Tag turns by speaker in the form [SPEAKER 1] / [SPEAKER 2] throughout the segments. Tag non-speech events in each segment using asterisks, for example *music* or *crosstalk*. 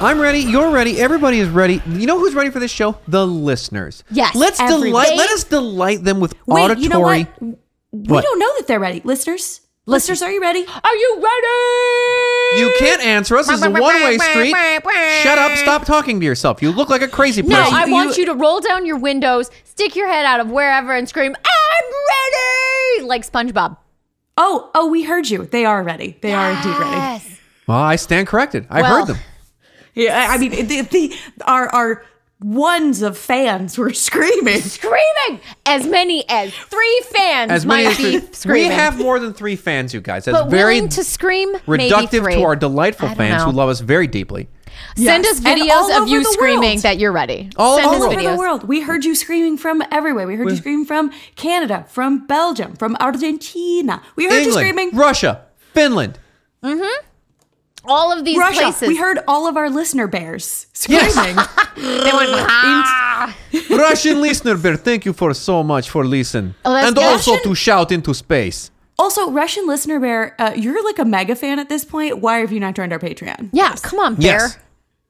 [SPEAKER 1] I'm ready. You're ready. Everybody is ready. You know who's ready for this show? The listeners.
[SPEAKER 2] Yes,
[SPEAKER 1] Let's
[SPEAKER 2] everybody.
[SPEAKER 1] delight. Let us delight them with
[SPEAKER 3] Wait,
[SPEAKER 1] auditory.
[SPEAKER 3] you know what? We
[SPEAKER 1] What?
[SPEAKER 3] don't know that they're ready. Listeners, listeners, are you ready?
[SPEAKER 2] Are you ready?
[SPEAKER 1] You can't answer us. This is a one-way street. Shut up. Stop talking to yourself. You look like a crazy person.
[SPEAKER 2] No, I want you to roll down your windows, stick your head out of wherever, and scream, "I'm ready!" like SpongeBob.
[SPEAKER 3] Oh, oh, we heard you. They are ready. They are indeed ready.
[SPEAKER 2] Yes.
[SPEAKER 1] Well, I stand corrected. I
[SPEAKER 2] Well-
[SPEAKER 1] heard them.
[SPEAKER 3] Yeah, I- I mean, the, the, our our ones of fans were *laughs* screaming.
[SPEAKER 2] Screaming as many as three fans
[SPEAKER 1] As many
[SPEAKER 2] might
[SPEAKER 1] as
[SPEAKER 2] be
[SPEAKER 1] three- we
[SPEAKER 2] screaming.
[SPEAKER 1] have more than three fans, you guys. That's
[SPEAKER 2] but
[SPEAKER 1] very
[SPEAKER 2] willing to scream. maybe
[SPEAKER 1] reductive
[SPEAKER 2] three.
[SPEAKER 1] to our delightful
[SPEAKER 2] I don't
[SPEAKER 1] fans
[SPEAKER 2] know.
[SPEAKER 1] who love us very deeply.
[SPEAKER 2] Send
[SPEAKER 3] Yes,
[SPEAKER 2] us
[SPEAKER 3] and all
[SPEAKER 2] videos of
[SPEAKER 3] over
[SPEAKER 2] you
[SPEAKER 3] the
[SPEAKER 2] screaming
[SPEAKER 3] world.
[SPEAKER 2] that you're ready.
[SPEAKER 1] All
[SPEAKER 2] Send
[SPEAKER 1] over
[SPEAKER 2] us
[SPEAKER 3] All over
[SPEAKER 2] videos.
[SPEAKER 3] the world. We heard you screaming from everywhere. We heard you screaming from Canada, from Belgium, from Argentina. We heard you
[SPEAKER 1] England,
[SPEAKER 3] screaming
[SPEAKER 1] Russia, Finland.
[SPEAKER 2] All of these
[SPEAKER 3] Russia.
[SPEAKER 2] places.
[SPEAKER 3] We heard all of our listener bears screaming.
[SPEAKER 1] Yes.
[SPEAKER 3] *laughs*
[SPEAKER 2] they
[SPEAKER 3] *gasps*
[SPEAKER 2] went. "Ah."
[SPEAKER 1] Russian *laughs* listener bear, thank you for so much for listen.
[SPEAKER 2] Oh, that's
[SPEAKER 1] and
[SPEAKER 2] good.
[SPEAKER 1] also
[SPEAKER 3] Russian-
[SPEAKER 1] to shout into space.
[SPEAKER 3] Also, Russian listener bear, uh, you're like a mega fan at this point. Why have you not joined our Patreon?
[SPEAKER 2] Yeah, come on, bear.
[SPEAKER 1] Yes.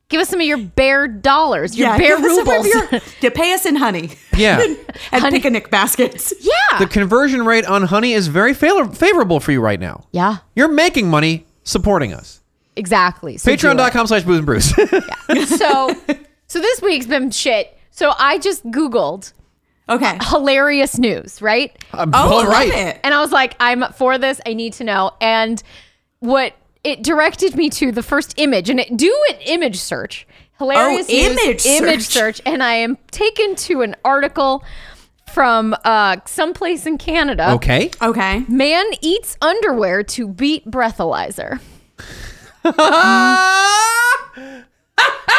[SPEAKER 2] Give us some of your bear dollars, your
[SPEAKER 3] Yeah,
[SPEAKER 2] bear
[SPEAKER 3] give us some
[SPEAKER 2] rubles.
[SPEAKER 3] of your- *laughs* to pay us in honey *laughs*
[SPEAKER 1] *laughs* Yeah.
[SPEAKER 3] and picnic baskets.
[SPEAKER 2] yeah.
[SPEAKER 1] the conversion rate on honey is very fail- favorable for you right now.
[SPEAKER 2] yeah.
[SPEAKER 1] You're making money supporting us.
[SPEAKER 2] Exactly. So do it.
[SPEAKER 1] Patreon.com slash booze and *laughs* bruce.
[SPEAKER 2] So,
[SPEAKER 1] *laughs*
[SPEAKER 2] so this week's been shit. So I just Googled
[SPEAKER 3] Okay.
[SPEAKER 2] hilarious news, right?
[SPEAKER 3] Oh, I love it.
[SPEAKER 2] And I was like, I'm for this. I need to know. And what it directed me to the first image, and it do an image search. Hilarious
[SPEAKER 3] Oh,
[SPEAKER 2] news,
[SPEAKER 3] image
[SPEAKER 2] image
[SPEAKER 3] search.
[SPEAKER 2] search, and I am taken to an article from uh, someplace in Canada.
[SPEAKER 1] Okay.
[SPEAKER 3] Okay.
[SPEAKER 2] Man eats underwear to beat breathalyzer.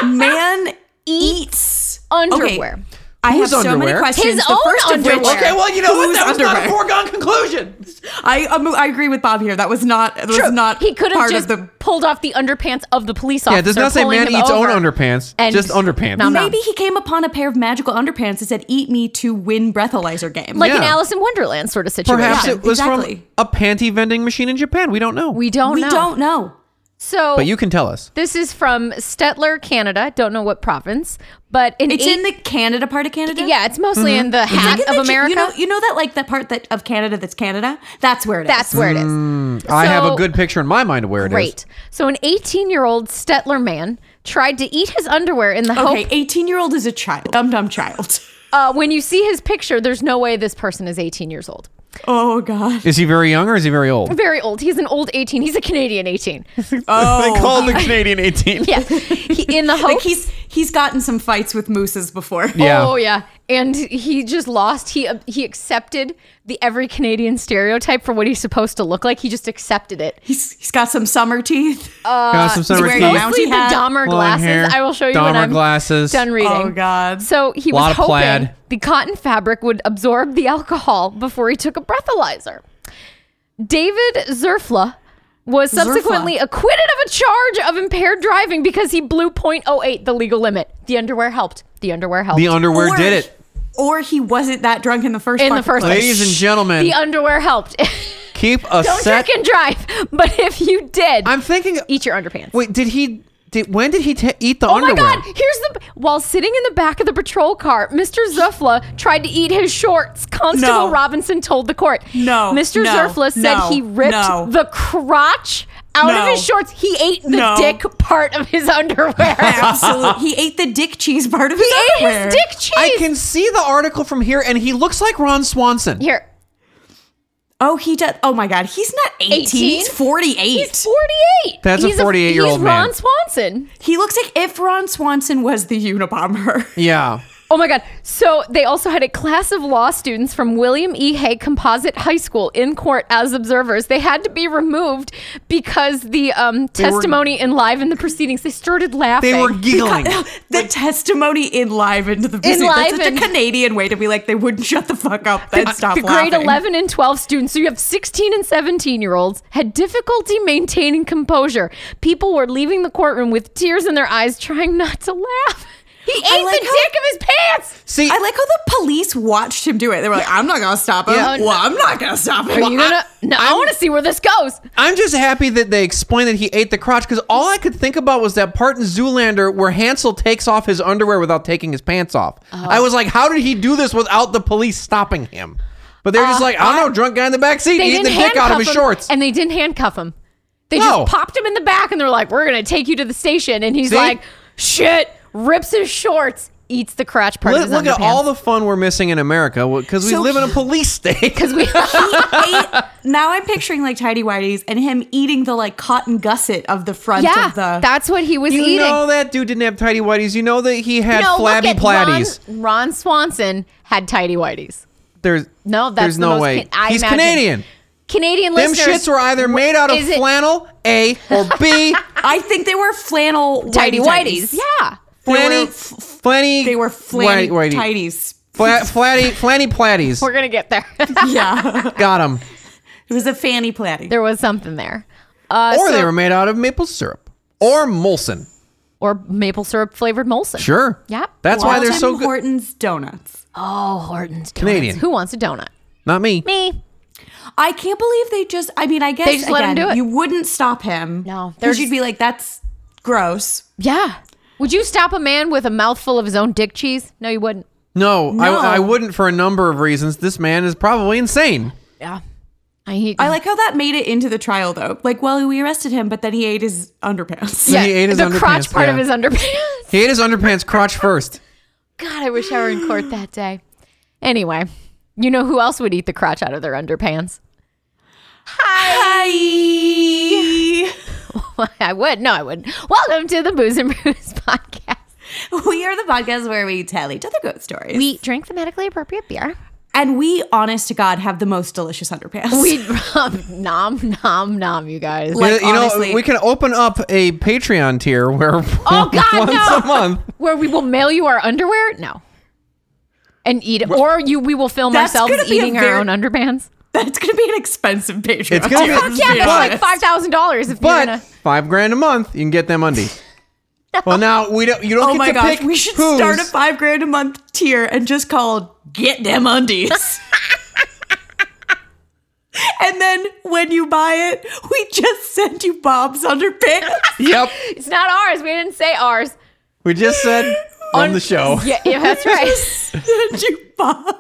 [SPEAKER 3] Man eats
[SPEAKER 2] Underwear.
[SPEAKER 3] I have
[SPEAKER 1] Whose
[SPEAKER 3] so many
[SPEAKER 1] underwear?
[SPEAKER 3] questions.
[SPEAKER 2] His
[SPEAKER 3] the
[SPEAKER 2] own
[SPEAKER 3] first of which-
[SPEAKER 2] underwear. Okay,
[SPEAKER 1] well, you know what?
[SPEAKER 3] Whose
[SPEAKER 1] That was not a
[SPEAKER 3] underwear?
[SPEAKER 1] foregone conclusion.
[SPEAKER 3] I um, I agree with Bob here. That was not that was not
[SPEAKER 2] he could have
[SPEAKER 3] part
[SPEAKER 2] just
[SPEAKER 3] of the
[SPEAKER 2] pulled off the underpants of the police officer.
[SPEAKER 1] Yeah, it does not say
[SPEAKER 2] pulling
[SPEAKER 1] man
[SPEAKER 2] him
[SPEAKER 1] eats own
[SPEAKER 2] over.
[SPEAKER 1] underpants,
[SPEAKER 2] And-
[SPEAKER 1] just underpants.
[SPEAKER 2] Nom, nom.
[SPEAKER 3] Maybe he came upon a pair of magical underpants that said "Eat me to win breathalyzer game."
[SPEAKER 2] like an
[SPEAKER 1] Yeah.
[SPEAKER 2] Alice in Wonderland sort of situation.
[SPEAKER 1] Perhaps
[SPEAKER 3] Yeah,
[SPEAKER 1] it was
[SPEAKER 3] exactly.
[SPEAKER 1] from a panty vending machine in Japan. We don't know.
[SPEAKER 2] we don't
[SPEAKER 3] we
[SPEAKER 2] know.
[SPEAKER 3] don't know.
[SPEAKER 2] So
[SPEAKER 1] but you can tell us.
[SPEAKER 2] this is from Stettler, Canada. Don't know what province, but an
[SPEAKER 3] It's
[SPEAKER 2] eight-
[SPEAKER 3] in the Canada part of Canada.
[SPEAKER 2] yeah, it's mostly in the
[SPEAKER 3] Look
[SPEAKER 2] hat
[SPEAKER 3] at
[SPEAKER 2] of
[SPEAKER 3] the-
[SPEAKER 2] America.
[SPEAKER 3] You know, you know that like that part that of Canada that's Canada. That's where it is.
[SPEAKER 2] That's where it is.
[SPEAKER 1] I have a
[SPEAKER 2] So-
[SPEAKER 1] good picture in my mind of where it is.
[SPEAKER 2] Great. So an 18-year-old Stettler man tried to eat his underwear in the
[SPEAKER 3] okay.
[SPEAKER 2] hope.
[SPEAKER 3] Eighteen year old is a child. Dumb dumb child. *laughs*
[SPEAKER 2] Uh, when you see his picture, there's no way this person is 18 years old.
[SPEAKER 3] Oh god.
[SPEAKER 1] Is he very young or is he very *laughs* old?
[SPEAKER 2] Very old. He's an old 18. He's a Canadian
[SPEAKER 3] *laughs*
[SPEAKER 2] 18.
[SPEAKER 1] they called the Canadian 18.
[SPEAKER 2] *laughs* Yeah. He, in the hope.
[SPEAKER 3] Like he's he's gotten some fights with mooses before.
[SPEAKER 1] Yeah.
[SPEAKER 2] Oh yeah, and he just lost. He uh, he accepted the every Canadian stereotype for what he's supposed to look like. He just accepted it.
[SPEAKER 3] *laughs* He's he's got some summer teeth.
[SPEAKER 1] Got some summer
[SPEAKER 3] wearing
[SPEAKER 1] teeth.
[SPEAKER 3] a
[SPEAKER 1] A
[SPEAKER 3] round-
[SPEAKER 2] Mostly the
[SPEAKER 3] hat,
[SPEAKER 2] Dahmer
[SPEAKER 1] long
[SPEAKER 2] glasses.
[SPEAKER 1] hair,
[SPEAKER 2] I will show you when
[SPEAKER 1] Dahmer
[SPEAKER 2] I'm
[SPEAKER 1] glasses.
[SPEAKER 2] done reading.
[SPEAKER 3] Oh, God.
[SPEAKER 2] So he
[SPEAKER 1] Lot
[SPEAKER 2] was
[SPEAKER 1] of
[SPEAKER 2] hoping
[SPEAKER 1] plaid.
[SPEAKER 2] the cotton fabric would absorb the alcohol before he took a breathalyzer. David Zerfla was subsequently acquitted of a charge of impaired driving because he blew 0.08 the legal limit. The underwear helped. The underwear helped.
[SPEAKER 1] The underwear did it.
[SPEAKER 3] Or he wasn't that drunk in the first.
[SPEAKER 2] In the
[SPEAKER 3] fucking
[SPEAKER 2] first
[SPEAKER 3] place.
[SPEAKER 1] Ladies and gentlemen,
[SPEAKER 2] the underwear helped.
[SPEAKER 1] keep a
[SPEAKER 2] *laughs* Don't
[SPEAKER 1] set.
[SPEAKER 2] drink and drive. But if you did,
[SPEAKER 1] I'm thinking.
[SPEAKER 2] eat your underpants.
[SPEAKER 1] Wait, did he? Did when did he ta eat the
[SPEAKER 2] Oh
[SPEAKER 1] underwear?
[SPEAKER 2] my God! Here's the while sitting in the back of the patrol car, Mr. Zufla tried to eat his shorts. Constable
[SPEAKER 3] No.
[SPEAKER 2] Robinson told the court.
[SPEAKER 3] No,
[SPEAKER 2] Mr.
[SPEAKER 3] no,
[SPEAKER 2] Zerfla said
[SPEAKER 3] no,
[SPEAKER 2] he ripped
[SPEAKER 3] no.
[SPEAKER 2] the crotch out
[SPEAKER 3] No.
[SPEAKER 2] of his shorts. He ate the
[SPEAKER 3] No.
[SPEAKER 2] dick part of his *laughs* underwear.
[SPEAKER 3] Absolutely. He ate the dick cheese part of
[SPEAKER 2] he
[SPEAKER 3] his
[SPEAKER 2] ate
[SPEAKER 3] underwear.
[SPEAKER 2] his dick cheese.
[SPEAKER 1] I can see the article from here, and he looks like Ron Swanson.
[SPEAKER 2] Here,
[SPEAKER 3] Oh, he does. Oh my God. He's not 18.
[SPEAKER 2] 18?
[SPEAKER 3] He's 48.
[SPEAKER 2] he's 48.
[SPEAKER 1] That's a
[SPEAKER 2] He's
[SPEAKER 1] 48-year-old
[SPEAKER 2] He's
[SPEAKER 1] man.
[SPEAKER 2] Ron Swanson.
[SPEAKER 3] he looks like if Ron Swanson was the Unabomber. *laughs*
[SPEAKER 1] Yeah.
[SPEAKER 2] Oh my God. So they also had a class of law students from William E. Hay Composite High School in court as observers. They had to be removed because the um,
[SPEAKER 1] were-
[SPEAKER 2] testimony in live in the proceedings, they started laughing.
[SPEAKER 1] They were giggling.
[SPEAKER 3] *laughs* The testimony enlivened the proceeding. That's such a
[SPEAKER 2] Enlivened.
[SPEAKER 3] Canadian way to be like, they wouldn't shut the fuck up. Then stop
[SPEAKER 2] the
[SPEAKER 3] laughing.
[SPEAKER 2] grade 11 and 12 students so you have 16 and 17 year olds had difficulty maintaining composure people were leaving the courtroom with tears in their eyes trying not to laugh he
[SPEAKER 3] I
[SPEAKER 2] ate
[SPEAKER 3] like
[SPEAKER 2] the
[SPEAKER 3] how-
[SPEAKER 2] dick of his pants
[SPEAKER 1] See,
[SPEAKER 3] I like how the police watched him do it. They were like, I'm not going to stop him.
[SPEAKER 1] Yeah.
[SPEAKER 3] well, I'm not going to stop him.
[SPEAKER 2] Oh, are
[SPEAKER 3] *laughs*
[SPEAKER 2] you gonna no i want to see where this goes
[SPEAKER 1] I'm just happy that they explained that he ate the crotch because all I could think about was that part in Zoolander where Hansel takes off his underwear without taking his pants off.
[SPEAKER 2] Uh-huh.
[SPEAKER 1] I was like, how did he do this without the police stopping him? But they're just like, I don't know, drunk guy in the back seat
[SPEAKER 2] Uh, they
[SPEAKER 1] eating
[SPEAKER 2] didn't
[SPEAKER 1] the dick
[SPEAKER 2] handcuff
[SPEAKER 1] out of his
[SPEAKER 2] him
[SPEAKER 1] shorts.
[SPEAKER 2] and they didn't handcuff him they
[SPEAKER 1] No.
[SPEAKER 2] just popped him in the back and they're like we're gonna take you to the station and he's
[SPEAKER 1] See?
[SPEAKER 2] like shit rips his shorts eats the crotch part
[SPEAKER 1] Look,
[SPEAKER 2] of his
[SPEAKER 1] look at
[SPEAKER 2] underpants. *laughs*
[SPEAKER 1] all the fun we're missing in America because we
[SPEAKER 3] So
[SPEAKER 1] live in a police *laughs* state.
[SPEAKER 2] because we *laughs*
[SPEAKER 3] Ate- now I'm picturing like tidy whities and him eating the like cotton gusset of the front
[SPEAKER 2] yeah
[SPEAKER 3] of the.
[SPEAKER 2] that's what he was
[SPEAKER 1] You
[SPEAKER 2] eating
[SPEAKER 1] know that dude didn't have tidy whities. You know that he had
[SPEAKER 2] No, look
[SPEAKER 1] flabby
[SPEAKER 2] at
[SPEAKER 1] platties.
[SPEAKER 2] Ron, Ron Swanson had tidy whities.
[SPEAKER 1] There's
[SPEAKER 2] No, that's
[SPEAKER 1] there's
[SPEAKER 2] the
[SPEAKER 1] no
[SPEAKER 2] most
[SPEAKER 1] way.
[SPEAKER 2] Can- I
[SPEAKER 1] He's
[SPEAKER 2] imagine.
[SPEAKER 1] Canadian.
[SPEAKER 2] Canadian
[SPEAKER 1] Them
[SPEAKER 2] listeners,
[SPEAKER 1] shits were either made out of
[SPEAKER 2] is it-
[SPEAKER 1] flannel, A, or
[SPEAKER 2] *laughs*
[SPEAKER 1] B.
[SPEAKER 3] I think they were flannel
[SPEAKER 2] tidy
[SPEAKER 3] whitey-tidies.
[SPEAKER 2] whities. Yeah,
[SPEAKER 1] Flanny,
[SPEAKER 3] were f-
[SPEAKER 1] flanny.
[SPEAKER 3] They were
[SPEAKER 1] whitey-
[SPEAKER 3] flanny
[SPEAKER 1] whitey.
[SPEAKER 3] tidies.
[SPEAKER 1] Fla- flatty, flanny platties.
[SPEAKER 2] we're gonna get there. *laughs*
[SPEAKER 3] Yeah. *laughs*
[SPEAKER 1] Got them.
[SPEAKER 3] it was a fanny platy.
[SPEAKER 2] there was something there. Uh,
[SPEAKER 1] Or
[SPEAKER 2] so-
[SPEAKER 1] they were made out of maple syrup or Molson.
[SPEAKER 2] or maple syrup flavored Molson.
[SPEAKER 1] Sure.
[SPEAKER 2] Yep.
[SPEAKER 1] That's why they're so
[SPEAKER 3] Tim
[SPEAKER 1] good.
[SPEAKER 3] Hortons donuts.
[SPEAKER 2] Oh, Hortons donuts.
[SPEAKER 1] Canadian.
[SPEAKER 2] Who wants a donut?
[SPEAKER 1] Not me.
[SPEAKER 2] Me.
[SPEAKER 3] I can't believe they just. I mean, I guess
[SPEAKER 2] They just let him
[SPEAKER 3] again,
[SPEAKER 2] do it.
[SPEAKER 3] you wouldn't stop him.
[SPEAKER 2] No,
[SPEAKER 3] because
[SPEAKER 2] there's-
[SPEAKER 3] you'd be like, "That's gross."
[SPEAKER 2] Yeah. Would you stop a man with a mouthful of his own dick cheese? No, you wouldn't.
[SPEAKER 1] No,
[SPEAKER 3] No.
[SPEAKER 1] I, I wouldn't for a number of reasons. This man is probably insane.
[SPEAKER 2] Yeah. I hate.
[SPEAKER 3] I like how that made it into the trial though. Like, well, we arrested him, but then he ate his underpants.
[SPEAKER 2] yeah,
[SPEAKER 1] he ate his
[SPEAKER 2] the
[SPEAKER 1] underpants,
[SPEAKER 2] crotch part of
[SPEAKER 1] yeah.
[SPEAKER 2] his underpants.
[SPEAKER 1] He ate his underpants crotch first.
[SPEAKER 2] *laughs* God, I wish I were in court that day. Anyway, you know who else would eat the crotch out of their underpants? *laughs*
[SPEAKER 3] Hi.
[SPEAKER 2] I would. No, I wouldn't. Welcome to the Booze and Brews *laughs* podcast.
[SPEAKER 3] We are the podcast where we tell each other ghost stories,
[SPEAKER 2] We drink the medically appropriate beer.
[SPEAKER 3] and we, honest to God, have the most delicious underpants.
[SPEAKER 2] We *laughs* um, nom nom nom, you guys.
[SPEAKER 3] Like,
[SPEAKER 1] you know,
[SPEAKER 3] honestly-
[SPEAKER 1] we can open up a Patreon tier where
[SPEAKER 2] oh God,
[SPEAKER 1] once
[SPEAKER 2] no!
[SPEAKER 1] a month.
[SPEAKER 2] Where we will mail you our underwear? No. And eat it, or you. We will film
[SPEAKER 3] That's
[SPEAKER 2] ourselves
[SPEAKER 3] gonna be a
[SPEAKER 2] eating
[SPEAKER 3] very-
[SPEAKER 2] our own underpants.
[SPEAKER 3] *laughs* That's gonna be an expensive Patreon.
[SPEAKER 1] It's *laughs* gonna be-
[SPEAKER 3] tier,
[SPEAKER 1] Fuck
[SPEAKER 3] let's
[SPEAKER 1] yeah,
[SPEAKER 3] be
[SPEAKER 2] *laughs* Yeah, that's like
[SPEAKER 3] honest.
[SPEAKER 2] five thousand dollars if
[SPEAKER 1] But
[SPEAKER 2] you're gonna.
[SPEAKER 1] five grand a month, you can get them undies. Well, now we don't. You don't
[SPEAKER 3] Oh
[SPEAKER 1] get
[SPEAKER 3] my
[SPEAKER 1] to
[SPEAKER 3] gosh,
[SPEAKER 1] pick
[SPEAKER 3] we should
[SPEAKER 1] whose.
[SPEAKER 3] start a five grand a month tier and just call it "Get
[SPEAKER 1] *laughs*
[SPEAKER 3] Them Undies." and then when you buy it, we just send you
[SPEAKER 1] *laughs*
[SPEAKER 3] Bob's underpants.
[SPEAKER 1] *laughs*
[SPEAKER 3] *laughs*
[SPEAKER 1] Yep,
[SPEAKER 2] It's not ours. We didn't say ours.
[SPEAKER 1] we just said on the show. *laughs*
[SPEAKER 2] Yeah, *laughs* yeah, that's right.
[SPEAKER 3] send you Bob's.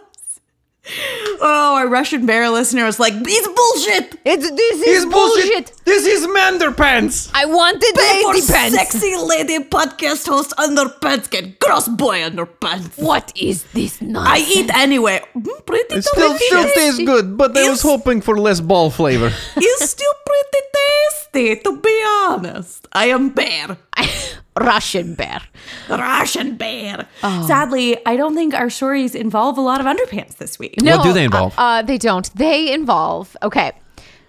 [SPEAKER 3] Oh, our Russian bear listener was like, "It's bullshit."
[SPEAKER 2] it's this is
[SPEAKER 1] This is bullshit. This is Manderpants.
[SPEAKER 2] I wanted
[SPEAKER 3] Pay for
[SPEAKER 2] lady pants.
[SPEAKER 3] sexy lady podcast host underpants get gross boy underpants.
[SPEAKER 2] What is this
[SPEAKER 3] I
[SPEAKER 2] nonsense? *laughs*
[SPEAKER 3] eat anyway. Mm, Pretty
[SPEAKER 1] It still,
[SPEAKER 3] delicious.
[SPEAKER 1] still tastes good, but I was
[SPEAKER 3] It's-
[SPEAKER 1] hoping for less ball flavor.
[SPEAKER 3] is still pretty tasty, to be honest. I am bear.
[SPEAKER 2] Russian bear.
[SPEAKER 3] Russian bear.
[SPEAKER 2] Oh.
[SPEAKER 3] Sadly, I don't think our stories involve a lot of underpants this week.
[SPEAKER 2] No,
[SPEAKER 1] What do they involve?
[SPEAKER 2] Uh, uh, they don't. They involve okay.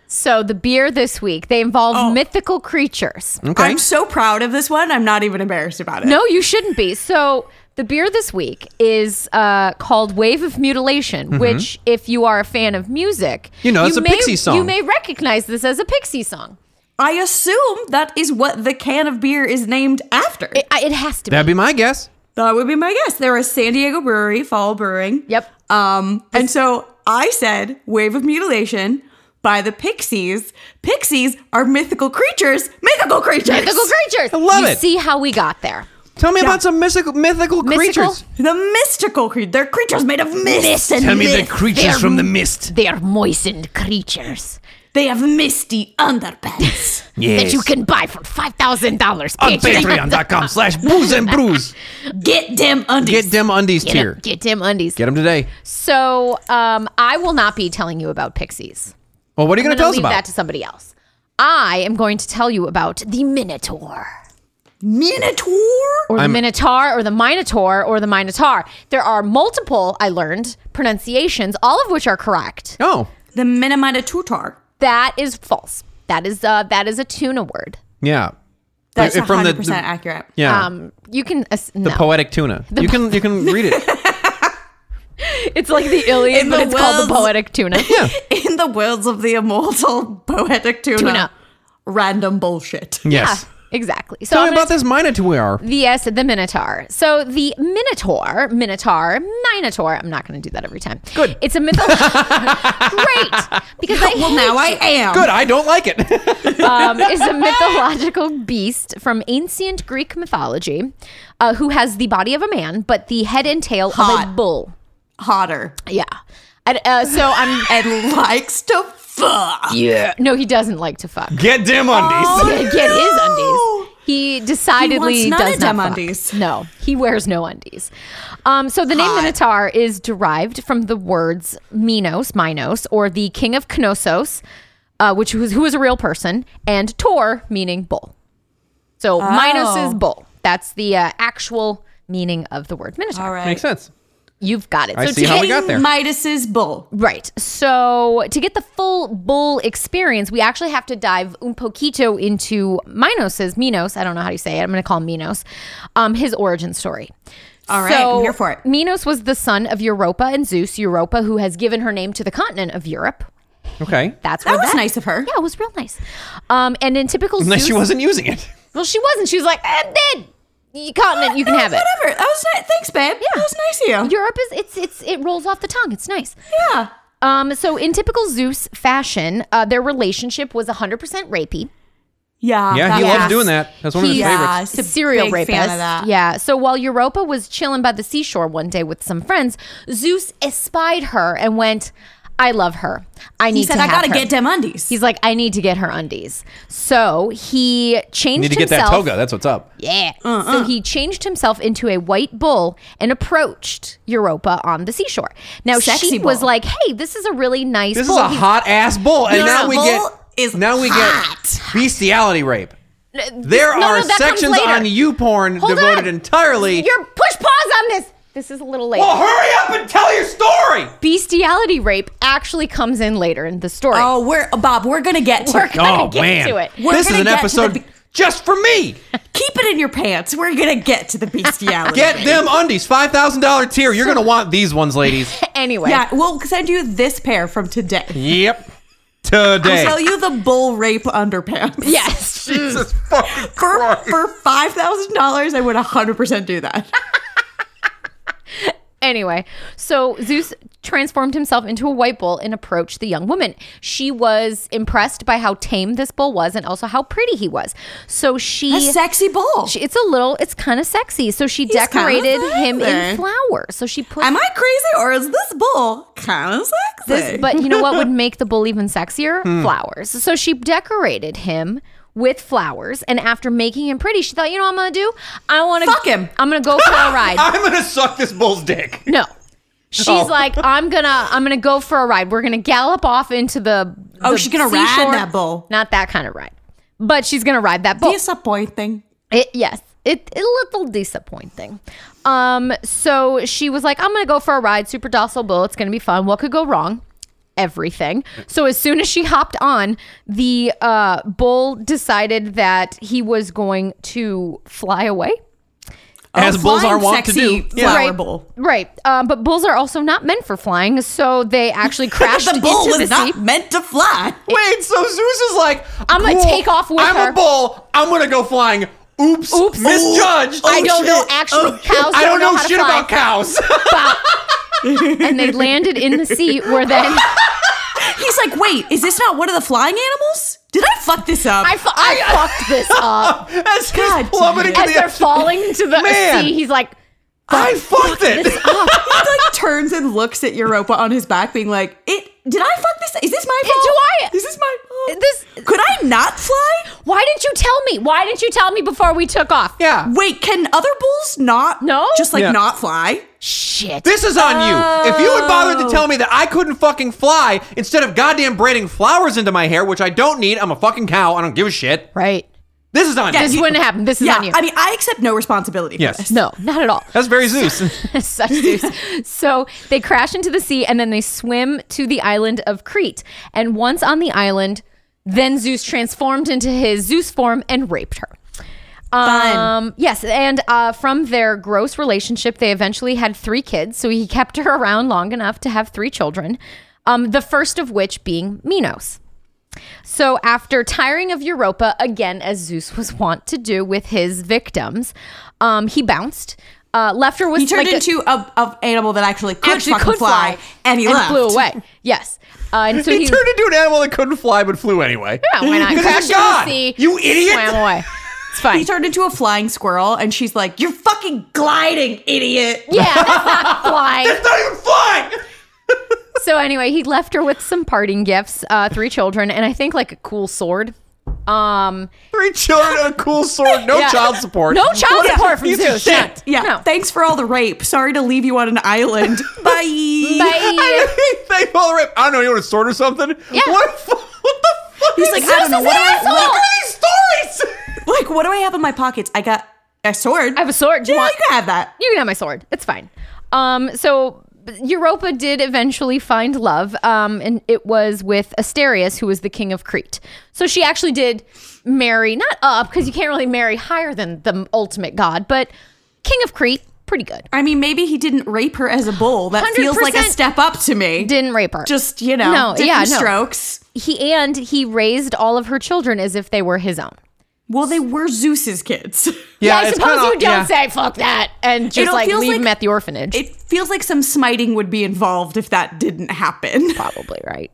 [SPEAKER 2] So the beer this week they involve mythical creatures.
[SPEAKER 1] Okay.
[SPEAKER 3] I'm so proud of this one. I'm not even embarrassed about it.
[SPEAKER 2] No, you shouldn't be. So the beer this week is uh, called Wave of Mutilation, which, if you are a fan of music,
[SPEAKER 1] Mm-hmm. You know, it's a
[SPEAKER 2] may,
[SPEAKER 1] Pixies song.
[SPEAKER 2] You may recognize this as a Pixie song.
[SPEAKER 3] I assume that is what the can of beer is named after.
[SPEAKER 2] It, I- it has to be.
[SPEAKER 1] That'd be my guess.
[SPEAKER 3] that would be my guess. There was San Diego Brewery, Fall Brewing.
[SPEAKER 2] Yep.
[SPEAKER 1] Uh,
[SPEAKER 3] Um, and so I said Wave of Mutilation by the Pixies. Pixies are mythical creatures. Mythical creatures.
[SPEAKER 2] mythical creatures.
[SPEAKER 1] I love
[SPEAKER 2] you
[SPEAKER 1] it.
[SPEAKER 2] See how we got there.
[SPEAKER 1] Tell me about some mystical, mythical
[SPEAKER 2] Mystical?
[SPEAKER 1] creatures.
[SPEAKER 3] The mystical creatures. They're creatures made of mist and myth.
[SPEAKER 2] They're-
[SPEAKER 1] mist.
[SPEAKER 2] They are moistened creatures
[SPEAKER 3] they have misty underpants.
[SPEAKER 2] that you can buy for five thousand dollars. *laughs*
[SPEAKER 1] patreon.com slash booze and brews.
[SPEAKER 3] Get them undies.
[SPEAKER 1] Get them undies
[SPEAKER 2] Get him,
[SPEAKER 1] tier.
[SPEAKER 2] get him undies.
[SPEAKER 1] Get them today.
[SPEAKER 2] So um, I will not be telling you about pixies.
[SPEAKER 1] Well, what are you going
[SPEAKER 2] I'm
[SPEAKER 1] to tell
[SPEAKER 2] going
[SPEAKER 1] us
[SPEAKER 2] to leave that
[SPEAKER 1] about?
[SPEAKER 2] to somebody else. I am going to tell you about the Minotaur.
[SPEAKER 3] Minotaur?
[SPEAKER 2] or the
[SPEAKER 1] I'm-
[SPEAKER 2] Minotaur or the Minotaur or the Minotaur. There are multiple, I learned, pronunciations, all of which are correct.
[SPEAKER 1] Oh,
[SPEAKER 3] The Minamita Tutar.
[SPEAKER 2] That is false. That is uh that is a tuna word.
[SPEAKER 1] yeah,
[SPEAKER 3] That's
[SPEAKER 1] If
[SPEAKER 3] not
[SPEAKER 1] Uh, from the-
[SPEAKER 3] 100% accurate.
[SPEAKER 1] yeah.
[SPEAKER 2] Um you can as- no.
[SPEAKER 1] Poetic tuna. You can you can read it.
[SPEAKER 2] It's like the Iliad,
[SPEAKER 3] In
[SPEAKER 2] but
[SPEAKER 3] the
[SPEAKER 2] it's called the
[SPEAKER 3] world's-
[SPEAKER 2] poetic tuna.
[SPEAKER 1] *laughs* Yeah,
[SPEAKER 3] In the words of the immortal poetic tuna,
[SPEAKER 2] Tuna. Ah,
[SPEAKER 3] random bullshit.
[SPEAKER 1] yes.
[SPEAKER 2] exactly. So
[SPEAKER 1] Tell
[SPEAKER 2] I'm
[SPEAKER 1] me
[SPEAKER 2] gonna
[SPEAKER 1] about this minotaur.
[SPEAKER 2] The yes, the Minotaur. So the Minotaur, Minotaur, Minotaur. I'm not going to do that every time. Good. It's a mythical. *laughs* Great,
[SPEAKER 1] *laughs*
[SPEAKER 2] because I
[SPEAKER 3] Well, now I am.
[SPEAKER 1] Good. I don't like it.
[SPEAKER 2] um, is a mythological beast from ancient Greek mythology, uh, who has the body of a man but the head and tail of a
[SPEAKER 3] Hot.
[SPEAKER 2] bull.
[SPEAKER 3] Hotter.
[SPEAKER 2] Yeah. And, *laughs* uh, so I'm.
[SPEAKER 3] And likes to fuck.
[SPEAKER 2] yeah. No, he doesn't like to fuck.
[SPEAKER 1] *laughs* Get dim undies.
[SPEAKER 2] Get his undies. He decidedly
[SPEAKER 3] He wants none
[SPEAKER 2] does
[SPEAKER 3] of
[SPEAKER 2] not
[SPEAKER 3] them
[SPEAKER 2] fuck.
[SPEAKER 3] undies.
[SPEAKER 2] No, he wears no undies. Um, so the name
[SPEAKER 3] Hot.
[SPEAKER 2] Minotaur is derived from the words Minos, Minos, or the king of Knossos, uh, which was who was a real person, and Tor meaning bull. So Minos
[SPEAKER 3] Oh.
[SPEAKER 2] is bull. That's the uh, actual meaning of the word Minotaur.
[SPEAKER 3] All right.
[SPEAKER 1] Makes sense.
[SPEAKER 2] You've got it.
[SPEAKER 1] I
[SPEAKER 2] so
[SPEAKER 1] see
[SPEAKER 2] to
[SPEAKER 1] how
[SPEAKER 2] get
[SPEAKER 1] we got there.
[SPEAKER 3] Midas's bull.
[SPEAKER 2] Right. So to get the full bull experience, we actually have to dive un poquito into Minos's Minos. I don't know how you say it. I'm going to call him Minos. Um, his origin story.
[SPEAKER 3] All right, I'm here for it.
[SPEAKER 2] Minos was the son of Europa and Zeus. Europa, who has given her name to the continent of Europe.
[SPEAKER 1] Okay.
[SPEAKER 2] That's where
[SPEAKER 3] That was nice of her.
[SPEAKER 2] Yeah, it was real nice. Um, and
[SPEAKER 1] *laughs*
[SPEAKER 2] in typical
[SPEAKER 1] Unless
[SPEAKER 2] Zeus,
[SPEAKER 1] she wasn't using it.
[SPEAKER 2] well, she wasn't. She was like, eh, dead. You continent, you can
[SPEAKER 3] No, *laughs*
[SPEAKER 2] have it.
[SPEAKER 3] Whatever. That was nice. Thanks, babe. That was nice of you.
[SPEAKER 2] Europe is it's it's it rolls off the tongue. It's nice.
[SPEAKER 3] yeah.
[SPEAKER 2] Um, so in typical Zeus fashion, uh, their relationship was 100% rapey.
[SPEAKER 3] Yeah.
[SPEAKER 1] Yeah, he
[SPEAKER 3] that-
[SPEAKER 1] loves doing that. That's one of his
[SPEAKER 2] He's-
[SPEAKER 1] favorites.
[SPEAKER 3] Yeah.
[SPEAKER 2] A
[SPEAKER 3] It's a
[SPEAKER 2] serial
[SPEAKER 3] big
[SPEAKER 2] rapist.
[SPEAKER 3] fan of that.
[SPEAKER 2] Yeah. So while Europa was chilling by the seashore one day with some friends, Zeus espied her and went, "I love her. I need
[SPEAKER 3] He said,
[SPEAKER 2] to
[SPEAKER 3] I
[SPEAKER 2] have
[SPEAKER 3] gotta
[SPEAKER 2] her."
[SPEAKER 3] get them undies.
[SPEAKER 2] He's like, "I need to get her undies." So he changed
[SPEAKER 1] Need to get that
[SPEAKER 2] himself.
[SPEAKER 1] toga. That's what's up.
[SPEAKER 2] Yeah. So
[SPEAKER 3] Uh-uh.
[SPEAKER 2] he changed himself into a white bull and approached Europa on the seashore. Now
[SPEAKER 3] Sexy
[SPEAKER 2] she
[SPEAKER 3] bull.
[SPEAKER 2] was like, "Hey, this is a really nice
[SPEAKER 1] This
[SPEAKER 2] bull."
[SPEAKER 1] is a
[SPEAKER 2] He's-
[SPEAKER 1] hot ass bull, and
[SPEAKER 3] No,
[SPEAKER 1] now
[SPEAKER 3] no,
[SPEAKER 1] we
[SPEAKER 3] bull
[SPEAKER 1] get
[SPEAKER 3] is
[SPEAKER 1] now we
[SPEAKER 3] hot.
[SPEAKER 1] get bestiality rape. There
[SPEAKER 2] no,
[SPEAKER 1] are
[SPEAKER 2] no, that comes
[SPEAKER 1] sections
[SPEAKER 2] later.
[SPEAKER 1] on YouPorn
[SPEAKER 2] Hold
[SPEAKER 1] devoted
[SPEAKER 2] on.
[SPEAKER 1] entirely.
[SPEAKER 2] You're push pause on this. This is a little late.
[SPEAKER 1] well, hurry up and tell your story.
[SPEAKER 2] Bestiality rape actually comes in later in the story.
[SPEAKER 3] oh, we're, Bob, we're gonna get to
[SPEAKER 2] We're
[SPEAKER 3] it.
[SPEAKER 2] gonna- gotta get to it. We're
[SPEAKER 1] Oh, this is
[SPEAKER 3] gonna
[SPEAKER 1] an
[SPEAKER 3] get to
[SPEAKER 1] episode
[SPEAKER 3] the be-
[SPEAKER 1] just for me.
[SPEAKER 3] Keep it in your pants. We're gonna get to the bestiality.
[SPEAKER 2] *laughs*
[SPEAKER 1] Get them undies, five thousand dollar tier. You're gonna want these ones,
[SPEAKER 2] *laughs*
[SPEAKER 1] ladies.
[SPEAKER 2] anyway.
[SPEAKER 3] Yeah, we'll send you this pair from today.
[SPEAKER 1] yep.
[SPEAKER 3] I'll
[SPEAKER 1] Today.
[SPEAKER 3] sell you the bull
[SPEAKER 1] *laughs*
[SPEAKER 3] rape underpants.
[SPEAKER 2] Yes.
[SPEAKER 1] Jesus fucking
[SPEAKER 3] For,
[SPEAKER 1] Christ.
[SPEAKER 3] for five thousand dollars, I would hundred percent do that.
[SPEAKER 2] Anyway, so Zeus transformed himself into a white bull and approached the young woman. She was impressed by how tame this bull was and also how pretty he was. So *laughs* she,
[SPEAKER 3] A sexy bull.
[SPEAKER 2] she- it's a little, it's kind of sexy. So she
[SPEAKER 3] kind of
[SPEAKER 2] decorated him in
[SPEAKER 3] sexy.
[SPEAKER 2] flowers. So she put
[SPEAKER 3] Am I crazy or is this bull kind of sexy?
[SPEAKER 2] This, but you
[SPEAKER 3] *laughs*
[SPEAKER 2] know what would make the bull even sexier?
[SPEAKER 3] Hmm.
[SPEAKER 2] Flowers. So she decorated him with flowers, and after making him pretty, she thought, you know what I'm gonna do? I want to
[SPEAKER 3] Fuck him.
[SPEAKER 2] I'm gonna go for a
[SPEAKER 3] *laughs*
[SPEAKER 2] ride.
[SPEAKER 1] I'm gonna suck this bull's dick.
[SPEAKER 2] No, she's
[SPEAKER 1] Oh.
[SPEAKER 2] like, I'm gonna, I'm gonna go for a ride. We're gonna gallop off into the.
[SPEAKER 3] Oh,
[SPEAKER 2] the
[SPEAKER 3] she's gonna ride
[SPEAKER 2] seashore."
[SPEAKER 3] that bull.
[SPEAKER 2] Not that kind of ride, but she's gonna ride that bull.
[SPEAKER 3] disappointing.
[SPEAKER 2] It, yes, it a little disappointing. Um, so she was like, "I'm gonna go for a ride, super docile bull. It's gonna be fun. What could go wrong? Everything." So as soon as she hopped on, the uh, bull decided that he was going to fly away.
[SPEAKER 1] As
[SPEAKER 3] Oh,
[SPEAKER 1] bulls
[SPEAKER 3] flying
[SPEAKER 1] are wont to
[SPEAKER 3] sexy
[SPEAKER 1] do.
[SPEAKER 3] Flower
[SPEAKER 2] right,
[SPEAKER 3] bull.
[SPEAKER 2] right. Um, but bulls are also not meant for flying, so
[SPEAKER 3] *laughs*
[SPEAKER 2] they actually crashed
[SPEAKER 3] the bull
[SPEAKER 2] into
[SPEAKER 3] was
[SPEAKER 2] the sea.
[SPEAKER 3] not meant to
[SPEAKER 2] *laughs*
[SPEAKER 3] fly.
[SPEAKER 1] Wait, so Zeus is like,
[SPEAKER 2] I'm gonna take off with
[SPEAKER 1] I'm
[SPEAKER 2] her."
[SPEAKER 1] a bull. I'm gonna go flying. Oops,
[SPEAKER 2] Oops.
[SPEAKER 1] misjudged.
[SPEAKER 2] I
[SPEAKER 1] Oh,
[SPEAKER 2] don't
[SPEAKER 1] shit.
[SPEAKER 2] know. Actually, cows.
[SPEAKER 1] I don't know,
[SPEAKER 2] how to
[SPEAKER 1] shit
[SPEAKER 2] fly.
[SPEAKER 1] about cows. *laughs*
[SPEAKER 2] And they landed in the sea, where
[SPEAKER 3] *laughs*
[SPEAKER 2] then.
[SPEAKER 3] He's like, wait, is this not one of the flying animals? Did I fuck this up?
[SPEAKER 2] I, fu- I
[SPEAKER 3] *laughs*
[SPEAKER 2] fucked this up.
[SPEAKER 1] As he's
[SPEAKER 3] God
[SPEAKER 1] plummeting to
[SPEAKER 2] As
[SPEAKER 1] the
[SPEAKER 2] they're
[SPEAKER 1] ocean.
[SPEAKER 2] falling into the
[SPEAKER 1] Man.
[SPEAKER 2] sea, he's like,
[SPEAKER 1] I fucked it.
[SPEAKER 3] he like turns and looks at Europa on his back, being like, "It did I fuck this? Is this my
[SPEAKER 2] Did
[SPEAKER 3] fault?
[SPEAKER 2] you- I-
[SPEAKER 3] Is this my fault?
[SPEAKER 2] This-
[SPEAKER 3] could I not fly?
[SPEAKER 2] "Why didn't you tell me? Why didn't you tell me before we took off?"
[SPEAKER 1] *laughs* Yeah.
[SPEAKER 3] Wait, can other bulls not?
[SPEAKER 2] No?
[SPEAKER 3] just like
[SPEAKER 1] Yeah.
[SPEAKER 3] not fly.
[SPEAKER 2] Shit.
[SPEAKER 1] This is on you. If you had bothered
[SPEAKER 2] Oh.
[SPEAKER 1] to tell me that I couldn't fucking fly instead of goddamn braiding flowers into my hair, which I don't need, I'm a fucking cow. I don't give a shit.
[SPEAKER 2] right.
[SPEAKER 1] This is on. you. *laughs*
[SPEAKER 2] This wouldn't happen. This is
[SPEAKER 3] Yeah,
[SPEAKER 2] on you.
[SPEAKER 3] I mean, I accept no responsibility for
[SPEAKER 1] Yes.
[SPEAKER 3] this.
[SPEAKER 2] no, not at all.
[SPEAKER 1] That's very
[SPEAKER 2] *laughs*
[SPEAKER 1] Zeus. *laughs*
[SPEAKER 2] Such Zeus. So they crash into the sea and then they swim to the island of Crete. And once on the island, then Zeus transformed into his Zeus form and raped her.
[SPEAKER 3] Fun.
[SPEAKER 2] Um, yes, and uh, from their gross relationship, they eventually had three kids. So he kept *laughs* her around long enough to have three children, um, the first of which being Minos. So after tiring of Europa, again, as Zeus was wont to do with his victims, um, he bounced. Uh, left her with
[SPEAKER 3] he turned
[SPEAKER 2] like a-
[SPEAKER 3] into a, a animal that actually could
[SPEAKER 2] actually
[SPEAKER 3] fucking
[SPEAKER 2] could fly,
[SPEAKER 3] and he left.
[SPEAKER 2] flew away. Yes,
[SPEAKER 1] *laughs*
[SPEAKER 2] uh, and so
[SPEAKER 1] he,
[SPEAKER 2] he,
[SPEAKER 1] turned into an animal that couldn't fly but flew anyway.
[SPEAKER 2] yeah, why
[SPEAKER 1] *laughs*
[SPEAKER 2] not?
[SPEAKER 1] 'Cause he's a
[SPEAKER 2] Crashed
[SPEAKER 1] god.
[SPEAKER 2] into the sea.
[SPEAKER 1] You idiot. *laughs*
[SPEAKER 2] Swam away. It's fine.
[SPEAKER 3] He turned into a flying squirrel, and she's like, "You're fucking gliding, idiot."
[SPEAKER 2] yeah,
[SPEAKER 1] *laughs*
[SPEAKER 2] that's not flying.
[SPEAKER 1] Not even flying.
[SPEAKER 2] So anyway, he left her with some parting gifts, uh, three children, and I think like a cool sword. Um,
[SPEAKER 1] Three children, a cool sword, no
[SPEAKER 2] yeah.
[SPEAKER 1] child support. *laughs*
[SPEAKER 2] No child support from
[SPEAKER 1] piece of
[SPEAKER 2] Zeus.
[SPEAKER 1] shit.
[SPEAKER 3] Yeah.
[SPEAKER 2] No.
[SPEAKER 3] Thanks for all the rape. Sorry to leave you on an
[SPEAKER 2] *laughs*
[SPEAKER 3] island. Bye.
[SPEAKER 1] *laughs*
[SPEAKER 2] Bye.
[SPEAKER 1] they all rip. I don't know. You want a sword or something?
[SPEAKER 2] Yeah.
[SPEAKER 1] What? the fu- What the fuck?
[SPEAKER 3] He's like, I
[SPEAKER 2] Zeus
[SPEAKER 3] don't know
[SPEAKER 2] is
[SPEAKER 3] what.
[SPEAKER 2] an
[SPEAKER 3] do I-
[SPEAKER 1] Look
[SPEAKER 3] what-
[SPEAKER 2] asshole!
[SPEAKER 1] at these
[SPEAKER 2] *laughs*
[SPEAKER 1] stories.
[SPEAKER 3] Like, what do I have in my pockets? I got a sword.
[SPEAKER 2] I have a sword. Do you
[SPEAKER 3] Yeah,
[SPEAKER 2] want-
[SPEAKER 3] you can have that.
[SPEAKER 2] you can have my sword. It's fine. Um, so Europa did eventually find love, um, and it was with Asterius, who was the king of Crete. So she actually did marry, not up, because you can't really marry higher than the ultimate god, but king of Crete, pretty good.
[SPEAKER 3] I mean, maybe he didn't rape her as a bull. That feels like a
[SPEAKER 2] 100%
[SPEAKER 3] step up to me.
[SPEAKER 2] Didn't rape her.
[SPEAKER 3] Just you know,
[SPEAKER 2] No,
[SPEAKER 3] different
[SPEAKER 2] yeah, no.
[SPEAKER 3] strokes.
[SPEAKER 2] he and he raised all of her children as if they were his own.
[SPEAKER 3] Well, they were Zeus's kids. *laughs*
[SPEAKER 2] Yeah, I
[SPEAKER 1] it's
[SPEAKER 2] suppose
[SPEAKER 1] kinda-
[SPEAKER 2] you don't
[SPEAKER 1] yeah.
[SPEAKER 2] say fuck that and just
[SPEAKER 3] know,
[SPEAKER 2] like
[SPEAKER 3] feels
[SPEAKER 2] leave
[SPEAKER 3] like-
[SPEAKER 2] him at the orphanage.
[SPEAKER 3] it feels like some smiting would be involved if that didn't happen.
[SPEAKER 2] probably right.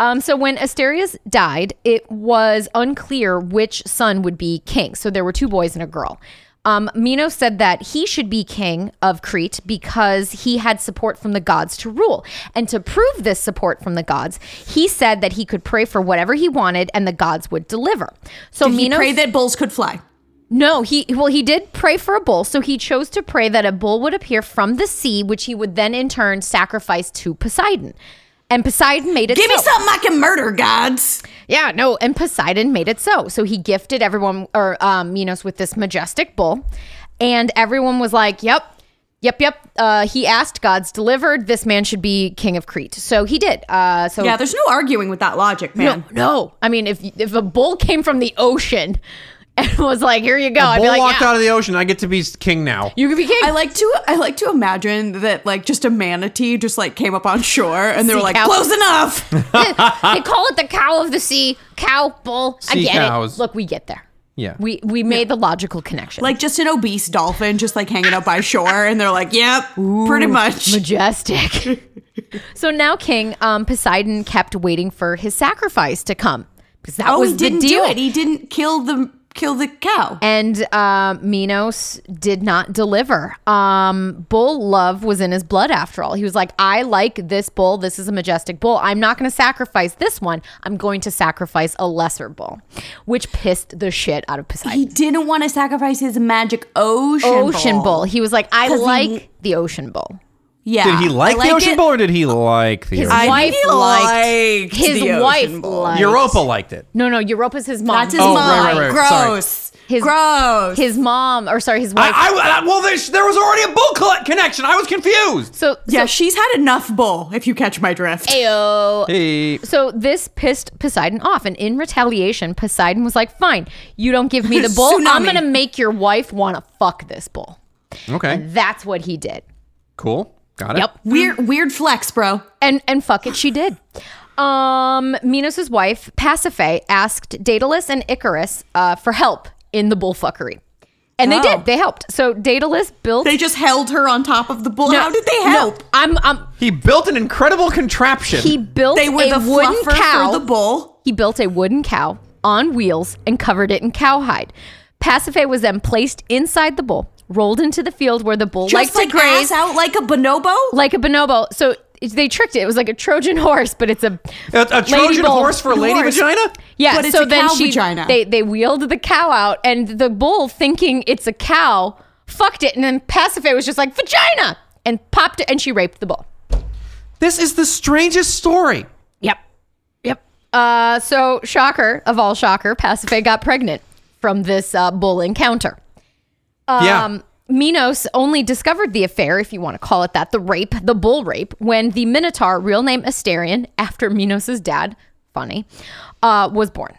[SPEAKER 2] Um, so when Asterius died, it was unclear which son would be king. So there were two boys and a girl. Um, Minos said that he should be king of Crete because he had support from the gods to rule. And to prove this support from the gods, he said that he could pray for whatever he wanted and the gods would deliver. So
[SPEAKER 3] He
[SPEAKER 2] *laughs* Minos
[SPEAKER 3] prayed that bulls could fly.
[SPEAKER 2] no, he well he did pray for a bull, so he chose to pray that a bull would appear from the sea, which he would then in turn sacrifice to Poseidon. And Poseidon made it
[SPEAKER 3] Give
[SPEAKER 2] so.
[SPEAKER 3] me something I can murder, gods.
[SPEAKER 2] Yeah, no, and Poseidon made it so. So he gifted everyone or um, Minos with this majestic bull, and everyone was like, "Yep, yep, yep." Uh, he asked, "Gods delivered. This man should be king of Crete." So he did. Uh, so
[SPEAKER 3] Yeah, there's no arguing with that logic, man.
[SPEAKER 2] no, no. I mean, if if a bull came from the ocean *laughs* and was like, "Here you go," "Oh, I'd
[SPEAKER 1] Bull
[SPEAKER 2] be like,
[SPEAKER 1] walked
[SPEAKER 2] "Yeah,
[SPEAKER 1] out of the ocean. I get to be king now.
[SPEAKER 2] "You can be king."
[SPEAKER 3] I like to I like to imagine that like just a manatee just like came up on shore and they were
[SPEAKER 2] Sea
[SPEAKER 3] like
[SPEAKER 2] cow.
[SPEAKER 3] close
[SPEAKER 2] *laughs*
[SPEAKER 1] *laughs*
[SPEAKER 3] enough.
[SPEAKER 2] they call it the cow of the sea, cow, bull.
[SPEAKER 1] Sea
[SPEAKER 2] I get
[SPEAKER 1] cows.
[SPEAKER 2] it. Look, we get there.
[SPEAKER 1] Yeah.
[SPEAKER 2] We we made the logical connection.
[SPEAKER 3] like just an obese dolphin just like hanging out by shore and they're like, "Yep, pretty much."
[SPEAKER 2] majestic. *laughs* so now King um, Poseidon kept waiting for his sacrifice to come because that
[SPEAKER 3] Oh,
[SPEAKER 2] was
[SPEAKER 3] he didn't
[SPEAKER 2] the deal.
[SPEAKER 3] do it. He didn't kill the kill the cow.
[SPEAKER 2] and uh, Minos did not deliver. Um, bull love was in his blood after all. He was like, I like this bull. This is a majestic bull. I'm not going to sacrifice this one. I'm going to sacrifice a lesser bull, which pissed the shit out of Poseidon.
[SPEAKER 3] He didn't want to sacrifice his magic ocean
[SPEAKER 2] ocean bull.
[SPEAKER 3] bull.
[SPEAKER 2] He was like, I
[SPEAKER 3] 'Cause he-
[SPEAKER 2] like the ocean bull.
[SPEAKER 3] Yeah.
[SPEAKER 1] Did he like,
[SPEAKER 3] I
[SPEAKER 1] the ocean
[SPEAKER 3] it.
[SPEAKER 1] bull or did he like the
[SPEAKER 2] His
[SPEAKER 1] ocean?
[SPEAKER 3] think
[SPEAKER 2] wife
[SPEAKER 3] he
[SPEAKER 2] liked.
[SPEAKER 3] liked
[SPEAKER 2] His
[SPEAKER 3] the
[SPEAKER 2] wife
[SPEAKER 3] ocean bull.
[SPEAKER 2] liked.
[SPEAKER 1] Europa liked it.
[SPEAKER 2] No, no, Europa's his mom.
[SPEAKER 3] That's his
[SPEAKER 1] Oh,
[SPEAKER 3] mom.
[SPEAKER 1] right, right, right. Sorry.
[SPEAKER 3] Gross.
[SPEAKER 2] His-
[SPEAKER 3] Gross.
[SPEAKER 2] His mom, or sorry, his wife.
[SPEAKER 1] I, I, I- well, there, there was already a bull collect connection. I was confused.
[SPEAKER 2] so,
[SPEAKER 3] yeah, she's had enough bull, if you catch my drift.
[SPEAKER 2] um, so, Ayo.
[SPEAKER 1] Hey,
[SPEAKER 2] so this pissed Poseidon off, and in retaliation, Poseidon was like, "Fine, you don't give
[SPEAKER 3] *laughs*
[SPEAKER 2] me the bull. I'm
[SPEAKER 3] Tsunami.
[SPEAKER 2] gonna make your wife wanna fuck this bull."
[SPEAKER 1] okay,
[SPEAKER 2] That's what he did.
[SPEAKER 1] cool, got it.
[SPEAKER 2] Yep.
[SPEAKER 3] Weird weird flex, bro.
[SPEAKER 2] And and fuck it, she did. Um, Minos' wife, Pasiphae, asked Daedalus and Icarus uh, for help in the bullfuckery. And they
[SPEAKER 3] Oh.
[SPEAKER 2] did. They helped. So Daedalus built.
[SPEAKER 3] They just held her on top of the bull. How did they
[SPEAKER 2] No,
[SPEAKER 3] help?
[SPEAKER 2] I'm, I'm,
[SPEAKER 1] He built an incredible contraption.
[SPEAKER 2] he built
[SPEAKER 3] They were
[SPEAKER 2] a
[SPEAKER 3] the
[SPEAKER 2] wooden
[SPEAKER 3] fluffer
[SPEAKER 2] cow.
[SPEAKER 3] for the bull.
[SPEAKER 2] he built a wooden cow on wheels and covered it in cowhide. Pasiphae was then placed inside the bull, rolled into the field where the bull
[SPEAKER 3] Just
[SPEAKER 2] liked
[SPEAKER 3] like
[SPEAKER 2] to graze
[SPEAKER 3] ass out like a bonobo.
[SPEAKER 2] like a bonobo. So they tricked it. It was like a Trojan horse, but it's a
[SPEAKER 1] a, a
[SPEAKER 2] lady
[SPEAKER 1] Trojan
[SPEAKER 2] bull.
[SPEAKER 1] horse for lady
[SPEAKER 3] Horse.
[SPEAKER 1] vagina.
[SPEAKER 2] Yeah,
[SPEAKER 3] But it's
[SPEAKER 2] so
[SPEAKER 3] a
[SPEAKER 2] then
[SPEAKER 3] cow
[SPEAKER 2] she
[SPEAKER 3] vagina.
[SPEAKER 2] they they wheeled the cow out, and the bull, thinking it's a cow, fucked it, and then Pasiphae was just like vagina and popped it, and she raped the bull.
[SPEAKER 1] This is the strangest story.
[SPEAKER 2] Yep, yep. Uh, so shocker of all shocker, Pasiphae got pregnant. from this uh, bull encounter. Um,
[SPEAKER 1] Yeah.
[SPEAKER 2] Minos only discovered the affair, if you want to call it that, the rape, the bull rape, when the Minotaur, real name Asterion, after Minos' dad, funny, uh, was born.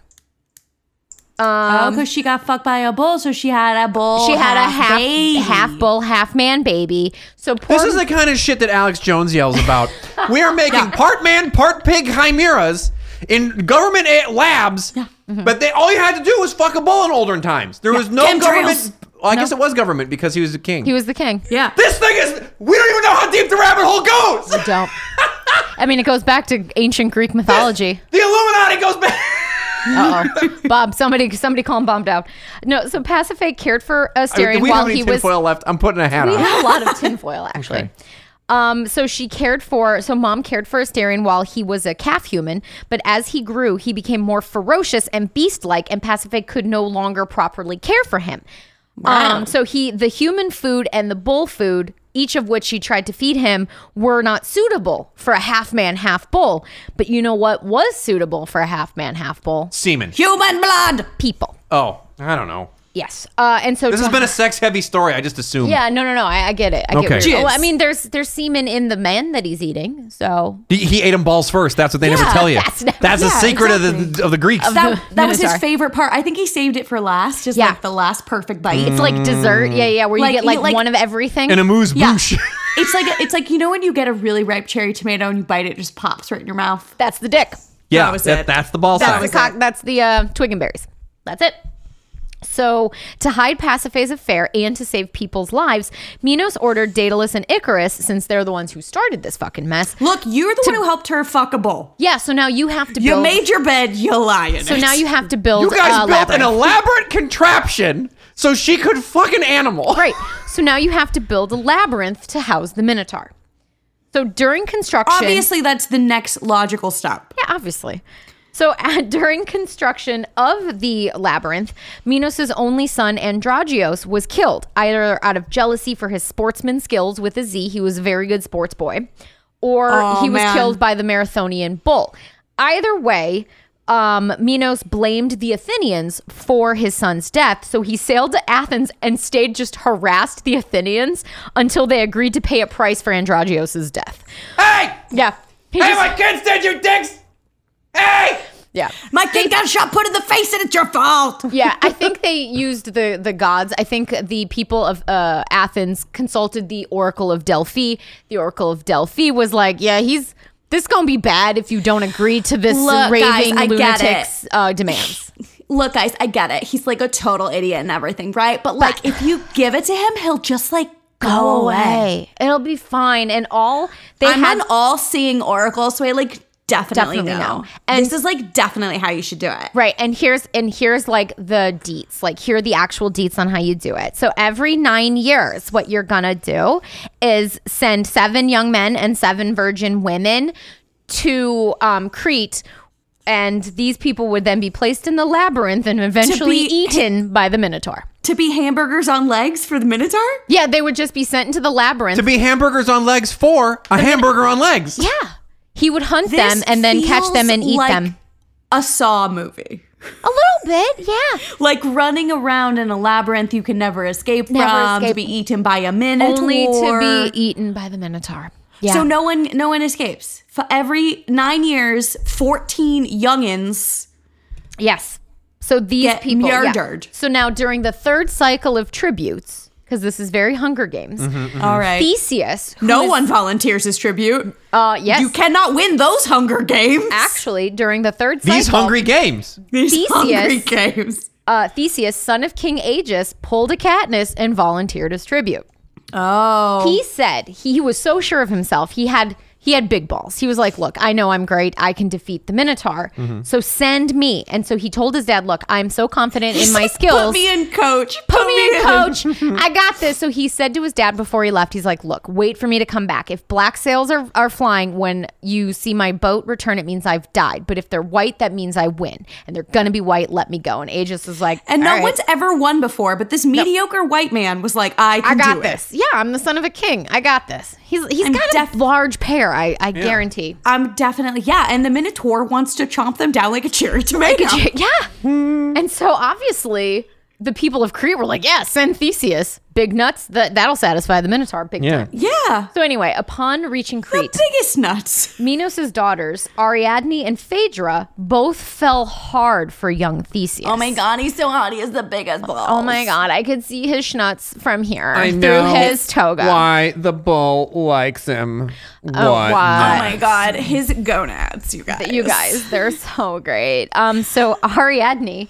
[SPEAKER 4] oh, because she got fucked by a bull, so she had a bull.
[SPEAKER 2] Um,
[SPEAKER 3] Oh,
[SPEAKER 2] She had a half
[SPEAKER 4] baby.
[SPEAKER 2] half bull, half man baby. So poor
[SPEAKER 1] This is the kind of shit that Alex Jones yells
[SPEAKER 2] *laughs*
[SPEAKER 1] about. we are making part man, part pig chimeras in government a- labs,
[SPEAKER 2] Mm-hmm.
[SPEAKER 1] but they all you had to do was fuck a bull in olden times. There was no
[SPEAKER 3] Chemtrails.
[SPEAKER 1] government. Well, I guess it was government because he was a king.
[SPEAKER 2] he was the king.
[SPEAKER 3] Yeah.
[SPEAKER 1] this thing is. We don't even know how deep the rabbit hole goes. *laughs*
[SPEAKER 2] I don't. I mean, it goes back to ancient Greek mythology.
[SPEAKER 1] The Illuminati goes
[SPEAKER 2] *laughs*
[SPEAKER 1] back.
[SPEAKER 2] Uh oh, Bob! Somebody, somebody, calm Bob down. No, so Pasiphae cared for
[SPEAKER 1] I mean,
[SPEAKER 2] Asterion
[SPEAKER 1] we
[SPEAKER 2] while
[SPEAKER 1] have any
[SPEAKER 2] he was.
[SPEAKER 1] tinfoil left? I'm putting a hat
[SPEAKER 2] We
[SPEAKER 1] on.
[SPEAKER 2] had a lot of tinfoil actually.
[SPEAKER 1] *laughs* Okay.
[SPEAKER 2] Um, so she cared for, so mom cared for Asterion while he was a calf human, but as he grew, he became more ferocious and beast like, and Pasiphae could no longer properly care for him. Um, so he, the human food and the bull food, each of which she tried to feed him, were not suitable for a half man, half bull. But you know what was suitable for a half man, half bull?
[SPEAKER 1] Semen.
[SPEAKER 3] Human blood.
[SPEAKER 2] People.
[SPEAKER 1] Oh, I don't know.
[SPEAKER 2] Yes. Uh, and so
[SPEAKER 1] This has
[SPEAKER 2] to-
[SPEAKER 1] been a sex-heavy story. I just assumed.
[SPEAKER 2] yeah, no, no, no. I, I get it. I
[SPEAKER 1] Okay.
[SPEAKER 2] get it. Well,
[SPEAKER 3] Jizz.
[SPEAKER 2] I mean, there's there's semen in the man that he's eating. So
[SPEAKER 1] He, he ate him balls first. That's what they never
[SPEAKER 2] Yeah,
[SPEAKER 1] tell you.
[SPEAKER 2] that's never-
[SPEAKER 1] That's a
[SPEAKER 2] yeah,
[SPEAKER 1] secret of the of the Greeks.
[SPEAKER 2] the *laughs*
[SPEAKER 3] That, that was his
[SPEAKER 2] Minotaur.
[SPEAKER 3] favorite part. I think he saved it for last. Just
[SPEAKER 2] Yeah. Mm.
[SPEAKER 3] like the last perfect bite.
[SPEAKER 2] it's
[SPEAKER 3] It's like
[SPEAKER 2] like dessert. Yeah, yeah. Where you
[SPEAKER 3] Like,
[SPEAKER 2] get
[SPEAKER 3] you-
[SPEAKER 2] like,
[SPEAKER 3] like-
[SPEAKER 2] one of everything.
[SPEAKER 1] and Mm. a moose
[SPEAKER 3] Yeah.
[SPEAKER 1] boosh.
[SPEAKER 2] *laughs*
[SPEAKER 3] it's like a, it's like you know when you get a really ripe cherry tomato and you bite it, it just pops right in your mouth.
[SPEAKER 2] that's the dick.
[SPEAKER 1] *laughs* yeah,
[SPEAKER 3] That was
[SPEAKER 1] that-
[SPEAKER 3] it.
[SPEAKER 1] that's the ball
[SPEAKER 2] That's
[SPEAKER 1] sack.
[SPEAKER 2] the cock. That's the uh, twig and berries. That's it. So, to hide Pasiphae's affair and to save people's lives, Minos ordered Daedalus and Icarus, since they're the ones who started this fucking mess.
[SPEAKER 3] Look, you're the one who helped her fuck a bowl.
[SPEAKER 2] Yeah, so now you have to
[SPEAKER 3] You
[SPEAKER 2] build.
[SPEAKER 3] made your bed, you lie in
[SPEAKER 2] so
[SPEAKER 3] it.
[SPEAKER 2] now you have to build.
[SPEAKER 1] You guys
[SPEAKER 2] a
[SPEAKER 1] built
[SPEAKER 2] labyrinth.
[SPEAKER 1] an elaborate contraption so she could fuck an animal.
[SPEAKER 2] Right. So now you have to build a labyrinth to house the Minotaur. So during construction,
[SPEAKER 3] obviously that's the next logical step.
[SPEAKER 2] yeah, obviously. So *laughs* uh, during construction of the labyrinth, Minos' only son Androgeos was killed either out of jealousy for his sportsman skills with a Z, he was a very good sports boy, or
[SPEAKER 3] Aw,
[SPEAKER 2] he was
[SPEAKER 3] man.
[SPEAKER 2] killed by the Marathonian bull. Either way, um, Minos blamed the Athenians for his son's death, so he sailed to Athens and stayed just harassed the Athenians until they agreed to pay a price for Androgeos' death.
[SPEAKER 1] Hey!
[SPEAKER 2] Yeah. He
[SPEAKER 1] Hey,
[SPEAKER 2] just-
[SPEAKER 1] my kids did you dicks! Hey!
[SPEAKER 2] yeah.
[SPEAKER 3] My kid got shot put in the face and it's your fault.
[SPEAKER 2] yeah, I think they used the the gods. I think the people of uh, Athens consulted the Oracle of Delphi. The Oracle of Delphi was like, "Yeah, he's this gonna be bad if you don't agree to this
[SPEAKER 3] Look,
[SPEAKER 2] raving
[SPEAKER 3] guys, I get it.
[SPEAKER 2] lunatic's uh, demands."
[SPEAKER 3] Look, guys, I get it. He's like a total idiot and everything, right? But like if you give it to him, he'll just like go away.
[SPEAKER 2] It'll be fine. And all they
[SPEAKER 3] I'm
[SPEAKER 2] had
[SPEAKER 3] an all-seeing oracle, so I like definitely,
[SPEAKER 2] Definitely
[SPEAKER 3] know.
[SPEAKER 2] know. And-
[SPEAKER 3] this is like definitely how you should do it.
[SPEAKER 2] Right. And here's and here's like the deets. Like here are the actual deets on how you do it. So every 9 years what you're going to do is send 7 young men and 7 virgin women to um Crete and these people would then be placed in the labyrinth and eventually
[SPEAKER 3] be- *laughs*
[SPEAKER 2] eaten by the minotaur.
[SPEAKER 3] To be hamburgers on legs for the Minotaur?
[SPEAKER 2] Yeah, they would just be sent into the labyrinth.
[SPEAKER 1] To be hamburgers on legs for a hamburger on legs.
[SPEAKER 2] yeah. He would hunt
[SPEAKER 3] This
[SPEAKER 2] them and then catch them and
[SPEAKER 3] feels
[SPEAKER 2] eat
[SPEAKER 3] like
[SPEAKER 2] them.
[SPEAKER 3] A Saw movie.
[SPEAKER 2] A little bit, yeah.
[SPEAKER 3] Like running around in a labyrinth you can never escape
[SPEAKER 2] Never
[SPEAKER 3] from,
[SPEAKER 2] escape.
[SPEAKER 3] to be eaten by a minotaur.
[SPEAKER 2] Only to be eaten by the minotaur. Yeah.
[SPEAKER 3] So no one no one escapes. For every nine years, fourteen youngins.
[SPEAKER 2] Yes. So these
[SPEAKER 3] Get
[SPEAKER 2] people yeah.
[SPEAKER 3] murdered.
[SPEAKER 2] So now during the third cycle of tributes, because this is very Hunger Games,
[SPEAKER 3] All
[SPEAKER 4] Mm.
[SPEAKER 3] right.
[SPEAKER 2] Theseus. who
[SPEAKER 3] no
[SPEAKER 2] is-
[SPEAKER 3] one volunteers his tribute.
[SPEAKER 2] Uh, yes.
[SPEAKER 3] You cannot win those Hunger Games.
[SPEAKER 2] actually during the third cycle.
[SPEAKER 1] These hungry games.
[SPEAKER 3] *laughs* These
[SPEAKER 2] Theseus-
[SPEAKER 3] Hungry Games.
[SPEAKER 2] uh, Theseus, son of King Aegis, pulled a Katniss and volunteered as tribute.
[SPEAKER 3] Oh.
[SPEAKER 2] He said he was so sure of himself. He had he had big balls. He was like, "Look, I know I'm great. I can defeat the Minotaur.
[SPEAKER 3] Mm-hmm.
[SPEAKER 2] So send me." And so he told his dad, "Look, I'm so confident in my
[SPEAKER 3] *laughs*
[SPEAKER 2] skills.
[SPEAKER 3] Put me in, coach.
[SPEAKER 2] put me in, coach.
[SPEAKER 3] *laughs*
[SPEAKER 2] I got this. So he said to his dad before he left, he's like, look, wait for me to come back. If black sails are, are flying when you see my boat return, it means I've died. But if they're white, that means I win. And they're going to be white. Let me go. And Aegis is like,
[SPEAKER 3] And no
[SPEAKER 2] "All right,
[SPEAKER 3] one's ever won before, but this mediocre white man was like, I can
[SPEAKER 2] I got
[SPEAKER 3] do
[SPEAKER 2] this. Yeah, I'm the son of a king. I got this. He's he's
[SPEAKER 3] I'm
[SPEAKER 2] got
[SPEAKER 3] def-
[SPEAKER 2] a large pair. there. I, I guarantee. *laughs*
[SPEAKER 3] I'm definitely yeah. And the Minotaur wants to chomp them down like a
[SPEAKER 2] *laughs*
[SPEAKER 3] cherry tomato.
[SPEAKER 2] Yeah. And so obviously the people of Crete were like, yeah, send Theseus. Big nuts. That that'll satisfy the Minotaur. Big
[SPEAKER 1] Yeah.
[SPEAKER 2] time.
[SPEAKER 3] yeah,
[SPEAKER 2] So anyway, upon reaching Crete,
[SPEAKER 3] biggest nuts.
[SPEAKER 2] Minos' daughters, Ariadne and Phaedra, both fell hard for young Theseus.
[SPEAKER 4] Oh my god, he's so hot. He is the biggest ball.
[SPEAKER 2] Oh my god, I could see his schnutz from here
[SPEAKER 1] I
[SPEAKER 2] through
[SPEAKER 1] know
[SPEAKER 2] his toga.
[SPEAKER 1] Why the bull likes him. What?
[SPEAKER 2] why?
[SPEAKER 3] Oh
[SPEAKER 1] not?
[SPEAKER 3] my god, his gonads, you guys.
[SPEAKER 2] You guys, they're so great. Um, so Ariadne,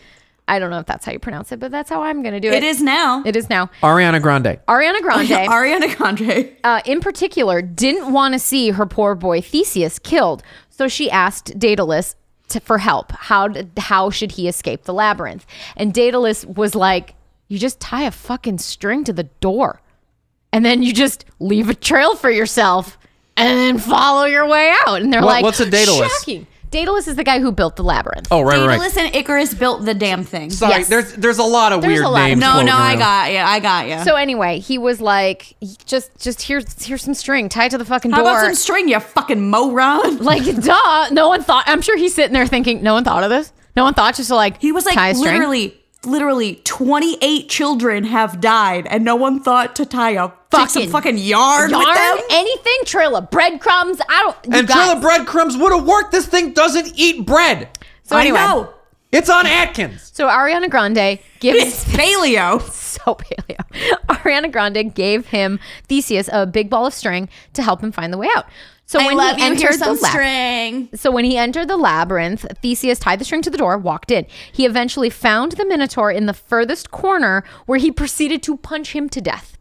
[SPEAKER 2] I don't know if that's how you pronounce it, but that's how I'm gonna do it.
[SPEAKER 3] It is now. Oh,
[SPEAKER 2] It is now.
[SPEAKER 1] Ariana Grande.
[SPEAKER 2] Ariana
[SPEAKER 3] *laughs*
[SPEAKER 2] Grande,
[SPEAKER 3] Ariana Grande.
[SPEAKER 2] uh, in particular, didn't want to see her poor boy Theseus killed, so she asked Daedalus to, for help. How d- how should he escape the labyrinth? And Daedalus was like, "You just tie a fucking string to the door, and then you just leave a trail for yourself, and then follow your way out." And they're
[SPEAKER 1] What-
[SPEAKER 2] like,
[SPEAKER 1] what's a Daedalus?
[SPEAKER 2] Shocking. Daedalus is the guy who built the labyrinth.
[SPEAKER 1] Oh right, right, right.
[SPEAKER 4] Daedalus and Icarus built the damn thing.
[SPEAKER 1] Sorry,
[SPEAKER 2] Yes.
[SPEAKER 1] there's there's a lot of
[SPEAKER 2] There's
[SPEAKER 1] weird
[SPEAKER 2] a lot.
[SPEAKER 1] names.
[SPEAKER 3] No,
[SPEAKER 1] floating
[SPEAKER 3] no, I
[SPEAKER 1] around.
[SPEAKER 3] got you. I got you.
[SPEAKER 2] So anyway, he was like, "Just, just here's here's some string tied to the fucking
[SPEAKER 3] How
[SPEAKER 2] door."
[SPEAKER 3] about some string, you fucking moron?
[SPEAKER 2] Like,
[SPEAKER 3] *laughs*
[SPEAKER 2] duh. No one thought. I'm sure he's sitting there thinking, no one thought of this. No one thought just to like.
[SPEAKER 3] He was like,
[SPEAKER 2] tie a string.
[SPEAKER 3] literally, literally, 28 children have died, and no one thought to tie a fuck some
[SPEAKER 2] Fucking
[SPEAKER 3] fucking yarn, with
[SPEAKER 2] yarn,
[SPEAKER 3] them.
[SPEAKER 2] anything, trail of breadcrumbs. I don't. You
[SPEAKER 1] And
[SPEAKER 2] guys.
[SPEAKER 1] trail of breadcrumbs would have worked. This thing doesn't eat bread.
[SPEAKER 2] So anyway,
[SPEAKER 3] I know.
[SPEAKER 1] It's on Atkins.
[SPEAKER 2] so Ariana Grande
[SPEAKER 3] It's
[SPEAKER 2] *laughs* gives
[SPEAKER 3] paleo.
[SPEAKER 2] so paleo. Ariana Grande gave him Theseus a big ball of string to help him find the way out. So
[SPEAKER 4] I
[SPEAKER 2] when
[SPEAKER 4] love
[SPEAKER 2] he
[SPEAKER 4] you.
[SPEAKER 2] entered
[SPEAKER 4] Here's
[SPEAKER 2] the
[SPEAKER 4] some
[SPEAKER 2] lab-
[SPEAKER 4] string.
[SPEAKER 2] So when he entered the labyrinth, Theseus tied the string to the door, walked in. He eventually found the Minotaur in the furthest corner where he proceeded to punch him to death.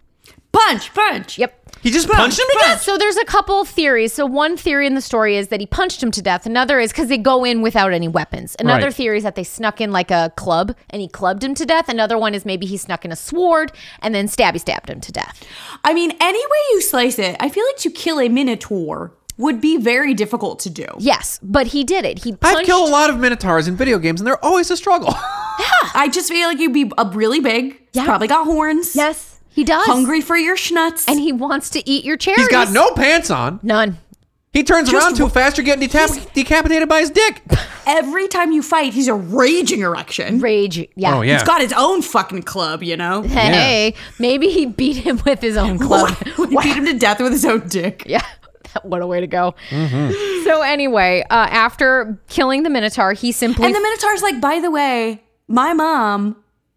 [SPEAKER 3] Punch, punch.
[SPEAKER 2] Yep.
[SPEAKER 1] He just punched him to death.
[SPEAKER 2] So there's a couple theories. So one theory in the story is that he punched him to death. Another is because they go in without any weapons. Another
[SPEAKER 1] Right.
[SPEAKER 2] theory is that they snuck in like a club and he clubbed him to death. Another one is maybe he snuck in a sword and then stabby stabbed him to death.
[SPEAKER 3] I mean, any way you slice it, I feel like to kill a minotaur would be very difficult to do.
[SPEAKER 2] Yes, but he did it. He
[SPEAKER 1] I've
[SPEAKER 2] punched.
[SPEAKER 1] killed a lot of minotaurs in video games, and they're always a struggle. *laughs*
[SPEAKER 3] I just feel like you'd be uh, really big.
[SPEAKER 2] Yeah.
[SPEAKER 3] Probably got horns.
[SPEAKER 2] yes, he does.
[SPEAKER 3] Hungry for your schnutz.
[SPEAKER 2] and he wants to eat your cherries.
[SPEAKER 1] He's got no pants on.
[SPEAKER 2] none.
[SPEAKER 1] He turns
[SPEAKER 3] Just
[SPEAKER 1] around too fast. You're getting detap- decapitated by his dick.
[SPEAKER 3] every time you fight, he's a raging erection.
[SPEAKER 2] Rage. Yeah.
[SPEAKER 1] Oh, yeah.
[SPEAKER 3] He's got his own fucking club, you *laughs* know?
[SPEAKER 2] Hey, maybe he beat him with his own club. *laughs*
[SPEAKER 3] he beat him to death with his own dick.
[SPEAKER 2] Yeah. *laughs* What a way to go.
[SPEAKER 1] Mm-hmm.
[SPEAKER 2] So, anyway, uh, after killing the Minotaur, he simply.
[SPEAKER 3] And the Minotaur's like, by the way, my mom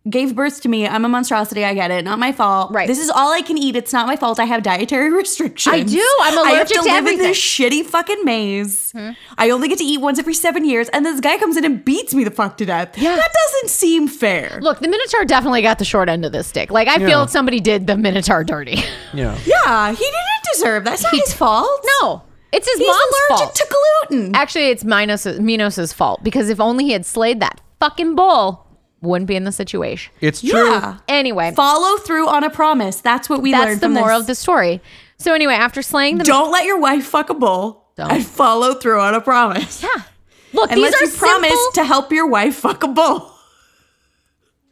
[SPEAKER 3] gave birth to me. I'm a monstrosity. I get it. Not my fault.
[SPEAKER 2] Right.
[SPEAKER 3] This is all I can eat. It's not my fault. I have dietary *laughs* restrictions.
[SPEAKER 2] I do. I'm
[SPEAKER 3] I have
[SPEAKER 2] allergic
[SPEAKER 3] to, Hmm.
[SPEAKER 2] to
[SPEAKER 3] live in this shitty fucking maze. I only get to eat once every seven years. And this guy comes in and beats me the fuck to death.
[SPEAKER 2] Yeah.
[SPEAKER 3] That doesn't seem fair.
[SPEAKER 2] Look, the Minotaur definitely got the short end of this stick. Like, I
[SPEAKER 1] Yeah.
[SPEAKER 2] feel somebody did the Minotaur dirty. *laughs*
[SPEAKER 1] Yeah.
[SPEAKER 3] Yeah, he didn't deserve that. That's not his fault.
[SPEAKER 2] No, it's his
[SPEAKER 3] He's
[SPEAKER 2] mom's
[SPEAKER 3] allergic
[SPEAKER 2] fault.
[SPEAKER 3] to gluten.
[SPEAKER 2] Actually, it's Minos, Minos' fault because if only he had slayed that fucking bull, wouldn't be in the situation.
[SPEAKER 1] It's true.
[SPEAKER 3] Yeah.
[SPEAKER 2] Anyway,
[SPEAKER 3] Follow through on a promise. That's what we
[SPEAKER 2] that's
[SPEAKER 3] learned
[SPEAKER 2] the
[SPEAKER 3] from
[SPEAKER 2] moral
[SPEAKER 3] this.
[SPEAKER 2] of the story. So, anyway, after slaying the.
[SPEAKER 3] Don't let your wife fuck a bull.
[SPEAKER 2] Don't.
[SPEAKER 3] And follow through on a promise.
[SPEAKER 2] Yeah. Look,
[SPEAKER 3] Unless
[SPEAKER 2] these are
[SPEAKER 3] you promise
[SPEAKER 2] simple,
[SPEAKER 3] to help your wife fuck a bull.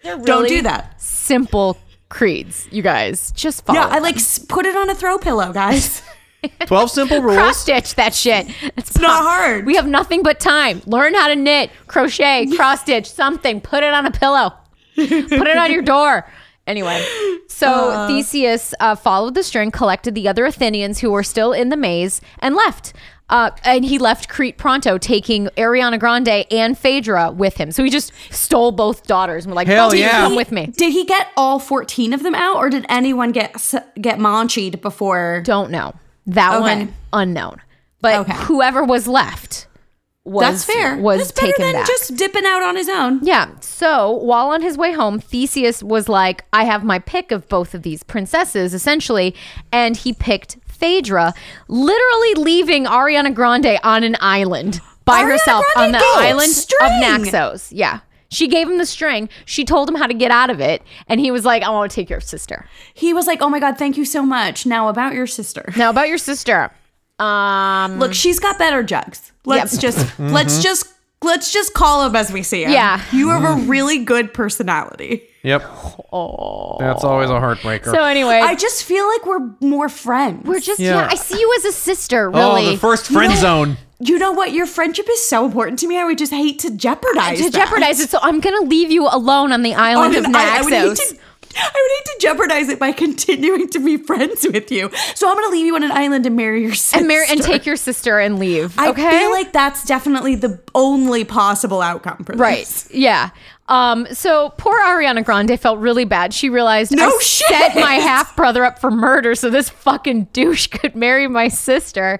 [SPEAKER 3] Don't
[SPEAKER 2] really
[SPEAKER 3] do that.
[SPEAKER 2] Simple creeds, you guys. Just follow.
[SPEAKER 3] Yeah, I like s- put it on a throw pillow,
[SPEAKER 2] *laughs*
[SPEAKER 3] guys. *laughs*
[SPEAKER 1] 12 simple
[SPEAKER 2] cross
[SPEAKER 1] rules.
[SPEAKER 2] stitch that shit. It's
[SPEAKER 3] not hard.
[SPEAKER 2] We have nothing but time. Learn how to knit,
[SPEAKER 3] *laughs*
[SPEAKER 2] crochet, cross stitch, something. Put it on a pillow. Put it on your door. Anyway,
[SPEAKER 3] *laughs*
[SPEAKER 2] so
[SPEAKER 3] Uh-huh.
[SPEAKER 2] Theseus uh, followed the string, collected the other Athenians who were still in the maze, and left. Uh, and he left Crete pronto, taking Ariana Grande and Phaedra with him. So he just stole both daughters and were like,
[SPEAKER 1] Hell
[SPEAKER 2] "Both of you
[SPEAKER 1] yeah.
[SPEAKER 2] come with me."
[SPEAKER 3] Did he get all 14 of them out or did anyone get s- get manchied before?
[SPEAKER 2] Don't know that
[SPEAKER 3] Okay.
[SPEAKER 2] one unknown, but
[SPEAKER 3] Okay.
[SPEAKER 2] whoever was left was
[SPEAKER 3] That's fair.
[SPEAKER 2] Was
[SPEAKER 3] That's better
[SPEAKER 2] taken
[SPEAKER 3] than
[SPEAKER 2] back.
[SPEAKER 3] just dipping out on his own.
[SPEAKER 2] Yeah. So while on his way home, Theseus was like, I have my pick of both of these princesses, essentially. And he picked Phaedra, literally leaving Ariana Grande on an island by
[SPEAKER 3] Ariana
[SPEAKER 2] herself
[SPEAKER 3] Grande
[SPEAKER 2] on the
[SPEAKER 3] gave him
[SPEAKER 2] island
[SPEAKER 3] string.
[SPEAKER 2] of Naxos. Yeah. She gave him the string. She told him how to get out of it. And he was like, I want to take your sister.
[SPEAKER 3] He was like, "Oh my god, thank you so much." Now about your sister.
[SPEAKER 2] Now, about your sister. Um,
[SPEAKER 3] Look, she's got better jugs. Let's
[SPEAKER 2] Yep. Mm-hmm.
[SPEAKER 3] just let's just let's just call him as we see him.
[SPEAKER 2] Yeah. Mm-hmm.
[SPEAKER 3] you have a really good personality.
[SPEAKER 1] Yep. That's always a heartbreaker.
[SPEAKER 2] So anyway,
[SPEAKER 3] I just feel like we're more friends.
[SPEAKER 2] we're just
[SPEAKER 1] Yeah.
[SPEAKER 2] yeah. I see you as a sister,
[SPEAKER 1] oh,
[SPEAKER 2] really.
[SPEAKER 1] the first friend zone.
[SPEAKER 3] you know what? Your friendship is so important to me. I would just hate to jeopardize
[SPEAKER 2] to
[SPEAKER 3] that.
[SPEAKER 2] jeopardize it, so I'm gonna leave you alone on the island of
[SPEAKER 3] On an- *laughs* I, I would hate
[SPEAKER 2] Naxos.
[SPEAKER 3] to, I would hate to jeopardize it by continuing to be friends with you. So I'm going to leave you on an island and marry your sister.
[SPEAKER 2] and marry and take your sister and leave.
[SPEAKER 3] I
[SPEAKER 2] okay,
[SPEAKER 3] feel like that's definitely the only possible outcome for
[SPEAKER 2] right?
[SPEAKER 3] this.
[SPEAKER 2] Yeah. Um. So poor Ariana Grande felt really bad. She realized
[SPEAKER 3] No
[SPEAKER 2] I
[SPEAKER 3] shit.
[SPEAKER 2] set my half brother up for murder, so this fucking douche *laughs* could marry my sister.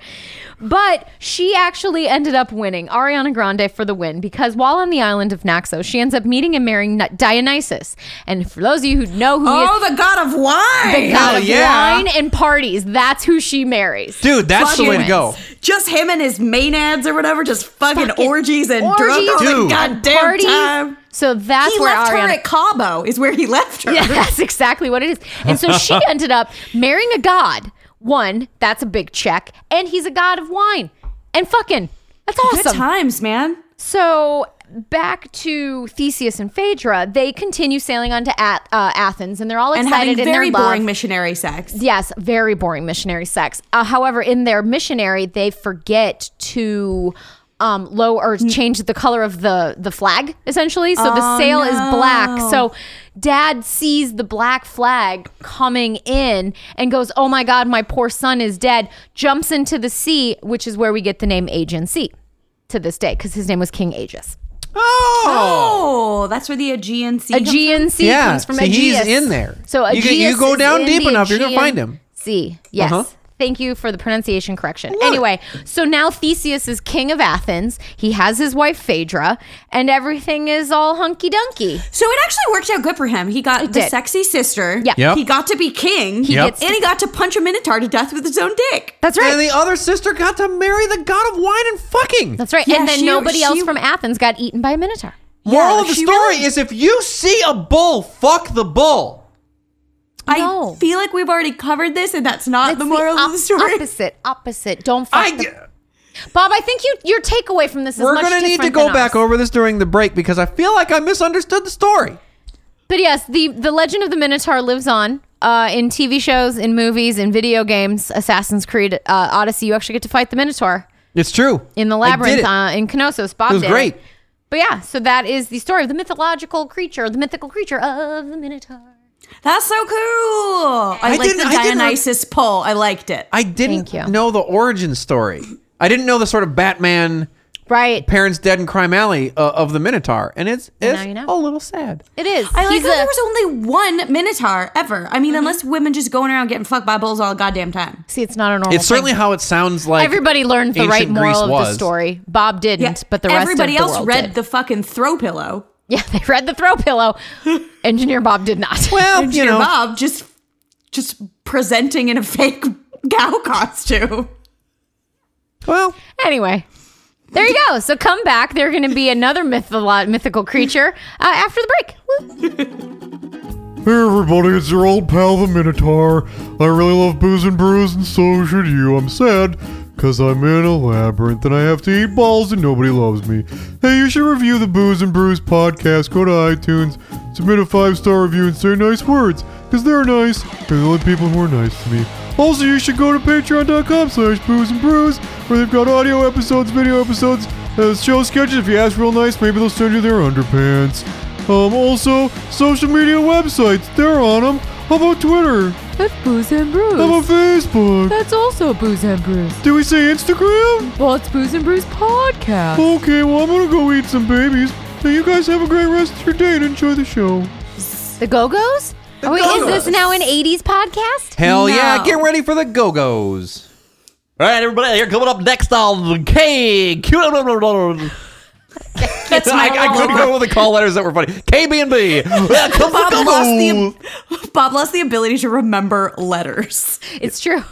[SPEAKER 2] But she actually ended up winning. Ariana Grande for the win because while on the island of Naxos, she ends up meeting and marrying Ni- Dionysus. And for those of you who know who he is,
[SPEAKER 3] Oh, the god of wine.
[SPEAKER 2] out of
[SPEAKER 1] yeah.
[SPEAKER 2] wine and parties. That's who she marries.
[SPEAKER 1] Dude, that's the way to
[SPEAKER 2] Fucking
[SPEAKER 1] go.
[SPEAKER 3] just him and his maenads or whatever, just fucking,
[SPEAKER 2] Fucking
[SPEAKER 3] orgies and
[SPEAKER 2] orgies
[SPEAKER 3] drunk all the
[SPEAKER 1] Dude.
[SPEAKER 3] goddamn
[SPEAKER 2] Parties.
[SPEAKER 3] time.
[SPEAKER 2] So that's
[SPEAKER 3] he
[SPEAKER 2] where
[SPEAKER 3] left
[SPEAKER 2] Ariana.
[SPEAKER 3] her
[SPEAKER 2] *laughs*
[SPEAKER 3] at Cabo, is where he left her. *laughs*
[SPEAKER 2] yeah, that's exactly what it is. And so she ended up marrying a god. One, that's a big check, and he's a god of wine and fucking. That's
[SPEAKER 4] Good
[SPEAKER 2] awesome.
[SPEAKER 4] times, man.
[SPEAKER 2] So back to Theseus and Phaedra, they continue sailing on to At- uh, Athens, and they're all
[SPEAKER 3] And
[SPEAKER 2] excited
[SPEAKER 3] having
[SPEAKER 2] in their
[SPEAKER 3] very
[SPEAKER 2] love.
[SPEAKER 3] boring missionary sex.
[SPEAKER 2] Yes, very boring missionary sex. Uh, however, in their missionary, they forget to um, low or change the color of the the flag essentially. So the sail is black. So Dad sees the black flag coming in and goes, "Oh my God, my poor son is dead." Jumps into the sea, which is where we get the name Agency to this day because his name was King Aegis.
[SPEAKER 1] Oh.
[SPEAKER 3] Oh, that's where the Aegean Sea. comes-
[SPEAKER 2] Aegean Sea
[SPEAKER 1] Yeah,
[SPEAKER 2] comes from
[SPEAKER 1] so he's
[SPEAKER 2] Aegeus.
[SPEAKER 1] in there.
[SPEAKER 2] So
[SPEAKER 1] You
[SPEAKER 2] Aegeus
[SPEAKER 1] get- you go
[SPEAKER 2] is
[SPEAKER 1] down
[SPEAKER 2] in
[SPEAKER 1] deep
[SPEAKER 2] the
[SPEAKER 1] enough, you're gonna
[SPEAKER 2] Aegean
[SPEAKER 1] find him.
[SPEAKER 2] Sea. Yes.
[SPEAKER 1] Uh-huh.
[SPEAKER 2] Thank you for the pronunciation correction. Anyway, so now Theseus is king of Athens. He has his wife Phaedra, and everything is all hunky dunky.
[SPEAKER 3] So it actually worked out good for him. He got the
[SPEAKER 2] did.
[SPEAKER 3] sexy sister.
[SPEAKER 2] Yeah.
[SPEAKER 1] Yep.
[SPEAKER 3] He got to be king.
[SPEAKER 1] Yep. gets to-
[SPEAKER 3] and he got to punch a minotaur to death with his own dick.
[SPEAKER 2] That's right.
[SPEAKER 1] And the other sister got to marry the god of wine and fucking.
[SPEAKER 2] That's right.
[SPEAKER 3] Yeah,
[SPEAKER 2] and then
[SPEAKER 3] she-
[SPEAKER 2] nobody else
[SPEAKER 3] she-
[SPEAKER 2] from Athens got eaten by a minotaur.
[SPEAKER 1] Moral of the
[SPEAKER 3] she
[SPEAKER 1] story
[SPEAKER 3] really-
[SPEAKER 1] is if you see a bull, fuck the bull.
[SPEAKER 3] I
[SPEAKER 2] No.
[SPEAKER 3] feel like we've already covered this, and that's
[SPEAKER 1] Uh,
[SPEAKER 3] not
[SPEAKER 2] It's
[SPEAKER 3] the moral of
[SPEAKER 2] op-
[SPEAKER 3] the story.
[SPEAKER 2] Opposite. Opposite. Don't fuck.
[SPEAKER 1] I,
[SPEAKER 2] the- Bob, I think you your takeaway from this is
[SPEAKER 1] we're
[SPEAKER 2] much
[SPEAKER 1] gonna need to
[SPEAKER 2] different
[SPEAKER 1] go
[SPEAKER 2] than
[SPEAKER 1] back
[SPEAKER 2] ours.
[SPEAKER 1] over this during the break because I feel like I misunderstood the story.
[SPEAKER 2] But yes, the the legend of the Minotaur lives on uh, in TV shows, in movies, in video games. Assassin's Creed uh, Odyssey, you actually get to fight the Minotaur
[SPEAKER 1] It's true.
[SPEAKER 2] in
[SPEAKER 1] I
[SPEAKER 2] the
[SPEAKER 1] did
[SPEAKER 2] labyrinth
[SPEAKER 1] it.
[SPEAKER 2] uh, in Knossos. Bob
[SPEAKER 1] It was
[SPEAKER 2] did
[SPEAKER 1] great.
[SPEAKER 2] But yeah, so that is the story of the mythological creature, the mythical creature of the Minotaur.
[SPEAKER 3] That's so cool. I, liked
[SPEAKER 1] didn't-
[SPEAKER 3] the
[SPEAKER 1] I didn't re-
[SPEAKER 3] Dionysus pole. I liked it.
[SPEAKER 1] I didn't
[SPEAKER 2] Thank you.
[SPEAKER 1] know the origin story. I didn't know the sort of Batman
[SPEAKER 2] Right.
[SPEAKER 1] parents dead in crime alley uh, of the Minotaur, and it's it's
[SPEAKER 2] Now you know.
[SPEAKER 1] a little sad.
[SPEAKER 2] It is.
[SPEAKER 3] I like
[SPEAKER 2] He's
[SPEAKER 3] how
[SPEAKER 2] a- Mm-hmm.
[SPEAKER 3] there was only one Minotaur ever. I mean, unless women just going around getting fucked by bulls all goddamn time.
[SPEAKER 2] See, it's not a normal
[SPEAKER 1] It's certainly
[SPEAKER 2] thing.
[SPEAKER 1] how it sounds like.
[SPEAKER 2] Everybody learned the
[SPEAKER 1] ancient
[SPEAKER 2] right moral
[SPEAKER 1] Greece
[SPEAKER 2] of
[SPEAKER 1] was.
[SPEAKER 2] the story. Bob didn't, but the rest
[SPEAKER 3] everybody
[SPEAKER 2] of the
[SPEAKER 3] else
[SPEAKER 2] world
[SPEAKER 3] read
[SPEAKER 2] did.
[SPEAKER 3] the fucking throw pillow.
[SPEAKER 2] *laughs* yeah, they read the
[SPEAKER 3] *laughs*
[SPEAKER 2] throw pillow. Engineer Bob did not.
[SPEAKER 1] Well, you
[SPEAKER 3] Engineer
[SPEAKER 1] know,
[SPEAKER 3] Bob just just presenting in a *laughs* fake gal costume.
[SPEAKER 1] well,
[SPEAKER 2] Anyway, there you go. So come back. They're going to be another mytholo- mythical creature uh, after the break. Woo.
[SPEAKER 5] Hey everybody, it's your old pal the Minotaur. I really love booze and brews, and so should you. I'm sad, cause I'm in a labyrinth and I have to eat balls and nobody loves me. Hey, you should review the Booze and Brews podcast. Go to iTunes, submit a five star review, and say nice words, cause they're nice. They're the only people who are nice to me. Also, you should go to patreon.com slash booze and brews, where they've got audio episodes, video episodes, uh, show sketches. If you ask real nice, maybe they'll send you their underpants. Um, also, social media websites, they're on them. How about Twitter?
[SPEAKER 6] That's Booze and Brews.
[SPEAKER 5] How about Facebook?
[SPEAKER 6] That's also Booze and Brews.
[SPEAKER 5] Did we say Instagram?
[SPEAKER 6] Well, it's Booze and Brews podcast.
[SPEAKER 5] Okay, well, I'm gonna go eat some babies. Now, you guys have a great rest of your day and enjoy the show.
[SPEAKER 2] The Go Go's? Oh, wait, is this now an 80s podcast?
[SPEAKER 1] hell yeah,
[SPEAKER 3] No.
[SPEAKER 1] get ready for the Go Go's. All right, everybody, here coming up next on K. That's *laughs* I, I couldn't go with the call letters that were funny. KB and
[SPEAKER 3] *laughs*
[SPEAKER 1] B. Uh, Come
[SPEAKER 3] Bob
[SPEAKER 1] on,
[SPEAKER 3] lost the *laughs* Bob lost the ability to remember letters.
[SPEAKER 2] It's
[SPEAKER 1] *laughs*
[SPEAKER 2] true.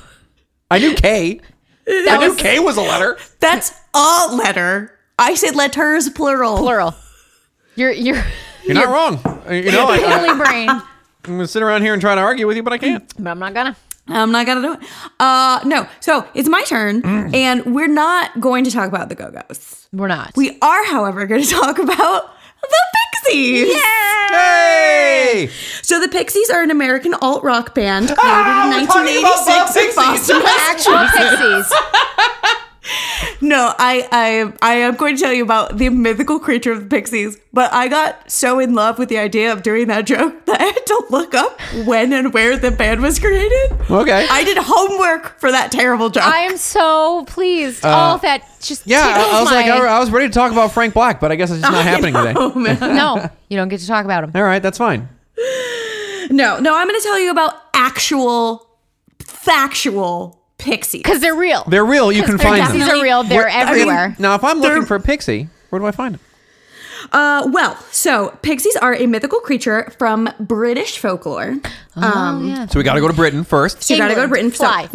[SPEAKER 1] I knew K. I knew K was a letter.
[SPEAKER 3] That's a letter. I said letters plural.
[SPEAKER 2] Plural.
[SPEAKER 1] *laughs*
[SPEAKER 2] You're, you're,
[SPEAKER 1] You're not wrong. Uh, You know, I, I,
[SPEAKER 2] really brain.
[SPEAKER 1] I'm gonna sit around here and try to argue with you, but I can't.
[SPEAKER 2] But I'm not gonna.
[SPEAKER 3] I'm not gonna do it. Uh, no. So it's my turn,
[SPEAKER 1] Mm.
[SPEAKER 3] and we're not going to talk about the Go Go's.
[SPEAKER 2] We're not.
[SPEAKER 3] *laughs* We are, however, going to talk about the Pixies.
[SPEAKER 1] Hey!
[SPEAKER 3] So the Pixies are an American alt rock band created
[SPEAKER 1] Ah,
[SPEAKER 3] in
[SPEAKER 1] we're talking about
[SPEAKER 3] 1986 in
[SPEAKER 1] the Pixies. *laughs*
[SPEAKER 3] Boston, Massachusetts.
[SPEAKER 2] Pixies.
[SPEAKER 3] No, I, I, I am going to tell you about the mythical creature of the Pixies. But I got so in love with the idea of doing that joke that I had to look up when and where the band was created.
[SPEAKER 1] Okay.
[SPEAKER 3] I did homework for that terrible joke. *laughs*
[SPEAKER 2] I am so pleased. All of that just
[SPEAKER 1] Uh, yeah,
[SPEAKER 2] tickles
[SPEAKER 1] I, I was like,
[SPEAKER 2] my-
[SPEAKER 1] I, I was ready to talk about Frank Black, but I guess it's
[SPEAKER 3] *laughs*
[SPEAKER 1] just not happening today. *laughs*
[SPEAKER 3] Oh, man.
[SPEAKER 2] *laughs* no, you don't get to talk about him.
[SPEAKER 1] All right, that's fine.
[SPEAKER 3] No, no, I'm going to tell you about actual, factual Pixies.
[SPEAKER 2] Because they're real.
[SPEAKER 1] They're real. You can find
[SPEAKER 2] Pixies
[SPEAKER 1] them.
[SPEAKER 2] are real. They're
[SPEAKER 1] Where- I mean,
[SPEAKER 2] everywhere.
[SPEAKER 1] now, if I'm looking
[SPEAKER 3] They're-
[SPEAKER 1] for a pixie, where do I find it?
[SPEAKER 3] Uh, well, so pixies are a mythical creature from British folklore. um,
[SPEAKER 1] So we got to go to Britain first.
[SPEAKER 3] So you gotta go to Britain.
[SPEAKER 2] England, fly
[SPEAKER 3] so
[SPEAKER 2] first.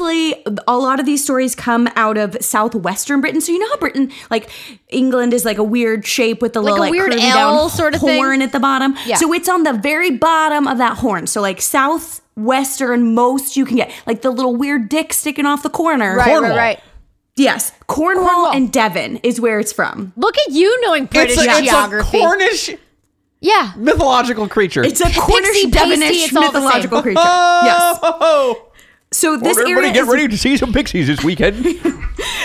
[SPEAKER 3] mostly, a lot of these stories come out of southwestern Britain. So you know how Britain, like England, is like a weird shape with the
[SPEAKER 2] Like
[SPEAKER 3] little
[SPEAKER 2] a weird
[SPEAKER 3] curving
[SPEAKER 2] L
[SPEAKER 3] down
[SPEAKER 2] sort of thing?
[SPEAKER 3] horn at the bottom.
[SPEAKER 2] Yeah.
[SPEAKER 3] So it's on the very bottom of that horn. So like southwestern most you can get, like the little weird dick sticking off the corner.
[SPEAKER 2] right,
[SPEAKER 1] Cornwall.
[SPEAKER 2] right, right.
[SPEAKER 3] Yes, Cornwall,
[SPEAKER 2] Cornwall.
[SPEAKER 3] and Devon is where it's from.
[SPEAKER 2] Look at you knowing British
[SPEAKER 1] it's a,
[SPEAKER 2] geography.
[SPEAKER 1] It's a Cornish
[SPEAKER 2] yeah.
[SPEAKER 1] mythological creature.
[SPEAKER 3] It's a Cornish
[SPEAKER 2] pasty,
[SPEAKER 3] Devonish
[SPEAKER 2] it's all the
[SPEAKER 3] mythological
[SPEAKER 2] same. *laughs*
[SPEAKER 3] creature. Yes.
[SPEAKER 1] Oh,
[SPEAKER 3] So this
[SPEAKER 1] Everybody
[SPEAKER 3] area
[SPEAKER 1] get
[SPEAKER 3] is-
[SPEAKER 1] ready to see some pixies this
[SPEAKER 3] *laughs*
[SPEAKER 1] weekend.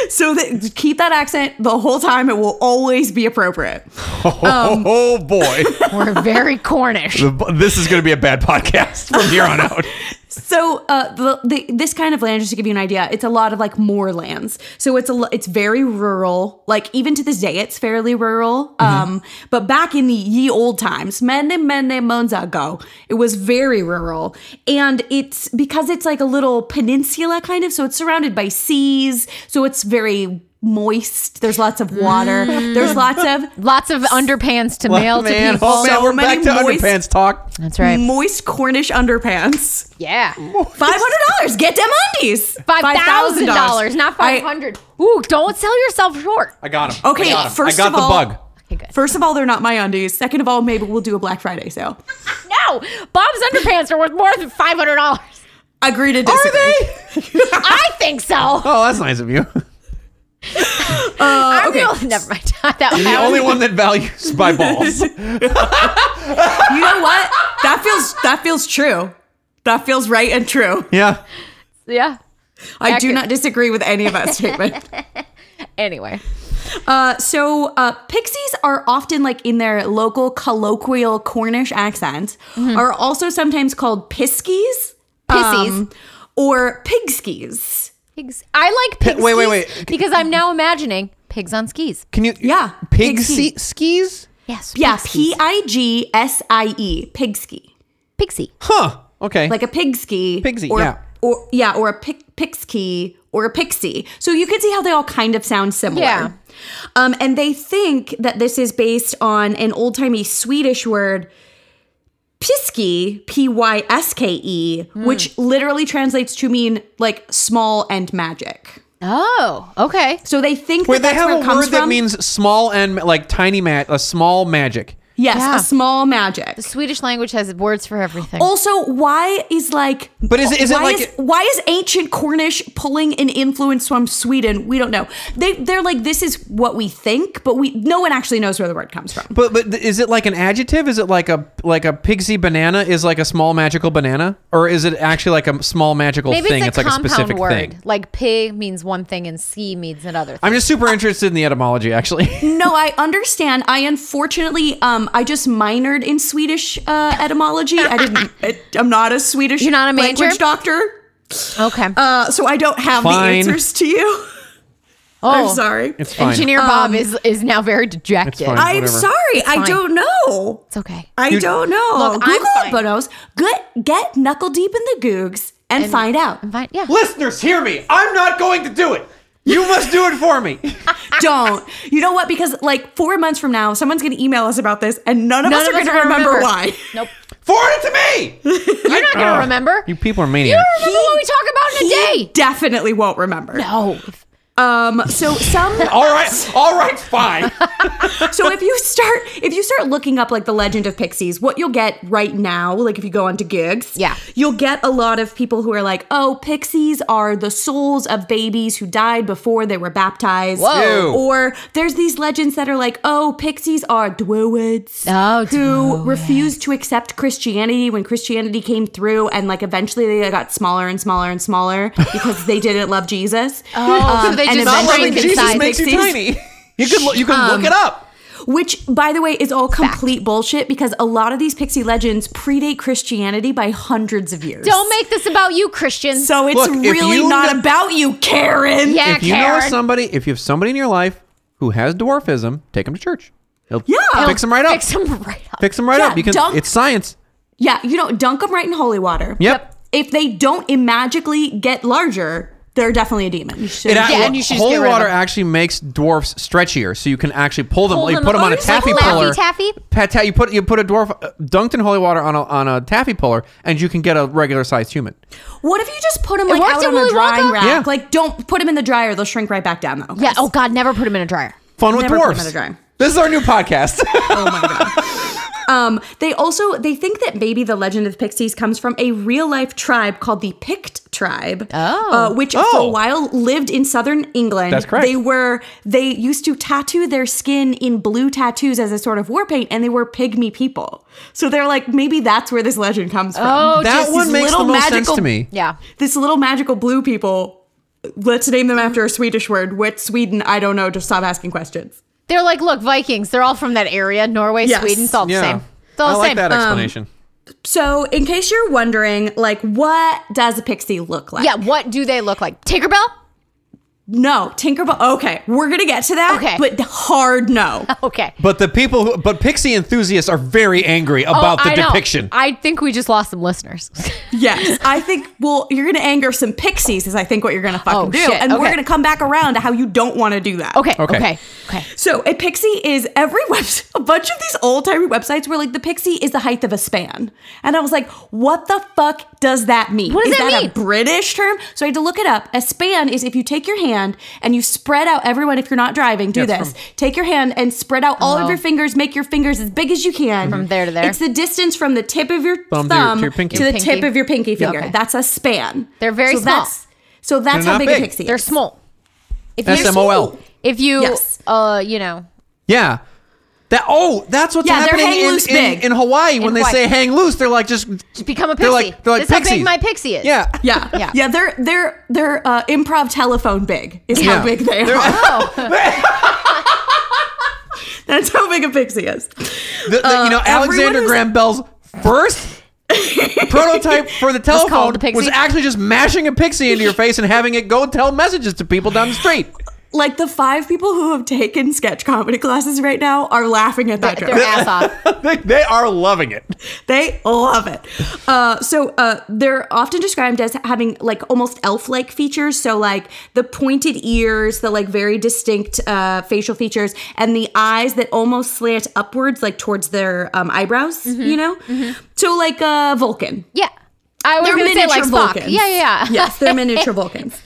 [SPEAKER 3] so that keep that accent the whole time. It will always be appropriate. Um,
[SPEAKER 1] oh boy, *laughs*
[SPEAKER 2] We're very Cornish.
[SPEAKER 1] The- this is going to be a bad podcast from here on
[SPEAKER 3] *laughs*
[SPEAKER 1] out.
[SPEAKER 3] So uh, the, the this kind of land, just to give you an idea, it's a lot of like moorlands. So it's a lo- it's very rural. Like even to this day, it's fairly rural.
[SPEAKER 1] Mm-hmm.
[SPEAKER 3] Um, but back in the ye old times, many many moons ago, it was very rural, and it's because it's like a little peninsula kind of. So it's surrounded by seas. So it's very moist. There's lots of water. There's
[SPEAKER 1] Mm.
[SPEAKER 3] lots
[SPEAKER 1] *laughs*
[SPEAKER 3] of
[SPEAKER 2] Lots of underpants to mail to
[SPEAKER 1] man,
[SPEAKER 2] people.
[SPEAKER 1] oh man,
[SPEAKER 3] So
[SPEAKER 1] we're
[SPEAKER 3] many
[SPEAKER 1] back to
[SPEAKER 3] moist-
[SPEAKER 1] underpants talk.
[SPEAKER 2] That's right.
[SPEAKER 3] moist Cornish underpants.
[SPEAKER 2] Yeah.
[SPEAKER 3] Five hundred dollars. Get them undies.
[SPEAKER 2] Five thousand dollars, not
[SPEAKER 3] I-
[SPEAKER 2] five hundred. Ooh, don't sell yourself short.
[SPEAKER 1] I got him.
[SPEAKER 3] Okay,
[SPEAKER 1] I got 'em.
[SPEAKER 3] first
[SPEAKER 1] I got
[SPEAKER 3] of
[SPEAKER 1] the
[SPEAKER 3] all-
[SPEAKER 1] bug.
[SPEAKER 2] Okay, good.
[SPEAKER 3] First of all, they're not my undies. Second of all, maybe we'll do a Black Friday sale.
[SPEAKER 2] No, Bob's underpants are worth more than five hundred dollars.
[SPEAKER 3] Agree to disagree.
[SPEAKER 2] I think so.
[SPEAKER 1] Oh, that's nice
[SPEAKER 3] *laughs*
[SPEAKER 1] of you.
[SPEAKER 2] I'm
[SPEAKER 3] okay.
[SPEAKER 2] real- never mind. *laughs* that
[SPEAKER 1] The only one that values
[SPEAKER 3] *laughs*
[SPEAKER 1] my balls.
[SPEAKER 3] You know what? That feels that feels true. That feels right and true.
[SPEAKER 1] Yeah.
[SPEAKER 2] Yeah.
[SPEAKER 3] I do
[SPEAKER 2] Accurate.
[SPEAKER 3] not disagree with any of that
[SPEAKER 2] *laughs*
[SPEAKER 3] statement.
[SPEAKER 2] Anyway,
[SPEAKER 3] Uh, so uh, pixies are often like in their local colloquial Cornish accent,
[SPEAKER 2] Mm-hmm.
[SPEAKER 3] are also sometimes called piskies,
[SPEAKER 2] pissies.
[SPEAKER 3] um, or pigskies.
[SPEAKER 2] pigs. I like pigs.
[SPEAKER 1] wait, wait,
[SPEAKER 2] skis
[SPEAKER 1] wait.
[SPEAKER 2] Because I'm now imagining pigs on skis.
[SPEAKER 1] Can you?
[SPEAKER 3] Yeah,
[SPEAKER 1] Pig
[SPEAKER 3] pig
[SPEAKER 1] se-
[SPEAKER 3] ski.
[SPEAKER 1] skis?
[SPEAKER 2] Yes.
[SPEAKER 3] Yeah,
[SPEAKER 2] pig skis.
[SPEAKER 3] P I G S I E, pigski.
[SPEAKER 2] Pixie.
[SPEAKER 1] Huh. Okay.
[SPEAKER 3] like a pigski,
[SPEAKER 1] Pigsy,
[SPEAKER 3] or,
[SPEAKER 1] yeah.
[SPEAKER 3] or yeah, or a pick, pixkey, or a pixie. So you can see how they all kind of sound similar.
[SPEAKER 2] Yeah.
[SPEAKER 3] Um, and they think that this is based on an old timey Swedish word, piski, p y s k e,
[SPEAKER 1] Hmm.
[SPEAKER 3] which literally translates to mean like small and magic.
[SPEAKER 2] Oh, okay.
[SPEAKER 3] So they think
[SPEAKER 1] Wait,
[SPEAKER 3] that
[SPEAKER 1] they
[SPEAKER 3] that's
[SPEAKER 1] have
[SPEAKER 3] where
[SPEAKER 1] a
[SPEAKER 3] it comes
[SPEAKER 1] word that
[SPEAKER 3] from.
[SPEAKER 1] means small and ma- like tiny ma a small magic.
[SPEAKER 3] yes,
[SPEAKER 2] Yeah.
[SPEAKER 3] a small magic.
[SPEAKER 2] Swedish language has words for everything.
[SPEAKER 3] Also, why is like
[SPEAKER 1] But is it- is it
[SPEAKER 3] why
[SPEAKER 1] like-
[SPEAKER 3] why is ancient Cornish pulling an influence from Sweden? We don't know. They they're like this is what we think, but we no one actually knows where the word comes from.
[SPEAKER 1] But but th- is it like an adjective? Is it like a like a pixie banana is like a small magical banana, or is it actually like a small magical
[SPEAKER 2] Maybe
[SPEAKER 1] thing?
[SPEAKER 2] it's a
[SPEAKER 1] like a
[SPEAKER 2] compound
[SPEAKER 1] specific
[SPEAKER 2] word.
[SPEAKER 1] thing.
[SPEAKER 2] Like pig means one thing and ski means another. Thing.
[SPEAKER 1] I'm just super interested in the etymology,
[SPEAKER 2] *laughs*
[SPEAKER 1] actually.
[SPEAKER 3] No, I understand. I unfortunately um I just minored in Swedish uh, etymology.
[SPEAKER 1] *laughs*
[SPEAKER 3] I didn't. I, I'm not a Swedish.
[SPEAKER 2] You're not a major?
[SPEAKER 3] language doctor.
[SPEAKER 2] Okay.
[SPEAKER 3] Uh, so I don't have
[SPEAKER 1] Fine.
[SPEAKER 3] the answers to you. *laughs*
[SPEAKER 2] oh,
[SPEAKER 3] I'm sorry.
[SPEAKER 1] It's fine.
[SPEAKER 2] Engineer Bob
[SPEAKER 3] Um,
[SPEAKER 2] is is now very dejected.
[SPEAKER 1] fine.
[SPEAKER 3] I'm
[SPEAKER 1] Whatever.
[SPEAKER 3] sorry. I
[SPEAKER 2] fine.
[SPEAKER 3] don't know.
[SPEAKER 2] It's okay.
[SPEAKER 3] I
[SPEAKER 1] Dude,
[SPEAKER 3] don't know.
[SPEAKER 2] look, I'm
[SPEAKER 3] Google
[SPEAKER 2] fine.
[SPEAKER 3] it, Bonos. Good, get knuckle deep in the googs and, find
[SPEAKER 2] *laughs*
[SPEAKER 3] out.
[SPEAKER 2] I'm fine. Yeah.
[SPEAKER 1] Listeners, hear me. I'm not going to do it. You must do it for
[SPEAKER 2] *laughs*
[SPEAKER 1] me.
[SPEAKER 3] don't. You know what? Because like four months from now, someone's going to email us about this, and none of us are going to remember, why.
[SPEAKER 2] Nope.
[SPEAKER 1] Forward it to me.
[SPEAKER 2] You're not gonna remember.
[SPEAKER 1] Ah, You people are
[SPEAKER 2] You
[SPEAKER 1] maniacs.
[SPEAKER 3] *laughs*
[SPEAKER 2] don't remember what we talk about in a
[SPEAKER 3] He
[SPEAKER 2] day.
[SPEAKER 3] definitely won't remember.
[SPEAKER 2] No.
[SPEAKER 3] Um,
[SPEAKER 2] *laughs*
[SPEAKER 3] so some
[SPEAKER 1] All right, all right, fine.
[SPEAKER 3] so if you start if you start looking up like the legend of pixies what you'll get right now like if you go onto gigs
[SPEAKER 2] Yeah.
[SPEAKER 3] you'll get a lot of people who are like oh pixies are the souls of babies who died before they were baptized
[SPEAKER 1] Whoa. Ew.
[SPEAKER 3] or there's these legends that are like oh pixies are druids
[SPEAKER 2] Oh,
[SPEAKER 3] who refused to accept christianity when christianity came through and like eventually they got smaller and smaller and smaller because they didn't love jesus
[SPEAKER 2] Oh, so they
[SPEAKER 3] and
[SPEAKER 2] just
[SPEAKER 3] eventually
[SPEAKER 1] Not
[SPEAKER 2] Frankenstein
[SPEAKER 1] loving Jesus
[SPEAKER 3] Pixies-
[SPEAKER 1] makes you tiny. You can lo- you can
[SPEAKER 2] Um,
[SPEAKER 1] look it up.
[SPEAKER 3] Which, by the way, is all complete bullshit because a lot of these pixie legends predate Christianity by hundreds of years.
[SPEAKER 2] Don't make this about you, Christians.
[SPEAKER 3] so it's
[SPEAKER 1] Look, if
[SPEAKER 3] really
[SPEAKER 1] you
[SPEAKER 3] not
[SPEAKER 1] kn-
[SPEAKER 3] about you, Karen.
[SPEAKER 2] yeah,
[SPEAKER 1] If you know
[SPEAKER 2] Karen.
[SPEAKER 1] somebody, if you have somebody in your life who has dwarfism, take them to church. He'll
[SPEAKER 3] Yeah.
[SPEAKER 1] fix them right up.
[SPEAKER 2] Fix them right up.
[SPEAKER 1] Fix them right
[SPEAKER 3] Yeah,
[SPEAKER 1] up. You can.
[SPEAKER 3] dunk.
[SPEAKER 1] It's science.
[SPEAKER 3] Yeah, you know, dunk them right in holy water.
[SPEAKER 1] Yep.
[SPEAKER 3] If they don't magically get larger, they're definitely a demon. You should-
[SPEAKER 1] It act-
[SPEAKER 2] Yeah, and you should just
[SPEAKER 1] holy
[SPEAKER 2] get rid of
[SPEAKER 1] water
[SPEAKER 2] them.
[SPEAKER 1] actually makes dwarfs stretchier, so you can actually pull them.
[SPEAKER 2] Pull
[SPEAKER 1] you
[SPEAKER 2] them
[SPEAKER 1] put them
[SPEAKER 2] up.
[SPEAKER 1] on a
[SPEAKER 2] Oh, it's like
[SPEAKER 1] taffy
[SPEAKER 2] Laffy
[SPEAKER 1] puller.
[SPEAKER 2] Taffy?
[SPEAKER 1] Pa- ta- you put you put a dwarf uh, dunked in holy water on a on a taffy puller, and you can get a regular sized human.
[SPEAKER 3] what if you just put them
[SPEAKER 2] It
[SPEAKER 3] like
[SPEAKER 2] worked
[SPEAKER 3] out
[SPEAKER 2] in
[SPEAKER 3] on a
[SPEAKER 2] Willy
[SPEAKER 3] drying
[SPEAKER 2] Wonka.
[SPEAKER 3] rack?
[SPEAKER 1] Yeah.
[SPEAKER 3] Like, don't put them in the dryer; they'll shrink right back down. Though.
[SPEAKER 2] Yeah. Oh God, never put them in a dryer.
[SPEAKER 1] Fun with
[SPEAKER 3] Never put 'em in
[SPEAKER 1] dwarfs.
[SPEAKER 3] a dryer.
[SPEAKER 1] This is our new
[SPEAKER 2] *laughs*
[SPEAKER 1] podcast.
[SPEAKER 3] Oh Um, they also they think that maybe the legend of the pixies comes from a real life tribe called the Pict tribe,
[SPEAKER 2] Oh.
[SPEAKER 3] uh, which for
[SPEAKER 1] Oh.
[SPEAKER 3] a while lived in southern England.
[SPEAKER 1] That's correct.
[SPEAKER 3] They were they used to tattoo their skin in blue tattoos as a sort of war paint, and they were pygmy people. So they're like maybe that's where this legend comes from.
[SPEAKER 2] Oh,
[SPEAKER 1] that
[SPEAKER 2] just
[SPEAKER 1] one
[SPEAKER 3] these
[SPEAKER 1] makes the
[SPEAKER 3] little
[SPEAKER 1] most sense
[SPEAKER 3] magical-
[SPEAKER 1] to me.
[SPEAKER 2] yeah.
[SPEAKER 3] This little magical blue people. Let's name them after a Swedish word. What Sweden? I don't know. Just stop asking questions.
[SPEAKER 2] They're like, look, Vikings. They're all from that area. Norway,
[SPEAKER 3] Yes.
[SPEAKER 2] Sweden. It's all the
[SPEAKER 1] Yeah.
[SPEAKER 2] same. It's all
[SPEAKER 1] I
[SPEAKER 2] the
[SPEAKER 1] like
[SPEAKER 2] same. Um,
[SPEAKER 1] that explanation.
[SPEAKER 3] So, in case you're wondering, like, what does a pixie look like?
[SPEAKER 2] yeah. What do they look like? Tinkerbell.
[SPEAKER 3] No, Tinkerbell. Okay, we're gonna get to that.
[SPEAKER 2] Okay.
[SPEAKER 3] but hard
[SPEAKER 2] *laughs*
[SPEAKER 3] no.
[SPEAKER 2] *laughs* Okay.
[SPEAKER 1] but the people, who, but pixie enthusiasts are very angry about the
[SPEAKER 2] Oh, I know.
[SPEAKER 1] depiction.
[SPEAKER 2] I think we just lost some listeners. *laughs*
[SPEAKER 3] yes, I think. Well, you're gonna anger some pixies, is I think what you're gonna fucking
[SPEAKER 2] Oh,
[SPEAKER 3] do,
[SPEAKER 2] shit,
[SPEAKER 3] and we're
[SPEAKER 2] okay.
[SPEAKER 3] gonna come back around to how you don't want to do that.
[SPEAKER 2] okay.
[SPEAKER 1] Okay.
[SPEAKER 2] Okay. Okay.
[SPEAKER 3] So a pixie is every *laughs* web, a bunch of these old timey websites where like the pixie is the height of a span, and I was like, what the fuck does that mean?
[SPEAKER 2] What does
[SPEAKER 3] is
[SPEAKER 2] that
[SPEAKER 3] that
[SPEAKER 2] mean?
[SPEAKER 3] a British term? So I had to look it up. A span is if you take your hand and you spread out everyone. If you're not driving, do this. take your hand and spread out all of
[SPEAKER 2] Oh.
[SPEAKER 3] your fingers. Make your fingers as big as you can
[SPEAKER 2] From there to there.
[SPEAKER 3] It's the distance from the tip of your
[SPEAKER 1] Thumb
[SPEAKER 3] thumb,
[SPEAKER 1] to your- to your pinky.
[SPEAKER 3] the
[SPEAKER 2] Pinky.
[SPEAKER 3] tip of your pinky finger.
[SPEAKER 2] Okay.
[SPEAKER 3] That's a span.
[SPEAKER 2] They're very
[SPEAKER 3] so
[SPEAKER 2] small.
[SPEAKER 3] That's, so that's
[SPEAKER 1] They're
[SPEAKER 3] how
[SPEAKER 1] not
[SPEAKER 3] big,
[SPEAKER 1] big.
[SPEAKER 3] a pixie.
[SPEAKER 2] They're
[SPEAKER 3] is.
[SPEAKER 2] small. If you-
[SPEAKER 1] SMOL.
[SPEAKER 2] If you,
[SPEAKER 3] Yes.
[SPEAKER 2] uh,
[SPEAKER 3] *laughs*
[SPEAKER 2] you know,
[SPEAKER 1] Yeah. That oh, that's what's
[SPEAKER 3] Yeah, they're
[SPEAKER 1] happening
[SPEAKER 3] hang
[SPEAKER 1] in,
[SPEAKER 3] loose
[SPEAKER 1] in-
[SPEAKER 3] big.
[SPEAKER 1] in Hawaii when they
[SPEAKER 2] Hawaii.
[SPEAKER 1] say hang loose. They're like just
[SPEAKER 2] become a pixie.
[SPEAKER 1] They're like they're like
[SPEAKER 2] That's how
[SPEAKER 1] pixies.
[SPEAKER 2] big my pixie is.
[SPEAKER 1] *laughs* Yeah.
[SPEAKER 3] Yeah.
[SPEAKER 2] Yeah.
[SPEAKER 3] Yeah, they're they're they're uh, improv telephone big is
[SPEAKER 1] Yeah.
[SPEAKER 3] how big they
[SPEAKER 1] They're- *laughs*
[SPEAKER 3] are.
[SPEAKER 2] oh, *laughs*
[SPEAKER 3] That's how big a pixie is.
[SPEAKER 1] The- the- you know,
[SPEAKER 3] Uh,
[SPEAKER 1] Alexander
[SPEAKER 3] everyone is-
[SPEAKER 1] Graham Bell's first prototype for the telephone
[SPEAKER 2] called the pixie.
[SPEAKER 1] was actually just mashing a pixie into your face and having it go tell messages to people down the street.
[SPEAKER 3] Like the five people who have taken sketch comedy classes right now are laughing at that
[SPEAKER 2] Their
[SPEAKER 3] joke.
[SPEAKER 2] ass
[SPEAKER 1] *laughs*
[SPEAKER 2] off.
[SPEAKER 1] they, they are loving it.
[SPEAKER 3] They love it. Uh, so uh, they're often described as having like almost elf-like features. So like the pointed ears, the like very distinct uh, facial features, and the eyes that almost slant upwards, like towards their um, eyebrows.
[SPEAKER 1] Mm-hmm.
[SPEAKER 3] You know, so like uh, Vulcan.
[SPEAKER 2] Yeah. I was
[SPEAKER 3] They're
[SPEAKER 2] going to say
[SPEAKER 3] miniature
[SPEAKER 2] like Spock.
[SPEAKER 3] Vulcans.
[SPEAKER 2] Yeah, yeah, yeah.
[SPEAKER 3] yes,
[SPEAKER 2] *laughs*
[SPEAKER 3] they're miniature Vulcans.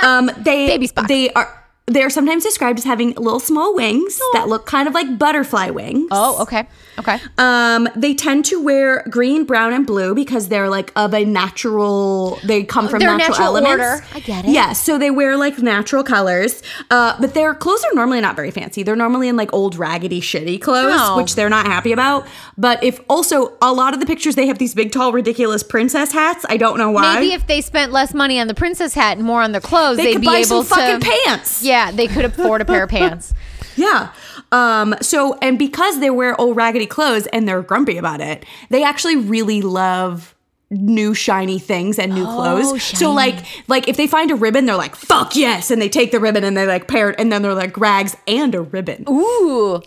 [SPEAKER 3] Um, they
[SPEAKER 2] Baby Spock.
[SPEAKER 3] They are. They are sometimes described as having little small wings that look kind of like butterfly wings.
[SPEAKER 2] Oh, okay. Okay.
[SPEAKER 3] Um, they tend to wear green, brown, and blue because they're like of a natural. They come from
[SPEAKER 2] They're
[SPEAKER 3] natural,
[SPEAKER 2] natural
[SPEAKER 3] elements.
[SPEAKER 2] order. I get it.
[SPEAKER 3] Yeah, so they wear like natural colors, uh, but their clothes are normally not very fancy. They're normally in like old, raggedy, shitty clothes,
[SPEAKER 2] No.
[SPEAKER 3] which they're not happy about. But if also a lot of the pictures, they have these big, tall, ridiculous princess hats. I don't know why.
[SPEAKER 2] Maybe if they spent less money on the princess hat and more on their clothes,
[SPEAKER 3] they
[SPEAKER 2] would
[SPEAKER 3] could
[SPEAKER 2] be
[SPEAKER 3] buy
[SPEAKER 2] able
[SPEAKER 3] some fucking
[SPEAKER 2] to.
[SPEAKER 3] pants.
[SPEAKER 2] Yeah, they could afford a
[SPEAKER 3] *laughs*
[SPEAKER 2] pair of pants.
[SPEAKER 3] Yeah. Um, so, and because they wear old raggedy clothes and they're grumpy about it, they actually really love new shiny things and new
[SPEAKER 2] Oh,
[SPEAKER 3] clothes. So like like if they find a ribbon, they're like, fuck yes, and they take the ribbon and they like pair it and then they're like rags and a ribbon. Ooh,
[SPEAKER 2] Ooh,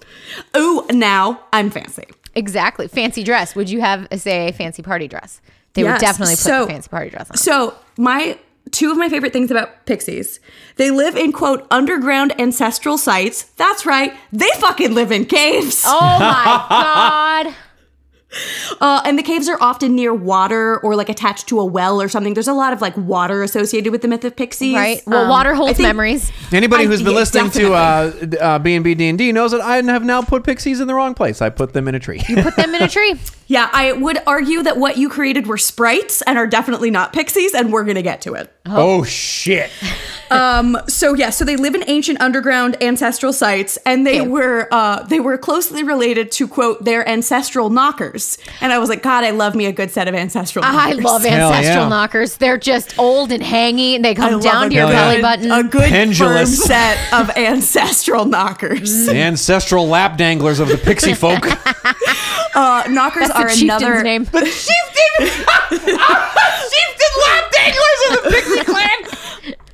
[SPEAKER 3] now I'm fancy.
[SPEAKER 2] exactly. Fancy dress. Would you have, uh, say, a fancy party dress? They
[SPEAKER 3] Yes.
[SPEAKER 2] would definitely put
[SPEAKER 3] So-
[SPEAKER 2] the fancy party dress
[SPEAKER 1] *laughs*
[SPEAKER 2] on.
[SPEAKER 3] So my two of my favorite things about pixies, they live in quote underground ancestral
[SPEAKER 1] Oh
[SPEAKER 3] sites. That's right, they fucking live in caves. *laughs*
[SPEAKER 2] Oh my god.
[SPEAKER 3] Uh, and the caves are often near water or like attached to a well or something. There's a lot of like water associated with the myth of pixies.
[SPEAKER 2] Right. Well,
[SPEAKER 3] Um,
[SPEAKER 2] water
[SPEAKER 3] I
[SPEAKER 2] holds
[SPEAKER 3] think-
[SPEAKER 2] memories.
[SPEAKER 1] Anybody
[SPEAKER 3] I-
[SPEAKER 1] who's been
[SPEAKER 3] yeah,
[SPEAKER 1] listening
[SPEAKER 3] definitely.
[SPEAKER 1] to uh, uh, B&B D&D knows that I have now put pixies in the wrong place. I put them in a tree. *laughs*
[SPEAKER 2] Put them in
[SPEAKER 3] *laughs*
[SPEAKER 2] a tree.
[SPEAKER 3] Yeah, I would argue that what you created were sprites and are definitely not pixies, and we're gonna get to it.
[SPEAKER 1] oh shit.
[SPEAKER 3] Um, so yeah, so they live in ancient underground ancestral sites, and they were uh, they were closely related to quote their ancestral knockers. And I was like, God, I love me a good set of ancestral.
[SPEAKER 2] I
[SPEAKER 3] knockers.
[SPEAKER 2] love
[SPEAKER 1] Hell
[SPEAKER 2] ancestral
[SPEAKER 1] yeah.
[SPEAKER 2] knockers. They're just old and hangy, and
[SPEAKER 3] *laughs*
[SPEAKER 2] they
[SPEAKER 3] I
[SPEAKER 2] come
[SPEAKER 3] love
[SPEAKER 2] down
[SPEAKER 3] a
[SPEAKER 2] to your
[SPEAKER 1] good-
[SPEAKER 2] belly
[SPEAKER 1] yeah.
[SPEAKER 2] button.
[SPEAKER 3] A good firm
[SPEAKER 1] Pendulous.
[SPEAKER 3] set of *laughs* ancestral knockers.
[SPEAKER 1] The ancestral lap danglers of the pixie folk.
[SPEAKER 3] Uh, knockers
[SPEAKER 2] Mm. That's the
[SPEAKER 3] are
[SPEAKER 2] chieftain's
[SPEAKER 3] another
[SPEAKER 2] name.
[SPEAKER 3] *laughs*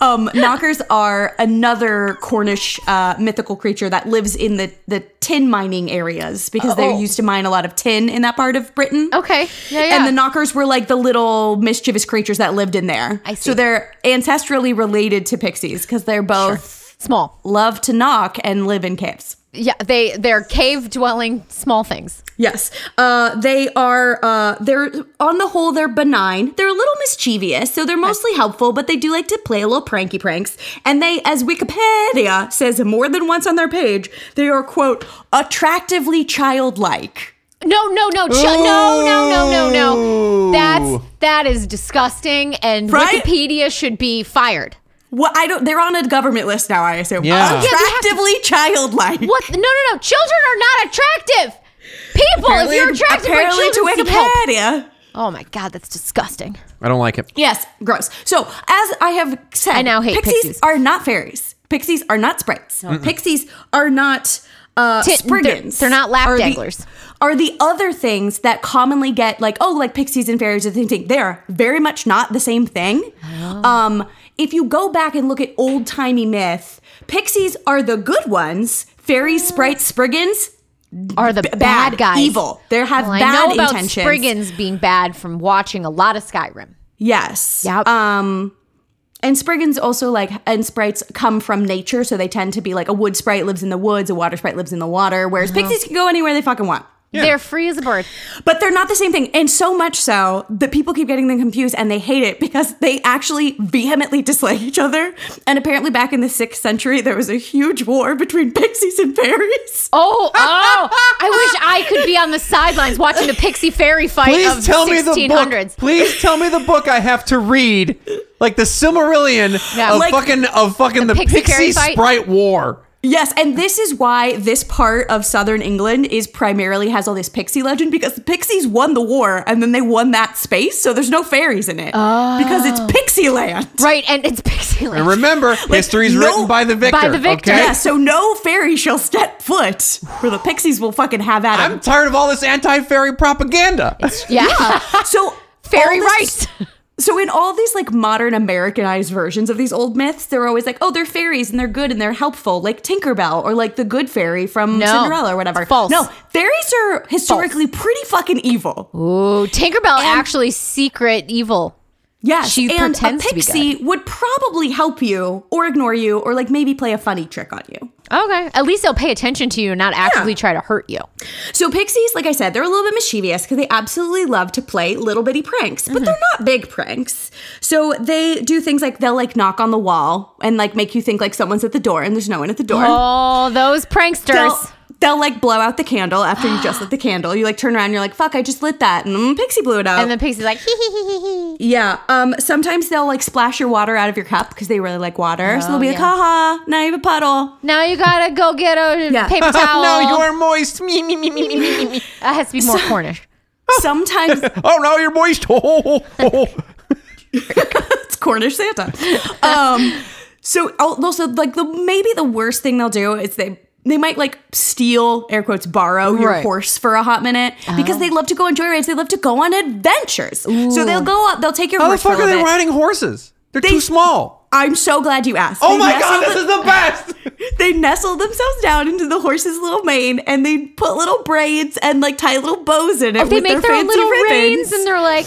[SPEAKER 3] Um, knockers are another Cornish uh, mythical creature that lives in the, the tin mining areas because
[SPEAKER 2] Oh.
[SPEAKER 3] they used to mine a lot of tin in that part of Britain.
[SPEAKER 2] Okay. Yeah, yeah.
[SPEAKER 3] And the knockers were like the little mischievous creatures that lived in there.
[SPEAKER 2] I see.
[SPEAKER 3] So they're ancestrally related to pixies because they're both
[SPEAKER 2] small.
[SPEAKER 3] love to knock and live in caves.
[SPEAKER 2] Yeah, they they're cave dwelling small things.
[SPEAKER 3] Yes. Uh, they are, uh, they're on the whole, they're benign. They're a little mischievous, so they're mostly helpful, but they do like to play a little pranky pranks. And they, as Wikipedia says more than once on their page, they are, quote, attractively childlike.
[SPEAKER 2] No, no, no, ch- no, no, no, no, no. That's that is disgusting, and
[SPEAKER 3] Right?
[SPEAKER 2] Wikipedia should be fired.
[SPEAKER 3] Well, I don't, they're on a government list now, I assume.
[SPEAKER 1] Yeah. Oh, yeah, they
[SPEAKER 2] have to-
[SPEAKER 3] Attractively childlike. *laughs*
[SPEAKER 2] What? No, no, no. Children are not attractive. People,
[SPEAKER 3] Apparently-
[SPEAKER 2] if you're attracted by
[SPEAKER 3] apparently
[SPEAKER 2] children,
[SPEAKER 3] to
[SPEAKER 2] seek help.
[SPEAKER 3] Wikipedia.
[SPEAKER 2] Oh my god, that's disgusting.
[SPEAKER 1] I don't like it.
[SPEAKER 3] Yes, gross. So as I have said,
[SPEAKER 2] I now hate pixies.
[SPEAKER 3] are not fairies. Pixies are not sprites. Pixies are not uh,
[SPEAKER 2] Ti- they're-
[SPEAKER 3] spriggans.
[SPEAKER 2] they're not lap
[SPEAKER 3] Are the-
[SPEAKER 2] danglers.
[SPEAKER 3] Are the other things that commonly get like oh like pixies and fairies are the same thing? They are very much not the same thing.
[SPEAKER 2] Oh.
[SPEAKER 3] Um, if you go back and look at old timey myth, pixies are the good ones. Fairies, sprites, spriggans,
[SPEAKER 2] Are the bad, guys
[SPEAKER 3] evil. They have
[SPEAKER 2] Well,
[SPEAKER 3] bad
[SPEAKER 2] I know about
[SPEAKER 3] intentions.
[SPEAKER 2] Spriggans being bad from watching a lot of Skyrim.
[SPEAKER 3] Yes.
[SPEAKER 2] Yep.
[SPEAKER 3] Um and spriggans also like and sprites come from nature, so they tend to be like a wood sprite lives in the woods, a water sprite lives in the water, whereas pixies can go anywhere they fucking want.
[SPEAKER 2] They're free as a bird.
[SPEAKER 3] But they're not the same thing. And so much so that people keep getting them confused and they hate it because they actually vehemently dislike each other. And apparently back in the sixth century there was a huge war between *laughs* pixies and fairies. *laughs*
[SPEAKER 2] Oh, oh! I wish I could be on the sidelines watching the pixie fairy fight of
[SPEAKER 1] Please tell me the book.
[SPEAKER 2] 1600s.
[SPEAKER 1] Please tell me the book I have to read. Like the Silmarillion
[SPEAKER 2] *laughs* Yeah.
[SPEAKER 1] of
[SPEAKER 2] Like-
[SPEAKER 1] fucking of fucking the,
[SPEAKER 2] Pixie
[SPEAKER 1] pixie,
[SPEAKER 2] Fairy fight?
[SPEAKER 1] sprite war.
[SPEAKER 3] Yes, and this is why this part of southern England is primarily has all this pixie legend because the pixies won the war and then they won that space, so there's no fairies in it because it's pixie land.
[SPEAKER 2] Oh. Right, and it's pixie land.
[SPEAKER 1] And
[SPEAKER 2] *laughs*
[SPEAKER 1] remember, history's
[SPEAKER 3] no-
[SPEAKER 1] written by the victor.
[SPEAKER 2] By the victor.
[SPEAKER 1] Okay?
[SPEAKER 3] Yeah, so no fairy shall step foot where the pixies will fucking have at
[SPEAKER 1] I'm
[SPEAKER 3] them.
[SPEAKER 1] tired of all this anti-fairy propaganda. *laughs*
[SPEAKER 2] yeah.
[SPEAKER 3] so
[SPEAKER 2] *laughs* Fairy
[SPEAKER 3] all this-
[SPEAKER 2] rights.
[SPEAKER 3] *laughs* So in all these like modern Americanized versions of these old myths, they're always like, oh, they're fairies and they're good and they're helpful, like Tinkerbell or like the good fairy from
[SPEAKER 2] No.
[SPEAKER 3] Cinderella or whatever.
[SPEAKER 2] It's false.
[SPEAKER 3] No, fairies are historically pretty fucking evil.
[SPEAKER 2] Ooh, Tinkerbell actually secret evil.
[SPEAKER 3] Yes,
[SPEAKER 2] She
[SPEAKER 3] and
[SPEAKER 2] pretends
[SPEAKER 3] a
[SPEAKER 2] to be
[SPEAKER 3] pixie would probably help you or ignore you or like maybe play a funny trick on you.
[SPEAKER 2] Okay. At least they'll pay attention to you and not actively try to hurt you.
[SPEAKER 3] So pixies, like I said, they're a little bit mischievous because they absolutely love to play little bitty pranks,
[SPEAKER 2] Mm-hmm.
[SPEAKER 3] but they're not big pranks. So they do things like they'll like knock on the wall and like make you think like someone's at the door and there's no one at the door.
[SPEAKER 2] Oh, those
[SPEAKER 3] They'll,
[SPEAKER 2] pranksters.
[SPEAKER 3] they'll like blow out the candle after you
[SPEAKER 2] *gasps*
[SPEAKER 3] just lit the candle. You like turn around, and you're like, "Fuck! I just lit that," and mm, pixie blew it out.
[SPEAKER 2] and then Pixie's like, hee hee hee hee hee.
[SPEAKER 3] Yeah. Um. Sometimes they'll like splash your water out of your cup because they really like water. so they'll
[SPEAKER 2] Oh,
[SPEAKER 3] be like, "Ha ha! Now you have a puddle."
[SPEAKER 2] Now you gotta go get a
[SPEAKER 3] Yeah.
[SPEAKER 2] paper towel.
[SPEAKER 1] Oh, no, you're moist. Me, me, me, me, me,
[SPEAKER 2] *laughs*
[SPEAKER 1] me, me.
[SPEAKER 2] That has to be more Cornish.
[SPEAKER 3] Sometimes
[SPEAKER 1] Oh, now you're moist. *laughs* Oh, oh,
[SPEAKER 2] *laughs*
[SPEAKER 1] oh, oh.
[SPEAKER 3] it's Cornish Santa. Um. So al- also like the maybe the worst thing they'll do is they. They might like steal, air quotes, borrow your
[SPEAKER 2] Right.
[SPEAKER 3] horse for a hot minute because they love to go on joyrides. They love to go on adventures. So they'll go up, they'll take your
[SPEAKER 1] How the
[SPEAKER 3] horse. for a
[SPEAKER 1] fuck are they
[SPEAKER 3] little bit.
[SPEAKER 1] riding horses? They're too small.
[SPEAKER 3] I'm so glad you asked.
[SPEAKER 1] Oh
[SPEAKER 3] They
[SPEAKER 1] my
[SPEAKER 3] nestled
[SPEAKER 1] god, this
[SPEAKER 3] the-
[SPEAKER 1] is the best!
[SPEAKER 3] They nestled themselves down into the horse's little mane and they put little braids and like tie little bows in it.
[SPEAKER 2] They
[SPEAKER 3] with
[SPEAKER 2] make
[SPEAKER 3] their
[SPEAKER 2] their own
[SPEAKER 3] fancy
[SPEAKER 2] little
[SPEAKER 3] ribbons.
[SPEAKER 2] reins and they're like,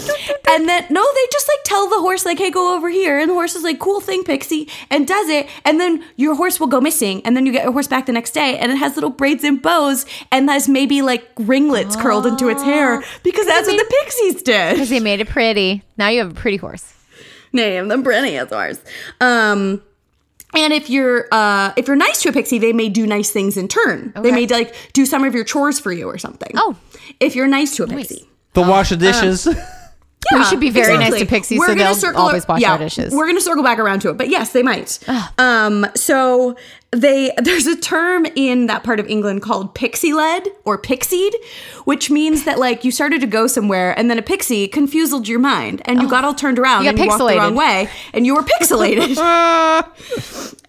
[SPEAKER 3] And then no, they just like tell the horse like, "Hey, go over here," and the horse is like, "Cool thing, Pixie," and does it. And then your horse will go missing, and then you get your horse back the next day, and it has little braids and bows, and has maybe like ringlets curled into its hair because that's what the pixies did.
[SPEAKER 2] because they made it pretty. Now you have a pretty horse.
[SPEAKER 3] Name them Brenniazars. Um. And if you're uh, if you're nice to a pixie, they may do nice things in turn. They may like do some of your chores for you or something.
[SPEAKER 2] Oh.
[SPEAKER 3] if you're nice to a pixie.
[SPEAKER 1] The wash of *laughs*
[SPEAKER 2] Uh,
[SPEAKER 1] dishes.
[SPEAKER 2] we should be very nice
[SPEAKER 3] Exactly.
[SPEAKER 2] to pixies,
[SPEAKER 3] We're
[SPEAKER 2] so
[SPEAKER 3] gonna
[SPEAKER 2] they'll
[SPEAKER 3] circle-
[SPEAKER 2] always wash
[SPEAKER 3] yeah,
[SPEAKER 2] our dishes.
[SPEAKER 3] We're gonna circle back around to it, but yes, they might. Um, so they there's a term in that part of England called pixie led or pixied, which means that like you started to go somewhere and then a pixie confused your mind and you got all turned around
[SPEAKER 2] You
[SPEAKER 3] and
[SPEAKER 2] got
[SPEAKER 3] you walked the
[SPEAKER 2] pixelated.
[SPEAKER 3] wrong way and you were pixelated.
[SPEAKER 2] *laughs*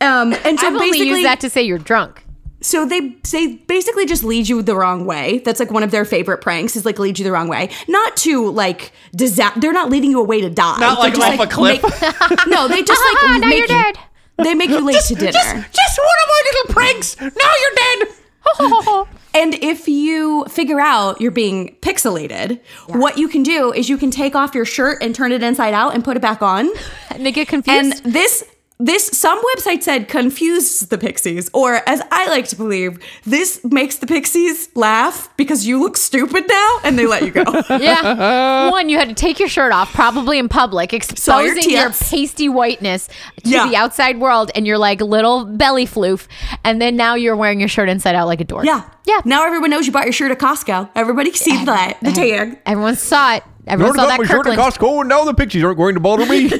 [SPEAKER 3] um, and so
[SPEAKER 2] I've only
[SPEAKER 3] basically,
[SPEAKER 2] used that to say you're drunk.
[SPEAKER 3] so they say basically just lead you the wrong way. That's like one of their favorite pranks is like lead you the wrong way. Not to like disaster. They're not leading you away to die.
[SPEAKER 1] Not,
[SPEAKER 3] They're
[SPEAKER 1] like, off
[SPEAKER 3] just,
[SPEAKER 1] a cliff.
[SPEAKER 3] make- *laughs* no, they just
[SPEAKER 2] Ah,
[SPEAKER 3] like
[SPEAKER 2] *laughs* now
[SPEAKER 3] make
[SPEAKER 2] you're
[SPEAKER 3] you- *laughs*
[SPEAKER 2] dead.
[SPEAKER 3] They make you late to dinner.
[SPEAKER 1] Just one of our little pranks! Now you're dead!
[SPEAKER 3] And if you figure out you're being pixelated, what you can do is you can take off your shirt and turn it inside out and put it back on.
[SPEAKER 2] *laughs* And they get
[SPEAKER 3] And
[SPEAKER 2] confused.
[SPEAKER 3] this this some website said confused the pixies, or as I like to believe, this makes the pixies laugh because you look stupid now, and they let you go. *laughs*
[SPEAKER 2] yeah. One, you had to take your shirt off, probably in public,
[SPEAKER 3] Saw your
[SPEAKER 2] exposing your,
[SPEAKER 3] tits.
[SPEAKER 2] pasty whiteness to
[SPEAKER 3] Yeah.
[SPEAKER 2] the outside world and your like little belly floof. And then now you're wearing your shirt inside out like a dork.
[SPEAKER 3] yeah,
[SPEAKER 2] Yeah.
[SPEAKER 3] Now everyone knows you bought your shirt at Costco. Everybody sees that the tag.
[SPEAKER 2] Everyone saw it. Everyone saw that Kirkland.
[SPEAKER 1] Costco and now the pixies aren't going to bother
[SPEAKER 2] *laughs*
[SPEAKER 1] me.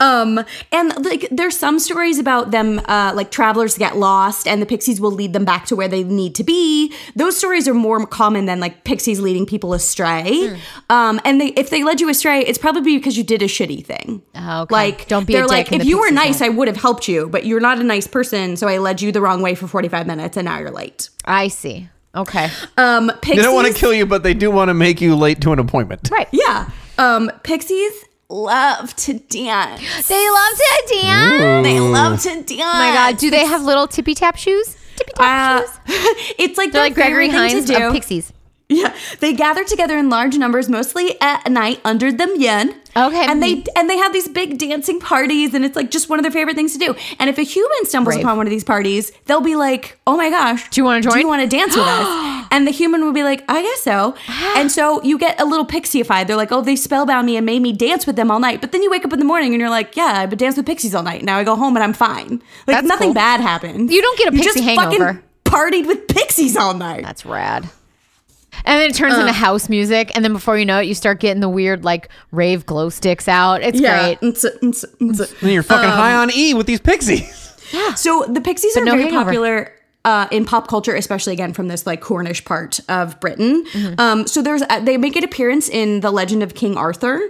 [SPEAKER 3] Um, and like there's some stories about them, uh, like travelers get lost, and the pixies will lead them back to where they need to be. Those stories are more common than like pixies leading people astray.
[SPEAKER 2] Hmm.
[SPEAKER 3] Um, and they if they led you astray, it's probably because you did a shitty thing.
[SPEAKER 2] Oh, okay.
[SPEAKER 3] Like
[SPEAKER 2] Don't be a
[SPEAKER 3] They're
[SPEAKER 2] dick
[SPEAKER 3] like, if
[SPEAKER 2] and the
[SPEAKER 3] you were
[SPEAKER 2] pixies
[SPEAKER 3] nice, I
[SPEAKER 2] won't."
[SPEAKER 3] would have helped you, but you're not a nice person, so I led you the wrong way for 45 minutes, and now you're late.
[SPEAKER 2] I see. Okay.
[SPEAKER 3] Um, pixies,
[SPEAKER 1] they don't want to kill you, but they do want to make you late to an appointment.
[SPEAKER 2] Right.
[SPEAKER 3] Yeah. Um, pixies love to dance.
[SPEAKER 2] They love to dance.
[SPEAKER 3] They love to dance.
[SPEAKER 2] Oh my god. Do they have little tippy tap shoes? Tippy tap
[SPEAKER 3] Uh,
[SPEAKER 2] shoes.
[SPEAKER 3] *laughs* it's like
[SPEAKER 2] They're
[SPEAKER 3] their
[SPEAKER 2] like Gregory
[SPEAKER 3] favorite thing
[SPEAKER 2] Hines
[SPEAKER 3] to do.
[SPEAKER 2] of Pixies.
[SPEAKER 3] Yeah, they gather together in large numbers, mostly at night under the yen.
[SPEAKER 2] Okay.
[SPEAKER 3] and they and they have these big dancing parties, and it's like just one of their favorite things to do. And if a human stumbles
[SPEAKER 2] Brave.
[SPEAKER 3] upon one of these parties, they'll be like, "Oh my gosh,
[SPEAKER 2] Do you wanna
[SPEAKER 3] Do
[SPEAKER 2] join?"
[SPEAKER 3] you want to dance with
[SPEAKER 2] *gasps*
[SPEAKER 3] us?" And the human will be like, "I guess so."
[SPEAKER 2] Ah.
[SPEAKER 3] and so you get a little pixiefied. They're like, "Oh, they spellbound me and made me dance with them all night." But then you wake up in the morning and you're like, "Yeah, I've been dancing with pixies all night. Now I go home and I'm fine. Like
[SPEAKER 2] That's
[SPEAKER 3] nothing
[SPEAKER 2] cool.
[SPEAKER 3] bad happened.
[SPEAKER 2] You don't get a
[SPEAKER 3] You
[SPEAKER 2] pixie
[SPEAKER 3] just
[SPEAKER 2] hangover.
[SPEAKER 3] Fucking partied with pixies all night.
[SPEAKER 2] That's rad. And then it
[SPEAKER 3] Uh.
[SPEAKER 2] turns into house music, and then before you know it, you start getting the weird like rave glow sticks out. It's great.
[SPEAKER 3] Mm-ts- mm-ts- mm-ts.
[SPEAKER 1] And you're fucking high on E with these pixies.
[SPEAKER 3] So the Pixies are
[SPEAKER 2] no
[SPEAKER 3] very
[SPEAKER 2] hangover.
[SPEAKER 3] popular uh, in pop culture, especially again from this like Cornish part of Britain.
[SPEAKER 2] Mm-hmm.
[SPEAKER 3] Um, so there's uh, they make an appearance in the Legend of King Arthur.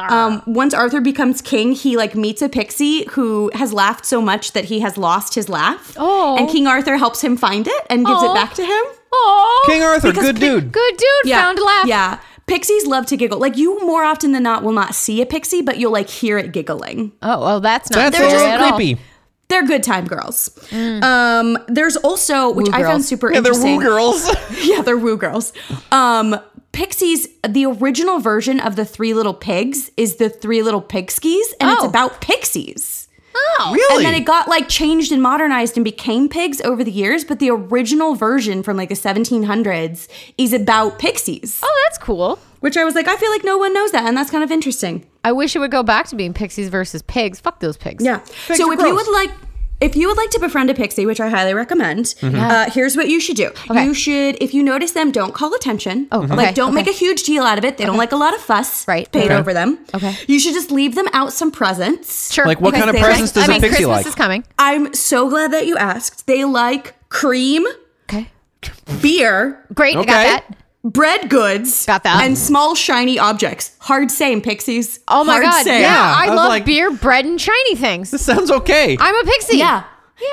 [SPEAKER 3] Um, once Arthur becomes king, he like meets a pixie who has laughed so much that he has lost his laugh.
[SPEAKER 2] Oh.
[SPEAKER 3] And King Arthur helps him find it and gives
[SPEAKER 2] Oh.
[SPEAKER 3] it back to him.
[SPEAKER 2] Oh,
[SPEAKER 1] King Arthur,
[SPEAKER 3] Because
[SPEAKER 1] good
[SPEAKER 3] King-
[SPEAKER 1] dude.
[SPEAKER 2] good dude found laugh.
[SPEAKER 3] Yeah. Pixies love to giggle. Like you more often than not will not see a pixie, but you'll like hear it giggling.
[SPEAKER 2] Oh, well, that's not
[SPEAKER 1] That's
[SPEAKER 2] fair
[SPEAKER 1] a little
[SPEAKER 2] at all.
[SPEAKER 1] creepy.
[SPEAKER 3] They're good time girls. Um, there's also which
[SPEAKER 2] Woo
[SPEAKER 3] I found
[SPEAKER 2] girls.
[SPEAKER 3] super
[SPEAKER 1] And they're
[SPEAKER 3] interesting.
[SPEAKER 1] woo *laughs* girls.
[SPEAKER 3] *laughs* yeah, they're woo girls. Um, Pixies, the original version of the Three Little Pigs is the Three Little Pigskies, and it's
[SPEAKER 2] Oh.
[SPEAKER 3] about pixies.
[SPEAKER 1] really?
[SPEAKER 3] And then it got like changed and modernized and became pigs over the years, but the original version from like the 1700s is about pixies,
[SPEAKER 2] Oh, that's cool.
[SPEAKER 3] which I was like, I feel like no one knows that, and that's kind of interesting.
[SPEAKER 2] I wish it would go back to being pixies versus pigs. Fuck those pigs.
[SPEAKER 3] Yeah. so if you would like. If you would like to befriend a pixie, which I highly recommend, uh, here's what you should do.
[SPEAKER 2] Mm-hmm. Okay.
[SPEAKER 3] You should, if you notice them, don't call attention. Oh,
[SPEAKER 2] okay,
[SPEAKER 3] like don't make a
[SPEAKER 2] okay.
[SPEAKER 3] huge deal out of it. They don't like a lot of fuss
[SPEAKER 2] Right,
[SPEAKER 3] paid
[SPEAKER 2] okay.
[SPEAKER 3] over them.
[SPEAKER 2] Okay.
[SPEAKER 3] You should just leave them out some presents.
[SPEAKER 2] Sure.
[SPEAKER 1] Like, what
[SPEAKER 3] Because
[SPEAKER 1] kind of
[SPEAKER 3] they like-
[SPEAKER 1] presents does
[SPEAKER 2] I mean,
[SPEAKER 1] a pixie
[SPEAKER 2] Christmas
[SPEAKER 1] like?
[SPEAKER 2] is coming.
[SPEAKER 3] I'm so glad that you asked. They like cream,
[SPEAKER 2] Okay.
[SPEAKER 3] beer,
[SPEAKER 2] Great. I
[SPEAKER 1] Okay.
[SPEAKER 2] got that.
[SPEAKER 3] bread goods,
[SPEAKER 2] Got that.
[SPEAKER 3] and small shiny objects. Hard same, pixies.
[SPEAKER 2] Oh my
[SPEAKER 3] Hard
[SPEAKER 2] god.
[SPEAKER 3] same.
[SPEAKER 2] Yeah.
[SPEAKER 1] Yeah,
[SPEAKER 2] I,
[SPEAKER 1] I was
[SPEAKER 2] love
[SPEAKER 1] like-
[SPEAKER 2] beer, bread, and shiny things.
[SPEAKER 1] Sounds okay.
[SPEAKER 2] I'm a pixie.
[SPEAKER 3] Yeah.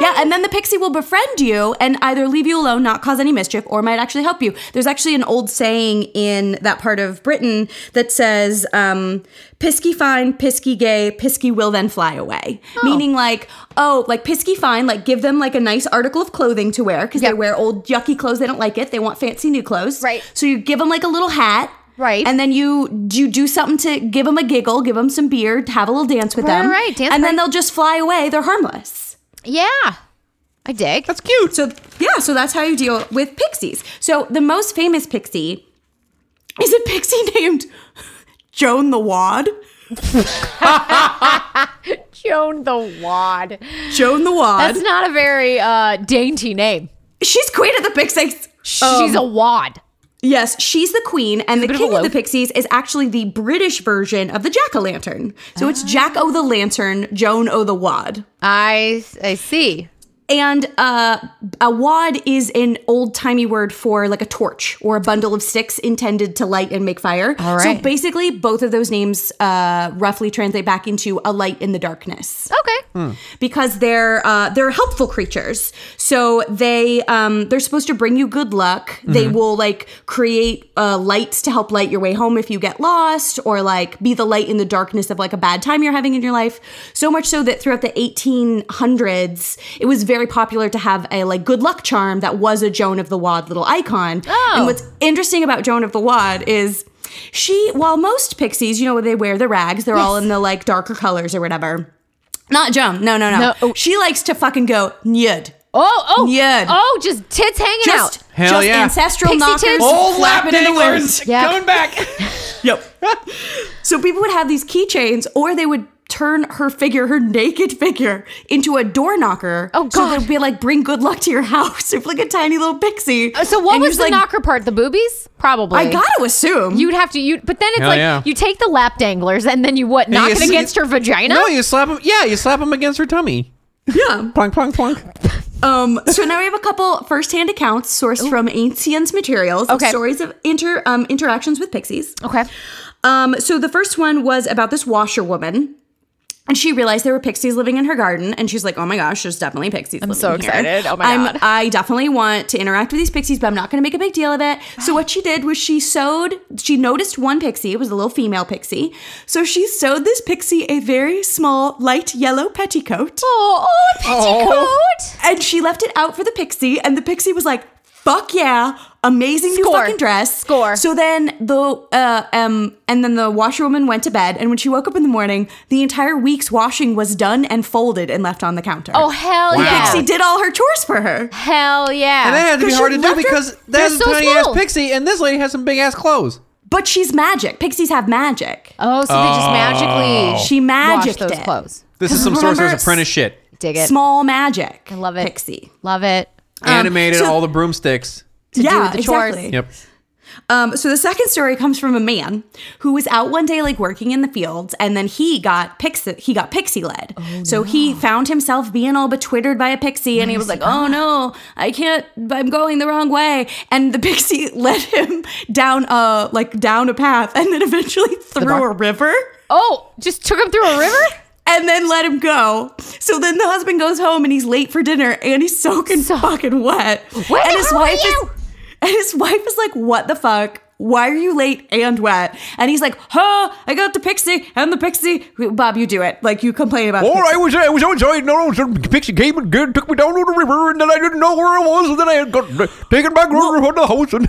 [SPEAKER 3] Yeah, and then the pixie will befriend you and either leave you alone, not cause any mischief, or might actually help you. There's actually an old saying in that part of Britain that says, um, Pisky fine, pisky gay, pisky will then fly away. Meaning, like, oh, like pisky fine, like give them like a nice article of clothing to wear because
[SPEAKER 2] Yeah.
[SPEAKER 3] they wear old, yucky clothes. They don't like it. They want fancy new clothes.
[SPEAKER 2] Right.
[SPEAKER 3] So you give them like a little hat.
[SPEAKER 2] Right.
[SPEAKER 3] And then you you do something to give them a giggle, give them some beer, have a little dance with
[SPEAKER 2] Right,
[SPEAKER 3] them.
[SPEAKER 2] right, dance
[SPEAKER 3] and then
[SPEAKER 2] party.
[SPEAKER 3] they'll just fly away. They're harmless.
[SPEAKER 2] Yeah. I dig.
[SPEAKER 1] That's cute.
[SPEAKER 3] So yeah, so that's how you deal with pixies. So the most famous pixie is a pixie *laughs* named Joan the Wad.
[SPEAKER 2] Joan the Wad.
[SPEAKER 3] Joan the Wad.
[SPEAKER 2] That's not a very uh, dainty name.
[SPEAKER 3] she's queen of the pixies.
[SPEAKER 2] She's a wad.
[SPEAKER 3] Yes, she's the queen, and the
[SPEAKER 2] bit of a
[SPEAKER 3] king of the
[SPEAKER 2] loaf.
[SPEAKER 3] pixies is actually the British version of the jack o' lantern. So
[SPEAKER 2] Ah.
[SPEAKER 3] it's Jack o' the lantern, Joan o' the Wad.
[SPEAKER 2] I I see.
[SPEAKER 3] And uh, a wad is an old timey word for like a torch or a bundle of sticks intended to light and make fire.
[SPEAKER 2] All
[SPEAKER 3] So
[SPEAKER 2] right.
[SPEAKER 3] basically, both of those names uh, roughly translate back into a light in the darkness
[SPEAKER 2] Okay.
[SPEAKER 1] Hmm.
[SPEAKER 3] because they're uh, they're helpful creatures. So they um, they're supposed to bring you good luck. They will like create uh, lights to help light your way home if you get lost, or like be the light in the darkness of like a bad time you're having in your life. So much so that throughout the 1800s, it was very popular to have a like good luck charm that was a Joan of the Wad little icon.
[SPEAKER 2] Oh.
[SPEAKER 3] And what's interesting about Joan of the Wad is. She, while most pixies, you know, they wear the rags, they're all in the like darker colors or whatever. Not Joan. No, no, no.
[SPEAKER 2] No, oh.
[SPEAKER 3] She likes to fucking go nyud.
[SPEAKER 2] Oh, oh,
[SPEAKER 3] Yud.
[SPEAKER 2] oh, just tits hanging
[SPEAKER 3] Just,
[SPEAKER 2] out.
[SPEAKER 1] Hell
[SPEAKER 3] just
[SPEAKER 1] yeah. Oh,
[SPEAKER 3] ancestral
[SPEAKER 2] Pixie
[SPEAKER 3] knockers.
[SPEAKER 2] tits.
[SPEAKER 1] Old lap
[SPEAKER 3] flapping in the
[SPEAKER 1] danglers
[SPEAKER 3] wind.
[SPEAKER 2] Yeah.
[SPEAKER 1] going back.
[SPEAKER 3] Yep. *laughs* so people would have these keychains, or they would turn her figure, her naked figure, into a door knocker.
[SPEAKER 2] Oh,
[SPEAKER 3] So
[SPEAKER 2] God.
[SPEAKER 3] they'd be like, bring good luck to your *laughs* house. If like a tiny little pixie.
[SPEAKER 2] Uh, So what
[SPEAKER 3] And
[SPEAKER 2] was
[SPEAKER 3] you're
[SPEAKER 2] the
[SPEAKER 3] like,
[SPEAKER 2] knocker part? The boobies, probably.
[SPEAKER 3] I gotta assume.
[SPEAKER 2] You'd have to. You but then it's
[SPEAKER 1] Hell
[SPEAKER 2] like
[SPEAKER 1] yeah.
[SPEAKER 2] you take the lap danglers and then you what? Knock
[SPEAKER 1] you
[SPEAKER 2] it
[SPEAKER 1] see-
[SPEAKER 2] against her vagina.
[SPEAKER 1] No, you slap him. Yeah, you slap him against her tummy. *laughs*
[SPEAKER 3] yeah.
[SPEAKER 1] Plonk, plonk, plonk.
[SPEAKER 3] Um, so now we have a couple first-hand accounts sourced from ancient materials. of
[SPEAKER 2] Oh. Okay.
[SPEAKER 3] Stories of inter um, interactions with pixies.
[SPEAKER 2] okay.
[SPEAKER 3] Um, so the first one was about this washerwoman. And she realized there were pixies living in her garden, and she's like, "Oh my gosh, there's definitely pixies." I'm
[SPEAKER 2] so excited. Oh my God.
[SPEAKER 3] I definitely want to interact with these pixies, but I'm not going to make a big deal of it. So what she did was she sewed. She noticed one pixie. It was a little female pixie. So she sewed this pixie a very small light yellow petticoat,
[SPEAKER 2] Oh, oh, a
[SPEAKER 1] Oh.
[SPEAKER 2] petticoat.
[SPEAKER 3] and she left it out for the pixie. And the pixie was like, "Fuck yeah, amazing new
[SPEAKER 2] Score.
[SPEAKER 3] fucking dress."
[SPEAKER 2] Score.
[SPEAKER 3] So then the uh, um and then the washerwoman went to bed, and when she woke up in the morning, the entire week's washing was done and folded and left on the counter.
[SPEAKER 2] Oh hell
[SPEAKER 1] Wow.
[SPEAKER 2] yeah.
[SPEAKER 3] Pixie did all her chores for her.
[SPEAKER 2] Hell yeah.
[SPEAKER 1] And that had to be
[SPEAKER 3] Because
[SPEAKER 1] hard
[SPEAKER 3] she
[SPEAKER 1] to do
[SPEAKER 3] left her-
[SPEAKER 1] because
[SPEAKER 2] They're
[SPEAKER 1] that's a
[SPEAKER 2] so
[SPEAKER 1] tiny ass
[SPEAKER 2] small.
[SPEAKER 1] pixie, and this lady has some big ass clothes.
[SPEAKER 3] But she's magic. Pixies have magic.
[SPEAKER 2] oh, so they just
[SPEAKER 1] Oh.
[SPEAKER 2] magically
[SPEAKER 3] She
[SPEAKER 2] wash
[SPEAKER 3] magic
[SPEAKER 2] those
[SPEAKER 3] it.
[SPEAKER 2] clothes.
[SPEAKER 1] This is some
[SPEAKER 3] Remember-
[SPEAKER 1] Sorcerer's Apprentice shit.
[SPEAKER 2] Dig it.
[SPEAKER 3] Small magic. I
[SPEAKER 2] love it.
[SPEAKER 3] Pixie.
[SPEAKER 2] Love it.
[SPEAKER 1] Animated
[SPEAKER 3] so-
[SPEAKER 1] all the broomsticks.
[SPEAKER 3] yeah,
[SPEAKER 2] the chores.
[SPEAKER 3] exactly.
[SPEAKER 1] Yep.
[SPEAKER 3] Um, so the second story comes from a man who was out one day, like working in the fields, and then he got pixie he got pixie led. so he found himself being all betwittered by a pixie, and he was like, "Oh no, I can't! I'm going the wrong way." And the pixie *laughs* led him down a like down a path, and then eventually through a river,
[SPEAKER 2] Oh, just took him through a
[SPEAKER 3] *laughs*
[SPEAKER 2] river.
[SPEAKER 3] and then let him go. So then the husband goes home, and he's late for dinner, and he's soaking fucking wet.
[SPEAKER 2] Where
[SPEAKER 3] and
[SPEAKER 2] the hell are you?
[SPEAKER 3] is and his wife is like, "What the fuck? Why are you late and wet?" And he's like, "Huh? I got the pixie and the pixie." Bob, you do it. Like you complain about. the
[SPEAKER 1] Or
[SPEAKER 3] pixie.
[SPEAKER 1] I was I was outside. No, no, some pixie came and g- took me down to the river, and then I didn't know where I was, and then I had got taken back over from the house. And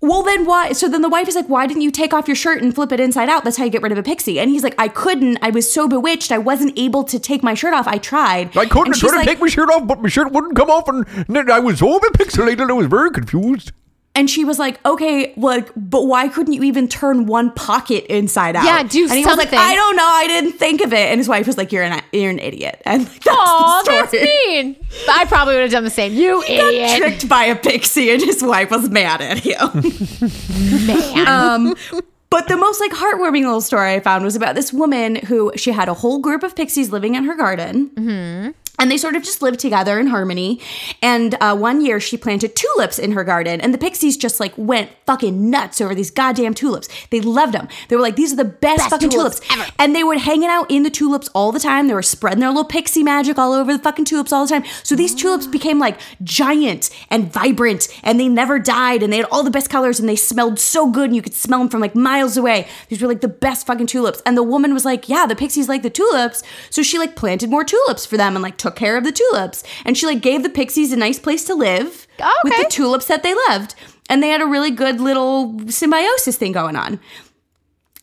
[SPEAKER 3] Well, then why? So then the wife is like, "Why didn't you take off your shirt and flip it inside out? That's how you get rid of a pixie." And he's like, "I couldn't. I was so bewitched. I wasn't able to take my shirt off. I tried.
[SPEAKER 1] I couldn't
[SPEAKER 3] And
[SPEAKER 1] try
[SPEAKER 3] she's
[SPEAKER 1] to
[SPEAKER 3] like-
[SPEAKER 1] take my shirt off, but my shirt wouldn't come off, and then I was so pixelated. I was very confused.
[SPEAKER 3] And she was like, okay, like, but why couldn't you even turn one pocket inside out?
[SPEAKER 2] Yeah, do
[SPEAKER 3] and he was like,
[SPEAKER 2] something.
[SPEAKER 3] I don't know, I didn't think of it. And his wife was like, you're an you're an idiot. *laughs* And like, that's
[SPEAKER 2] Oh,
[SPEAKER 3] the story.
[SPEAKER 2] that's mean. I probably would have done the same. You
[SPEAKER 3] He got
[SPEAKER 2] idiot.
[SPEAKER 3] tricked by a pixie, and his wife was mad at him.
[SPEAKER 2] Man.
[SPEAKER 3] um, but the most like heartwarming little story I found was about this woman who she had a whole group of pixies living in her garden. And they sort of just lived together in harmony. And uh, one year she planted tulips in her garden, and the pixies just like went fucking nuts over these goddamn tulips. They loved them. They were like, these are the best, fucking tulips, ever. And they were hanging out in the tulips all the time. They were spreading their little pixie magic all over the fucking tulips all the time. So these tulips became like giant and vibrant, and they never died, and they had all the best colors, and they smelled so good, and you could smell them from like miles away. These were like the best fucking tulips. And the woman was like, yeah, the pixies like the tulips. So she like planted more tulips for them and like took care of the tulips. And she like gave the pixies a nice place to live with
[SPEAKER 2] Oh, Okay.
[SPEAKER 3] the tulips that they loved. And they had a really good little symbiosis thing going on.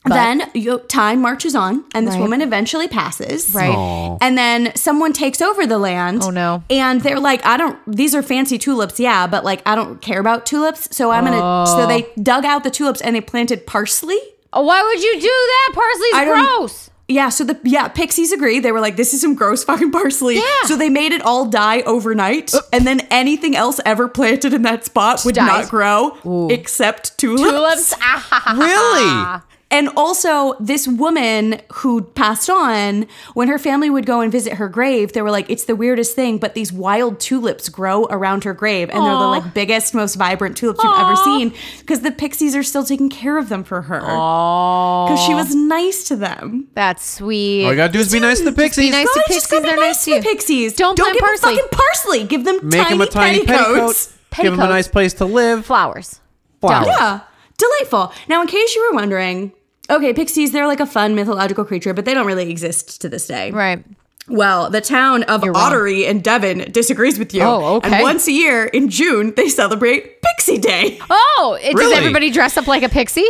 [SPEAKER 3] then you, time marches on, and this
[SPEAKER 2] Right.
[SPEAKER 3] woman eventually passes.
[SPEAKER 2] Right.
[SPEAKER 3] And then someone takes over the land.
[SPEAKER 2] Oh, no.
[SPEAKER 3] And they're like, I don't. These are fancy tulips, yeah, but like I don't care about tulips, so I'm gonna. So they dug out the tulips and they planted parsley.
[SPEAKER 2] Oh, why would you do that? Parsley's
[SPEAKER 3] I don't-
[SPEAKER 2] gross.
[SPEAKER 3] Yeah, so the yeah, pixies agree. They were like, this is some gross fucking parsley.
[SPEAKER 2] Yeah. Uh.
[SPEAKER 3] So they made it all die overnight. and then anything else ever planted in that spot would
[SPEAKER 2] dies.
[SPEAKER 3] not grow except tulips.
[SPEAKER 2] Tulips. Ah, ha, *laughs* ha, ha.
[SPEAKER 1] Really?
[SPEAKER 3] And also, this woman who passed on, when her family would go and visit her grave, they were like, it's the weirdest thing, but these wild tulips grow around her grave. And they're the like biggest, most vibrant tulips you've ever seen because the pixies are still taking care of them for her. Because she was nice to them.
[SPEAKER 2] That's sweet.
[SPEAKER 1] All you gotta do is be nice to the pixies.
[SPEAKER 2] nice to
[SPEAKER 3] God,
[SPEAKER 2] pixies,
[SPEAKER 3] just gotta be
[SPEAKER 2] they're nice to
[SPEAKER 3] the
[SPEAKER 2] you.
[SPEAKER 3] pixies.
[SPEAKER 2] Don't plant
[SPEAKER 3] give
[SPEAKER 2] parsley.
[SPEAKER 3] them fucking parsley. Give them
[SPEAKER 1] Make
[SPEAKER 3] tiny,
[SPEAKER 1] him a tiny
[SPEAKER 3] petticoats.
[SPEAKER 1] petticoat. Give him a
[SPEAKER 2] Petticoat.
[SPEAKER 1] nice place to live.
[SPEAKER 2] Flowers.
[SPEAKER 1] Flowers.
[SPEAKER 3] Yeah, Ah, delightful. Now, in case you were wondering, okay, pixies, they're like a fun mythological creature, but they don't really exist to this day.
[SPEAKER 2] Right.
[SPEAKER 3] Well, the town of Ottery in Devon disagrees with you.
[SPEAKER 2] Oh, okay.
[SPEAKER 3] And once a year in June, they celebrate Pixie *laughs* Day.
[SPEAKER 2] Oh, it,
[SPEAKER 1] Really?
[SPEAKER 2] does everybody dress up like a pixie?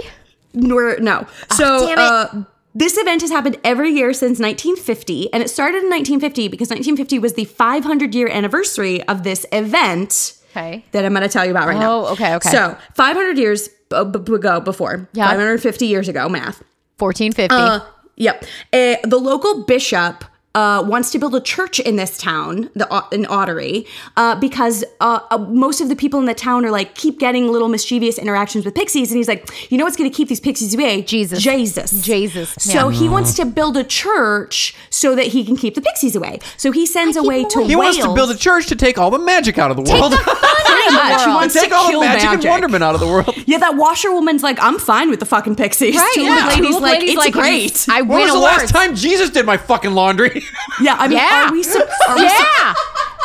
[SPEAKER 3] Nor, no. So, uh, this event has happened every year since 1950, and it started in 1950 because 1950 was the 500 year anniversary of this event.
[SPEAKER 2] Okay.
[SPEAKER 3] that I'm going to tell you about right now.
[SPEAKER 2] Oh, okay, okay.
[SPEAKER 3] So 500 years b- b- ago, before
[SPEAKER 2] Yeah.
[SPEAKER 3] 550 years ago, math.
[SPEAKER 2] 1450.
[SPEAKER 3] Uh, yep. Uh, the local bishop uh, wants to build a church in this town, the Ot- in Ottery, uh, because uh, uh, most of the people in the town are like keep getting little mischievous interactions with pixies, and he's like, you know what's going to keep these pixies away?
[SPEAKER 2] Jesus.
[SPEAKER 3] Jesus,
[SPEAKER 2] Jesus,
[SPEAKER 3] So he wants to build a church so that he can keep the pixies away. So he sends
[SPEAKER 2] keep
[SPEAKER 3] away
[SPEAKER 2] them
[SPEAKER 3] to
[SPEAKER 2] away.
[SPEAKER 1] He wants to
[SPEAKER 3] Wales.
[SPEAKER 1] build a church to take all the magic out of the *laughs* world.
[SPEAKER 3] Pretty much. He
[SPEAKER 2] world.
[SPEAKER 3] wants
[SPEAKER 1] take
[SPEAKER 3] to
[SPEAKER 1] all the
[SPEAKER 3] kill
[SPEAKER 1] magic, and wonderment out of the world.
[SPEAKER 3] Yeah, that washerwoman's like, I'm fine with the fucking pixies.
[SPEAKER 2] right.
[SPEAKER 3] Tulip
[SPEAKER 2] yeah.
[SPEAKER 3] lady's
[SPEAKER 2] Tulip
[SPEAKER 3] like,
[SPEAKER 2] lady's
[SPEAKER 3] it's
[SPEAKER 2] like,
[SPEAKER 3] great.
[SPEAKER 2] I
[SPEAKER 1] When
[SPEAKER 2] win
[SPEAKER 1] was the
[SPEAKER 2] awards.
[SPEAKER 1] last time Jesus did my fucking laundry?
[SPEAKER 3] yeah, I mean,
[SPEAKER 2] Yeah.
[SPEAKER 3] are we su- are we, su-
[SPEAKER 2] Yeah.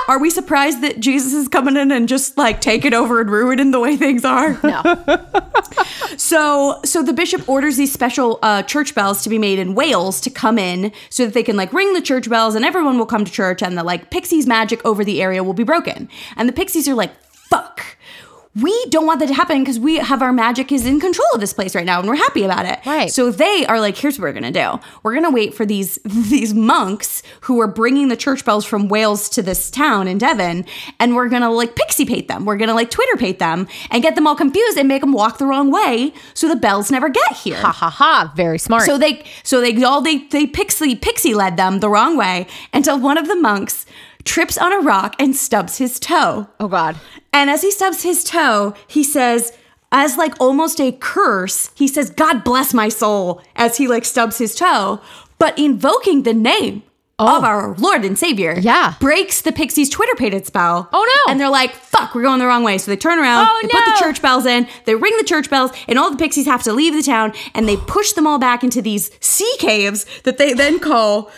[SPEAKER 3] are we surprised that Jesus is coming in and just like taking over and ruining the way things are?
[SPEAKER 2] No.
[SPEAKER 3] *laughs* So, so the bishop orders these special uh, church bells to be made in Wales to come in so that they can like ring the church bells and everyone will come to church and the like pixies magic over the area will be broken. And the pixies are like, fuck. We don't want that to happen because we have our magic is in control of this place right now and we're happy about it.
[SPEAKER 2] Right.
[SPEAKER 3] So they are like, here's what we're gonna do. We're gonna wait for these *laughs* these monks who are bringing the church bells from Wales to this town in Devon, and we're gonna like pixie pate them. We're gonna like Twitter pate them and get them all confused and make them walk the wrong way so the bells never get here.
[SPEAKER 2] Ha ha ha. Very smart.
[SPEAKER 3] So they so they all they they pixie pixie led them the wrong way until one of the monks trips on a rock and stubs his toe.
[SPEAKER 2] oh God.
[SPEAKER 3] And as he stubs his toe, he says, as like almost a curse, he says, God bless my soul, as he like stubs his toe, but invoking the name of our Lord and Savior.
[SPEAKER 2] Oh. Yeah.
[SPEAKER 3] Breaks the pixie's Twitter pated spell.
[SPEAKER 2] Oh, no.
[SPEAKER 3] And they're like, fuck, we're going the wrong way. So they turn around,
[SPEAKER 2] Oh,
[SPEAKER 3] they put the
[SPEAKER 2] no.
[SPEAKER 3] church bells in, they ring the church bells, and all the pixies have to leave the town and they push them all back into these sea caves that they then call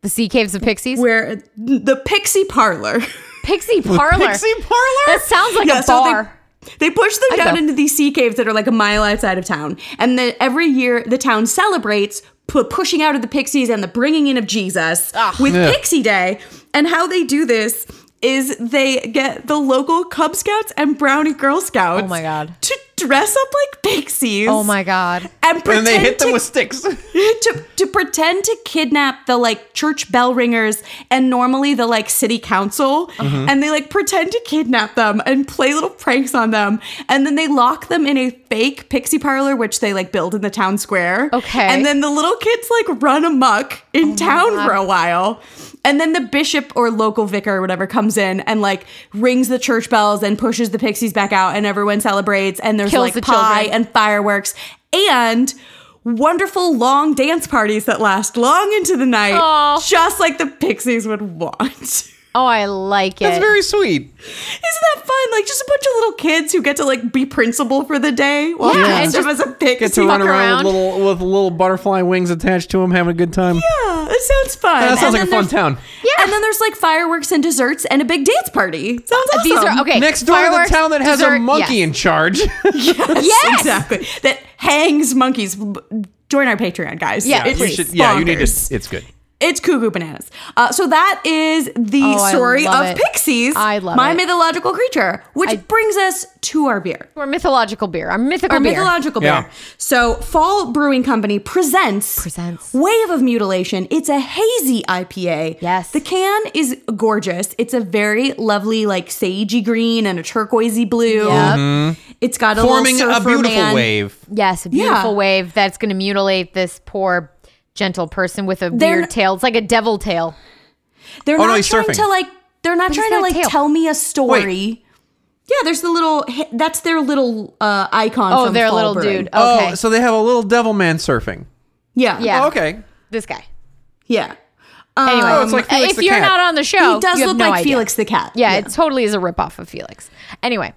[SPEAKER 2] The sea caves of pixies.
[SPEAKER 3] where the pixie parlor. *laughs*
[SPEAKER 2] Pixie
[SPEAKER 1] *laughs*
[SPEAKER 2] parlor.
[SPEAKER 1] Pixie parlor?
[SPEAKER 2] That sounds like
[SPEAKER 3] Yeah,
[SPEAKER 2] a
[SPEAKER 3] so they-
[SPEAKER 2] bar.
[SPEAKER 3] They push them down
[SPEAKER 2] know.
[SPEAKER 3] into these sea caves that are like a mile outside of town. And then every year the town celebrates pu- pushing out of the pixies and the bringing in of Jesus
[SPEAKER 2] Ah.
[SPEAKER 3] with Pixie Day. And how they do this is they get the local Cub Scouts and Brownie Girl Scouts.
[SPEAKER 2] Oh my God.
[SPEAKER 3] To dress up like pixies.
[SPEAKER 2] oh my God.
[SPEAKER 3] And
[SPEAKER 1] and
[SPEAKER 3] pretend
[SPEAKER 1] they hit them
[SPEAKER 3] to
[SPEAKER 1] with sticks.
[SPEAKER 3] *laughs* to, to pretend to kidnap the like church bell ringers and normally the like city council and they like pretend to kidnap them and play little pranks on them and then they lock them in a fake pixie parlor which they like build in the town square
[SPEAKER 2] Okay. Oh
[SPEAKER 3] and then the little kids like run amok in town for a while and then the bishop or local vicar or whatever comes in and like rings the church bells and pushes the pixies back out and everyone celebrates and there's
[SPEAKER 2] Kills
[SPEAKER 3] like
[SPEAKER 2] the
[SPEAKER 3] pie
[SPEAKER 2] children.
[SPEAKER 3] and fireworks and wonderful long dance parties that last long into the night,
[SPEAKER 2] Aw.
[SPEAKER 3] just like the Pixies would want. *laughs*
[SPEAKER 2] Oh, I like it.
[SPEAKER 1] That's very sweet.
[SPEAKER 3] Isn't that fun? Like just a bunch of little kids who get to like be principal for the day while
[SPEAKER 2] Yeah,
[SPEAKER 3] the
[SPEAKER 2] and
[SPEAKER 3] rest of us
[SPEAKER 2] just
[SPEAKER 3] are pixies.
[SPEAKER 1] Get to run around,
[SPEAKER 2] around.
[SPEAKER 1] with little with little butterfly wings attached to him, having a good time.
[SPEAKER 3] Yeah, it sounds fun.
[SPEAKER 1] that sounds
[SPEAKER 3] And
[SPEAKER 1] like a
[SPEAKER 3] then
[SPEAKER 1] fun
[SPEAKER 3] there's-
[SPEAKER 1] town.
[SPEAKER 3] Yeah, and then there's like fireworks and desserts and a big dance party. Sounds awesome.
[SPEAKER 2] These
[SPEAKER 3] *laughs*
[SPEAKER 2] are okay.
[SPEAKER 1] Next door
[SPEAKER 2] fireworks,
[SPEAKER 1] to the town that has a
[SPEAKER 2] dessert,
[SPEAKER 1] monkey
[SPEAKER 2] yes.
[SPEAKER 1] in charge.
[SPEAKER 2] Yes!
[SPEAKER 3] exactly. That hangs monkeys. B- Join our Patreon, guys.
[SPEAKER 2] Yeah,
[SPEAKER 3] It's
[SPEAKER 2] you
[SPEAKER 3] bonkers.
[SPEAKER 1] should- yeah, you need to. It's good.
[SPEAKER 3] It's Cuckoo Bananas. Uh, so that is the
[SPEAKER 2] Oh, I
[SPEAKER 3] story
[SPEAKER 2] love
[SPEAKER 3] of
[SPEAKER 2] it.
[SPEAKER 3] Pixies.
[SPEAKER 2] I love
[SPEAKER 3] my
[SPEAKER 2] it.
[SPEAKER 3] mythological creature, which
[SPEAKER 2] I-
[SPEAKER 3] brings us to our beer,
[SPEAKER 2] Or mythological beer. Our mythical
[SPEAKER 3] our
[SPEAKER 2] beer.
[SPEAKER 3] mythological
[SPEAKER 1] Yeah.
[SPEAKER 3] beer. So Fall Brewing Company presents
[SPEAKER 2] Presents.
[SPEAKER 3] Wave of Mutilation. It's a hazy IPA.
[SPEAKER 2] Yes.
[SPEAKER 3] the can is gorgeous. It's a very lovely, like sagey green and a turquoisey blue.
[SPEAKER 2] Yep.
[SPEAKER 3] It's got a
[SPEAKER 1] Forming
[SPEAKER 3] little
[SPEAKER 1] a
[SPEAKER 3] surfer
[SPEAKER 1] beautiful
[SPEAKER 3] man.
[SPEAKER 1] wave.
[SPEAKER 2] Yes, a beautiful
[SPEAKER 3] Yeah.
[SPEAKER 2] wave that's going to mutilate this poor gentle person with a
[SPEAKER 3] They're-
[SPEAKER 2] weird tail. It's like a devil tail.
[SPEAKER 3] They're
[SPEAKER 1] Oh, no,
[SPEAKER 3] not
[SPEAKER 1] he's
[SPEAKER 3] trying
[SPEAKER 1] surfing.
[SPEAKER 3] to like. They're not
[SPEAKER 2] he's
[SPEAKER 3] trying to
[SPEAKER 2] got a
[SPEAKER 3] like
[SPEAKER 2] tail.
[SPEAKER 3] tell me a story. Yeah, there's the little. hi- That's their little uh, icon.
[SPEAKER 2] Oh,
[SPEAKER 3] from
[SPEAKER 2] they're a
[SPEAKER 3] Fall
[SPEAKER 2] little
[SPEAKER 3] Brewing.
[SPEAKER 2] dude. Okay.
[SPEAKER 1] Oh, so they have a little devil man surfing.
[SPEAKER 3] Yeah.
[SPEAKER 2] Yeah.
[SPEAKER 1] Oh, okay.
[SPEAKER 2] this guy.
[SPEAKER 3] Yeah.
[SPEAKER 2] Anyway,
[SPEAKER 1] Oh, it's like Felix
[SPEAKER 2] if
[SPEAKER 1] the
[SPEAKER 2] you're
[SPEAKER 1] cat.
[SPEAKER 2] not on the show,
[SPEAKER 3] he does
[SPEAKER 2] you
[SPEAKER 3] look
[SPEAKER 2] have no
[SPEAKER 3] like
[SPEAKER 2] idea.
[SPEAKER 3] Felix the cat.
[SPEAKER 2] Yeah, it totally is a ripoff of Felix. Anyway,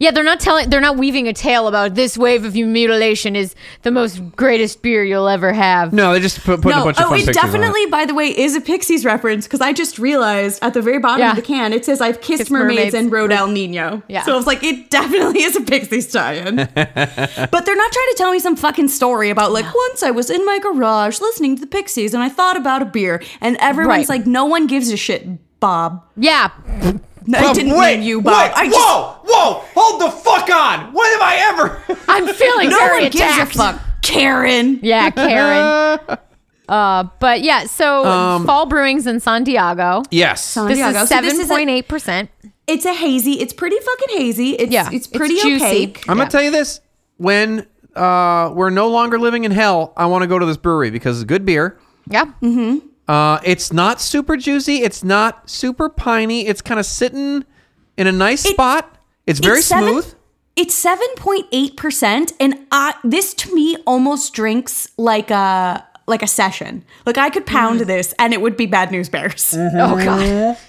[SPEAKER 2] yeah, they're not telling, they're not weaving a tale about this wave of mutilation is the most greatest beer you'll ever have.
[SPEAKER 1] No, they just put, put a
[SPEAKER 3] no,
[SPEAKER 1] bunch of
[SPEAKER 3] oh,
[SPEAKER 1] fun
[SPEAKER 3] it
[SPEAKER 1] pictures
[SPEAKER 3] definitely, by the way, is a Pixies reference because I just realized at the very bottom
[SPEAKER 2] Yeah.
[SPEAKER 3] of the can it says "I've kissed
[SPEAKER 2] Kissed
[SPEAKER 3] mermaids,
[SPEAKER 2] mermaids.
[SPEAKER 3] and rode El Nino."
[SPEAKER 2] Yeah.
[SPEAKER 3] so I was like, it definitely is a
[SPEAKER 1] *laughs*
[SPEAKER 3] Pixies tie-in. but they're not trying to tell me some fucking story about like once I was in my garage listening to the Pixies and I thought about a beer, and everyone's
[SPEAKER 2] Right.
[SPEAKER 3] like, no one gives a shit, Bob.
[SPEAKER 2] Yeah.
[SPEAKER 3] No, I
[SPEAKER 1] Bob,
[SPEAKER 3] didn't
[SPEAKER 1] Oh, wait,
[SPEAKER 3] mean you, Bob.
[SPEAKER 1] wait,
[SPEAKER 3] I just
[SPEAKER 1] whoa, whoa, hold the fuck on. When have I ever? *laughs*
[SPEAKER 2] I'm feeling
[SPEAKER 3] no
[SPEAKER 2] very
[SPEAKER 3] one gives a
[SPEAKER 2] attacked.
[SPEAKER 3] fuck, Karen.
[SPEAKER 2] Yeah, Karen.
[SPEAKER 3] *laughs*
[SPEAKER 2] uh, but yeah, so Fall Brewings in Santiago.
[SPEAKER 1] yes.
[SPEAKER 3] Son-
[SPEAKER 2] This
[SPEAKER 3] Um, Santiago.
[SPEAKER 2] is
[SPEAKER 3] So this
[SPEAKER 2] seven
[SPEAKER 3] is a-
[SPEAKER 2] point eight percent.
[SPEAKER 3] It's a hazy. It's pretty fucking hazy. It's
[SPEAKER 2] Yeah,
[SPEAKER 3] it's
[SPEAKER 2] it's
[SPEAKER 3] pretty
[SPEAKER 2] juicy.
[SPEAKER 3] opaque.
[SPEAKER 1] I'm
[SPEAKER 2] Yeah.
[SPEAKER 1] gonna tell you this. When uh, we're no longer living in hell, I want to go to this brewery because it's good beer.
[SPEAKER 2] Yeah.
[SPEAKER 1] Uh, it's not super juicy. It's not super piney. It's kind of sitting in a nice spot. It's very
[SPEAKER 3] seven-
[SPEAKER 1] smooth.
[SPEAKER 3] It's seven point eight percent, and I this to me almost drinks like a like a session. Like I could
[SPEAKER 2] Mm.
[SPEAKER 3] pound this, and it would be bad news bears.
[SPEAKER 2] Oh god. *laughs*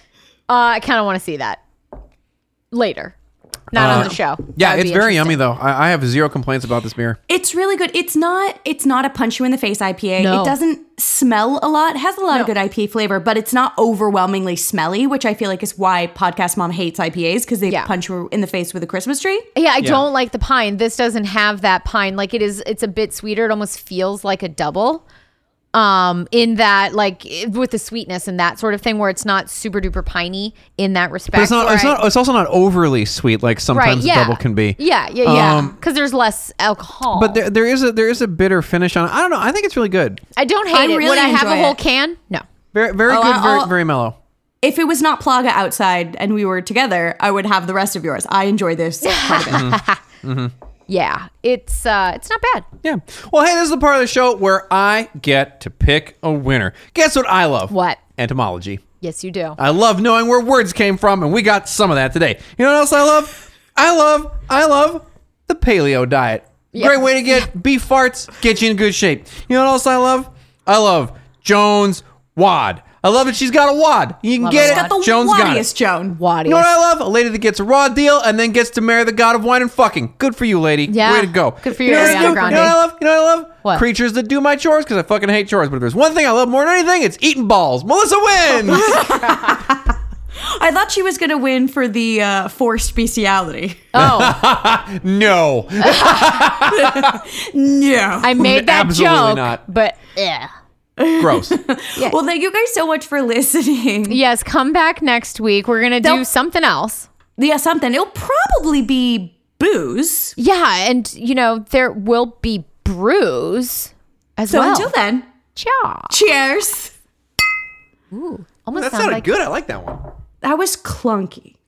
[SPEAKER 2] Uh, I kind of want to see that later, not on the show.
[SPEAKER 1] Uh, Yeah,
[SPEAKER 2] That would
[SPEAKER 1] it's
[SPEAKER 2] be
[SPEAKER 1] very yummy
[SPEAKER 2] interesting.
[SPEAKER 1] though. I, I have zero complaints about this beer.
[SPEAKER 3] It's really good. It's not it's not a punch you in the face IPA.
[SPEAKER 2] No.
[SPEAKER 3] It doesn't smell a lot. It has a lot of
[SPEAKER 2] No.
[SPEAKER 3] good IPA flavor, but it's not overwhelmingly smelly, which I feel like is why Podcast Mom hates IPAs because they
[SPEAKER 2] Yeah.
[SPEAKER 3] punch you in the face with a Christmas tree.
[SPEAKER 2] Yeah, I don't like the pine. This doesn't have that pine. Like it is, it's a bit sweeter. It almost feels like a double. Um, in that, like it- with the sweetness and that sort of thing, where it's not super duper piney in that respect.
[SPEAKER 1] But it's not.
[SPEAKER 2] where
[SPEAKER 1] It's
[SPEAKER 2] I-
[SPEAKER 1] not. It's also not overly sweet like sometimes
[SPEAKER 2] right. Yeah,
[SPEAKER 1] double can be.
[SPEAKER 2] Yeah, yeah, yeah.
[SPEAKER 1] Um,
[SPEAKER 2] Because there's less alcohol.
[SPEAKER 1] But there, there is a there is a bitter finish on it. I don't know. I think it's really good.
[SPEAKER 2] I don't hate
[SPEAKER 3] I
[SPEAKER 2] it. Would
[SPEAKER 3] really
[SPEAKER 2] I have a
[SPEAKER 3] enjoy
[SPEAKER 2] whole
[SPEAKER 3] it.
[SPEAKER 2] can? No.
[SPEAKER 1] Very very
[SPEAKER 3] Oh,
[SPEAKER 1] good.
[SPEAKER 3] I'll-
[SPEAKER 1] very
[SPEAKER 3] I'll-
[SPEAKER 1] very mellow.
[SPEAKER 3] If it was not Plaga outside and we were together, I would have the rest of yours. I enjoy
[SPEAKER 2] *laughs*
[SPEAKER 3] this quite a bit.
[SPEAKER 2] Yeah, it's uh, it's not bad.
[SPEAKER 1] Yeah. Well, hey, this is the part of the show where I get to pick a winner. Guess what I love?
[SPEAKER 2] What?
[SPEAKER 1] Entomology.
[SPEAKER 2] Yes, you do.
[SPEAKER 1] I love knowing where words came from, and we got some of that today. You know what else I love? I love, I love the paleo diet. Great way to
[SPEAKER 2] *laughs*
[SPEAKER 1] get beef farts, get you in good shape. You know what else I love? I love Jones Wad. I love that she's got a wad. You can
[SPEAKER 2] Love
[SPEAKER 1] get
[SPEAKER 2] a
[SPEAKER 1] it.
[SPEAKER 2] wad.
[SPEAKER 3] the
[SPEAKER 1] Jones got
[SPEAKER 3] wadiest
[SPEAKER 1] it.
[SPEAKER 3] Joan.
[SPEAKER 2] Wadi.
[SPEAKER 1] You know what I love? A lady that gets a raw deal and then gets to marry the god of wine and fucking. Good for you, lady.
[SPEAKER 2] Yeah.
[SPEAKER 1] Way to go.
[SPEAKER 2] Good for you,
[SPEAKER 1] know what I
[SPEAKER 2] Ariana
[SPEAKER 1] do?
[SPEAKER 2] Grande.
[SPEAKER 1] You know what I love? You know what I love?
[SPEAKER 2] What?
[SPEAKER 1] Creatures that do my chores because I fucking hate chores. But if there's one thing I love more than anything, it's eating balls. Melissa wins.
[SPEAKER 2] *laughs*
[SPEAKER 3] I thought she was going to win for the uh, forced bestiality.
[SPEAKER 2] oh,
[SPEAKER 1] *laughs* no.
[SPEAKER 3] No.
[SPEAKER 1] *laughs*
[SPEAKER 2] I made that
[SPEAKER 1] Absolutely
[SPEAKER 2] joke,
[SPEAKER 1] not.
[SPEAKER 2] but eh. yeah.
[SPEAKER 1] Gross.
[SPEAKER 3] well, thank you guys so much for *laughs* listening. Yeah.
[SPEAKER 2] Yes, come back next week. We're gonna do
[SPEAKER 3] Don't-
[SPEAKER 2] something else.
[SPEAKER 3] something. It'll probably be booze.
[SPEAKER 2] Yeah, and you know there will be brews as
[SPEAKER 3] So
[SPEAKER 2] well.
[SPEAKER 3] until then,
[SPEAKER 2] Ciao.
[SPEAKER 3] cheers.
[SPEAKER 2] Almost
[SPEAKER 1] That
[SPEAKER 2] sounds
[SPEAKER 1] sounded
[SPEAKER 2] like
[SPEAKER 1] good. I like that one.
[SPEAKER 3] That was clunky.